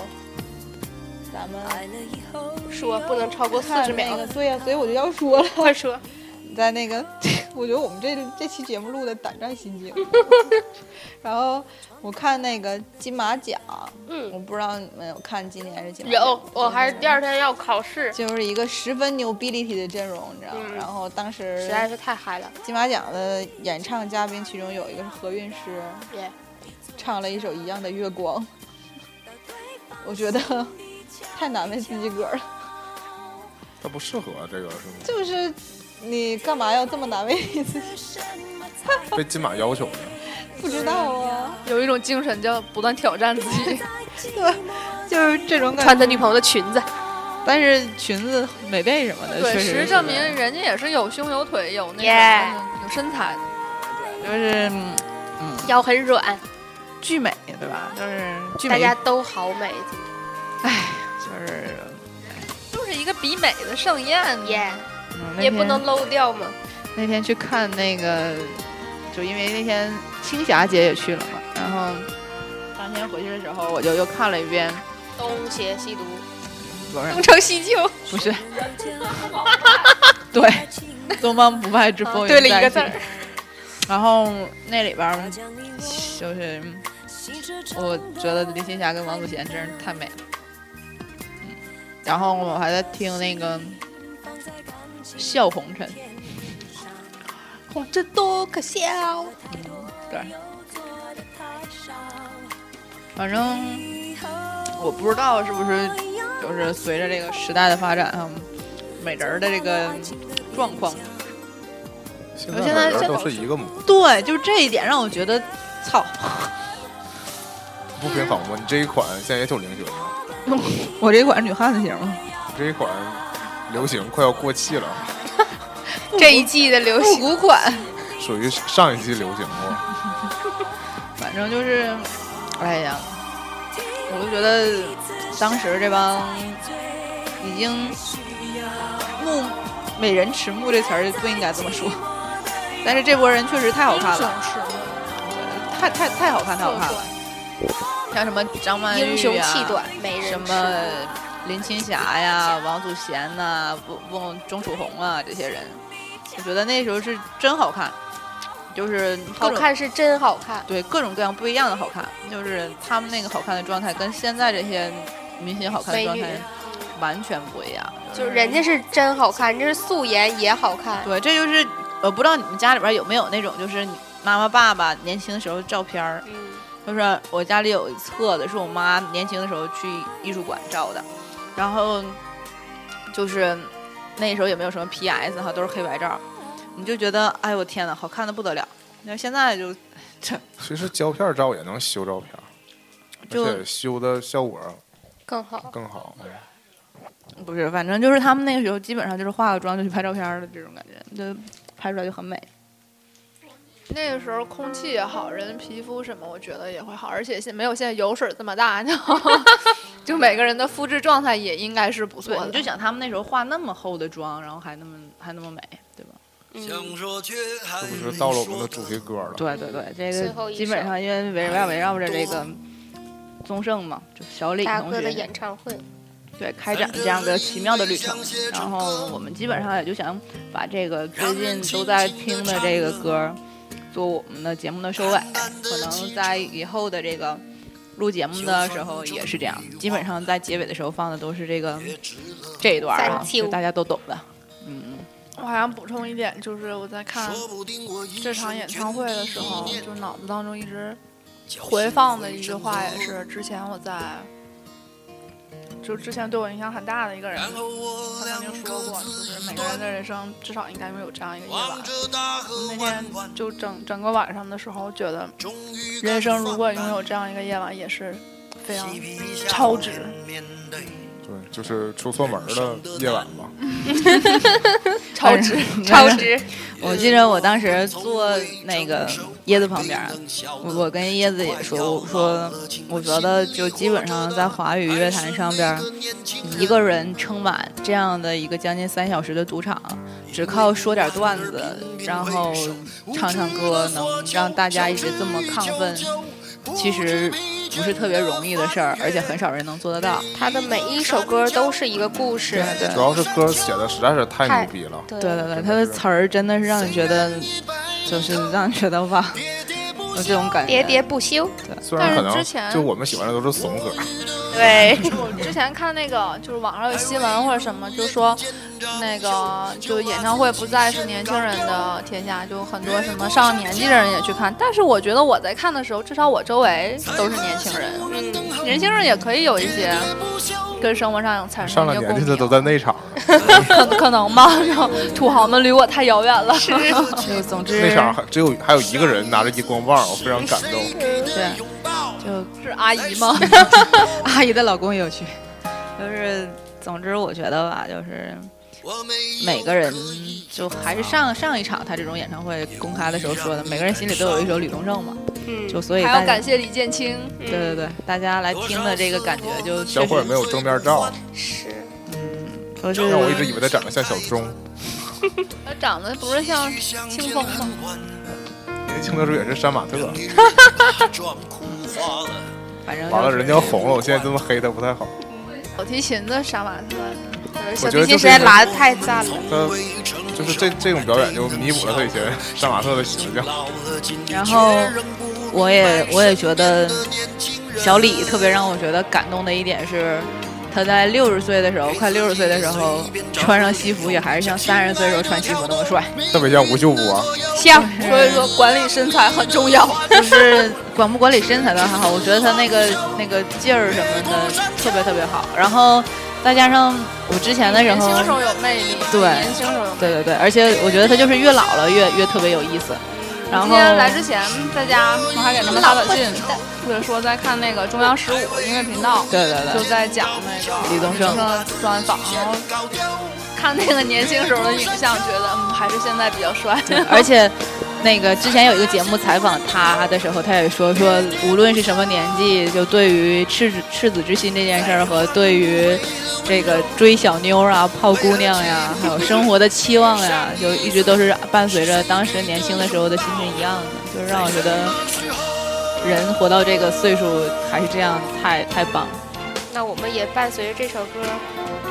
S4: 咱们
S6: 爱了以后，
S2: 说不能超过四
S4: 看
S2: 十
S4: 那
S2: 秒
S4: 个，，对呀、所以我就要说了，
S2: 快说，
S4: 在那个，我觉得我们这这期节目录的胆战心惊。 然后我看那个金马奖，
S2: 嗯，
S4: 我不知道你们有看今年是金马奖
S2: 有
S4: 吗，
S2: 我还是第二天要考试，
S4: 就是一个十分牛逼立体的阵容，你知道吗？
S2: 嗯
S4: 然后当时
S2: 实在是太嗨了，
S4: 金马奖的演唱嘉宾，其中有一个是何韵诗，
S2: 耶，
S4: 唱了一首《一样的月光》，我觉得 太难为自己个儿了。
S1: 它不适合这个是吗？
S4: 就是你干嘛要这么难为你自己？
S1: 被金马要求的，
S4: 不知道啊，
S3: 有一种精神叫不断挑战自 己。
S4: 就是这种感
S2: 穿
S4: 觉。
S2: 他女朋友的裙子，
S4: 但是裙子、美背什么的，
S3: 对，
S4: 确
S3: 事
S4: 实
S3: 实
S4: 是
S3: 证明人家也是有胸有腿有那
S2: Yeah
S3: 个有身材的。
S4: 就是嗯
S2: 腰很软，
S4: 巨美，对吧？就是巨
S2: 大
S4: 美，
S2: 家都好美，
S4: 就是
S3: 就是一个比美的盛
S7: 啊
S3: 宴，
S2: 耶，
S4: 嗯那
S2: 也不
S4: 天
S2: 能漏掉嘛，
S4: 那天去看那个，就因为那天青霞姐也去了嘛，然后当天回去的时候，我就又看了一遍，
S2: 东邪西毒，
S4: 不 是
S2: 东成西就，
S4: 不是，对，东方不败之风云
S2: 对了一个
S4: 再
S2: 字
S4: 起
S2: 儿，
S4: 然后那里边儿
S6: 将你
S4: 就是
S6: 我，
S4: 我觉得林青霞跟王祖贤真是太美了，嗯，然后我还在听那个《笑红尘》，
S2: 红着多可笑。
S4: 嗯对，反正我不知道是不是就是嗯随着这个时代的发展啊，美人儿的这个状况，
S1: 现
S5: 我现在
S1: 在每个人
S5: 现
S1: 都是一个母，
S4: 对，就这一点让我觉得，操，
S1: 不平衡吗？你这一款现在也挺流行，
S4: 我这款女汉子型吗？
S1: 你这一款流行快要过气了，
S2: 这一季的流行
S4: 古款，
S1: 属于上一季流行过。
S4: 反正就是，哎呀，我就觉得当时这帮已经目美人迟暮这词儿不应该这么说，但是这波人确实太好看了，太太太好看，太好看了，像什么张曼玉、啊、
S2: 英雄气短，美人
S4: 什
S2: 迟
S4: 么林青霞呀、王祖贤呐、翁翁钟楚红啊这些人，我觉得那时候是真好看，就是各
S2: 好
S4: 种，
S2: 看是真好看，
S4: 对各种各样不一样的好看，就是他们那个好看的状态跟现在这些明星好看的
S2: 美
S4: 状
S2: 女
S4: 态完全不一样。
S2: 就是人家是真好看，这是素颜也好看。
S4: 对，这就是我不知道你们家里边有没有那种就是你妈妈爸爸年轻的时候照片儿，
S2: 嗯，
S4: 就是我家里有一册子是我妈年轻的时候去艺术馆照的，然后就是那时候也没有什么 PS 哈，都是黑白照，你就觉得哎呦我天呐，好看的不得了。那现在就
S1: 其实胶片照也能修照片，
S4: 就
S1: 而且修的效果
S2: 更好。
S1: 更好。哎
S4: 不是，反正就是他们那个时候基本上就是化个妆就去拍照片儿的这种感觉，就拍出来就很美。
S7: 那个时候空气也好，人皮肤什么，我觉得也会好，而且现没有现在油水这么大， 就就每个人的肤质状态也应该是不错
S4: 对，
S7: 的。
S4: 你就想他们那时候化那么厚的妆，然后还那么还那么美，对吧？
S2: 嗯，
S1: 这不
S7: 嗯
S1: 是到了我们的主题歌了？
S4: 对对对，
S2: 最
S4: 这
S2: 后
S4: 个
S2: 一
S4: 基本
S2: 首
S4: 上因为围绕围绕着这个宗盛嘛，就小李
S2: 大
S4: 同
S2: 哥
S4: 学
S2: 的
S4: 那
S2: 演唱会，
S4: 对开展这样的奇妙的旅程。然后我们基本上也就想把这个最近都在听的这个歌儿做我们的节目的收尾，可能在以后的这个录节目的时候也是这样，基本上在结尾的时候放的都是这个这一段儿啊，
S2: 三七五
S4: 就大家都懂的。嗯，
S7: 我好像补充一点，就是我在看这场演唱会的时候，就脑子当中一直回放的一句话，也是之前我在，就之前对我影响很大的一个人，他曾经说过，就是每个人的人生至少应该拥有这样一个夜晚。那天就整整个晚上的时候，觉得人生如果拥有这样一个夜晚，也是非常超值。
S1: 对，就是出错门的夜晚吧。
S4: 超值
S2: 超值，
S4: 我记得我当时坐那个椰子旁边儿，我我跟椰子也说，我说我觉得就基本上在华语乐坛上边儿，一个人撑满这样的一个将近三小时的赌场，只靠说点段子，然后唱唱歌，能让大家一直这么亢奋，其实不是特别容易的事儿，而且很少人能做得到。
S2: 他的每一首歌都是一个故事。
S4: 对
S1: 主要是歌写的实在是太牛逼了，
S2: 对
S4: 对对对，他的词儿真的是让你觉得，就是让你觉得哇，有这种感觉。
S2: 喋喋不休。
S1: 虽然可
S7: 但是之前
S1: 能就我们喜欢的都是怂歌，
S2: 对，
S7: 我之前看那个就是网上有新闻或者什么，就说那个就演唱会不再是年轻人的天下，就很多什么上了年纪的人也去看。但是我觉得我在看的时候，至少我周围都是年轻人，
S2: 嗯，
S7: 年轻人也可以有一些跟生活上产
S1: 上
S7: 生一
S1: 了
S7: 些
S1: 年
S7: 共
S1: 纪的都
S7: 鸣，
S1: 在内场了，
S7: 可 可能吧？然后土豪们离我太遥远了。
S4: 就总之，
S1: 内场还只有还有一个人拿着荧光棒，我非常感动。
S4: 对，就是
S7: 阿姨吗？
S4: 阿姨的老公也有去，就是总之我觉得吧，就是每个人就还是上上一场他这种演唱会公开的时候说的，每个人心里都有一首吕东胜嘛，
S2: 嗯
S4: 就所以
S7: 还
S4: 大
S7: 要
S4: 家
S7: 感谢李建清，
S4: 对对对，大家来听的这个感觉就
S1: 小
S4: 确
S1: 伙儿
S4: 实
S1: 没有正面照，
S2: 是
S4: 都是
S1: 让我一直以为他长得像小钟。
S7: 他长得不是像清风吗？
S1: 年轻的时候也是杀马特，
S4: 反正
S1: 完了
S4: 就是
S1: 人家红了，我现在这么黑他不太好。
S7: 小提琴的杀马特，
S2: 小
S1: 我
S2: 提
S1: 觉得
S2: 琴
S1: 就
S2: 实
S1: 是
S2: 在拉的太赞了。
S1: 他就是这这种表演就弥补了他以前杀马特的形象。
S4: 然后我也我也觉得小李特别让我觉得感动的一点是，他在六十岁的时候，快六十岁的时候，穿上西服也还是像三十岁的时候穿西服那么 帅，
S1: 特别像吴秀波，
S2: 像
S7: 所以说管理身材很重要。
S4: 就是管不管理身材倒还好，我觉得他那个那个劲儿什么的特别特别好。然后再加上我之前的时
S3: 年轻时
S4: 候，
S3: 候有魅力，
S4: 对
S3: 年轻时候有魅力。
S4: 对对对，而且我觉得他就是越老了越越特别有意思。然后
S3: 今天来之前，在家我还给他们发短信，或者说在看那个中央十五音乐频道，
S4: 对对
S3: 就
S4: 对，
S3: 在讲那个
S4: 李宗盛
S3: 的专访，然后看那个年轻时候的影像，觉得嗯还是现在比较帅。
S4: 而且那个之前有一个节目采访他的时候，他也说说，无论是什么年纪，就对于赤子赤子之心这件事儿和对于这个追小妞儿啊、泡姑娘呀，还有生活的期望呀，就一直都是伴随着当时年轻的时候的心是一样的，就是让我觉得。人活到这个岁数还是这样，太太棒了！
S2: 那我们也伴随着这首歌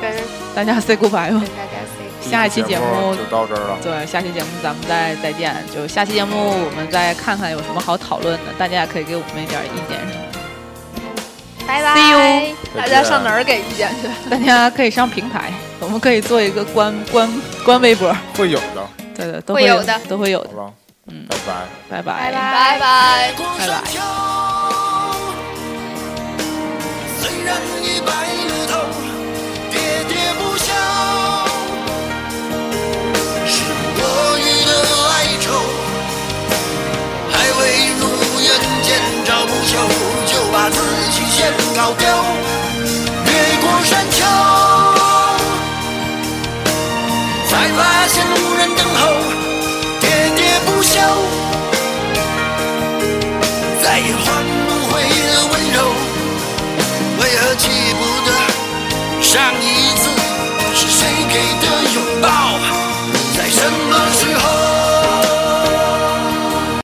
S2: 跟
S4: 大家 say goodbye 吧
S2: 跟。大家 say
S4: 下一期节目
S1: 就到这儿了，
S4: 对，下期节目咱们再再见。就下期节目我们再看看有什么好讨论的，大家也可以给我们一点意见什么的。
S2: 拜拜。
S4: See
S3: 大家上
S1: 哪
S3: 哪儿给意见去？
S4: 大家可以上平台，我们可以做一个官官官微博，
S1: 会有的，好
S4: 对的，都
S2: 会
S4: 有
S2: 有的
S4: 都会有的。
S1: 吧？
S4: 嗯，
S1: 拜拜。
S4: 拜
S2: 拜
S4: 拜，拜
S2: 拜
S4: 拜。
S7: 拜。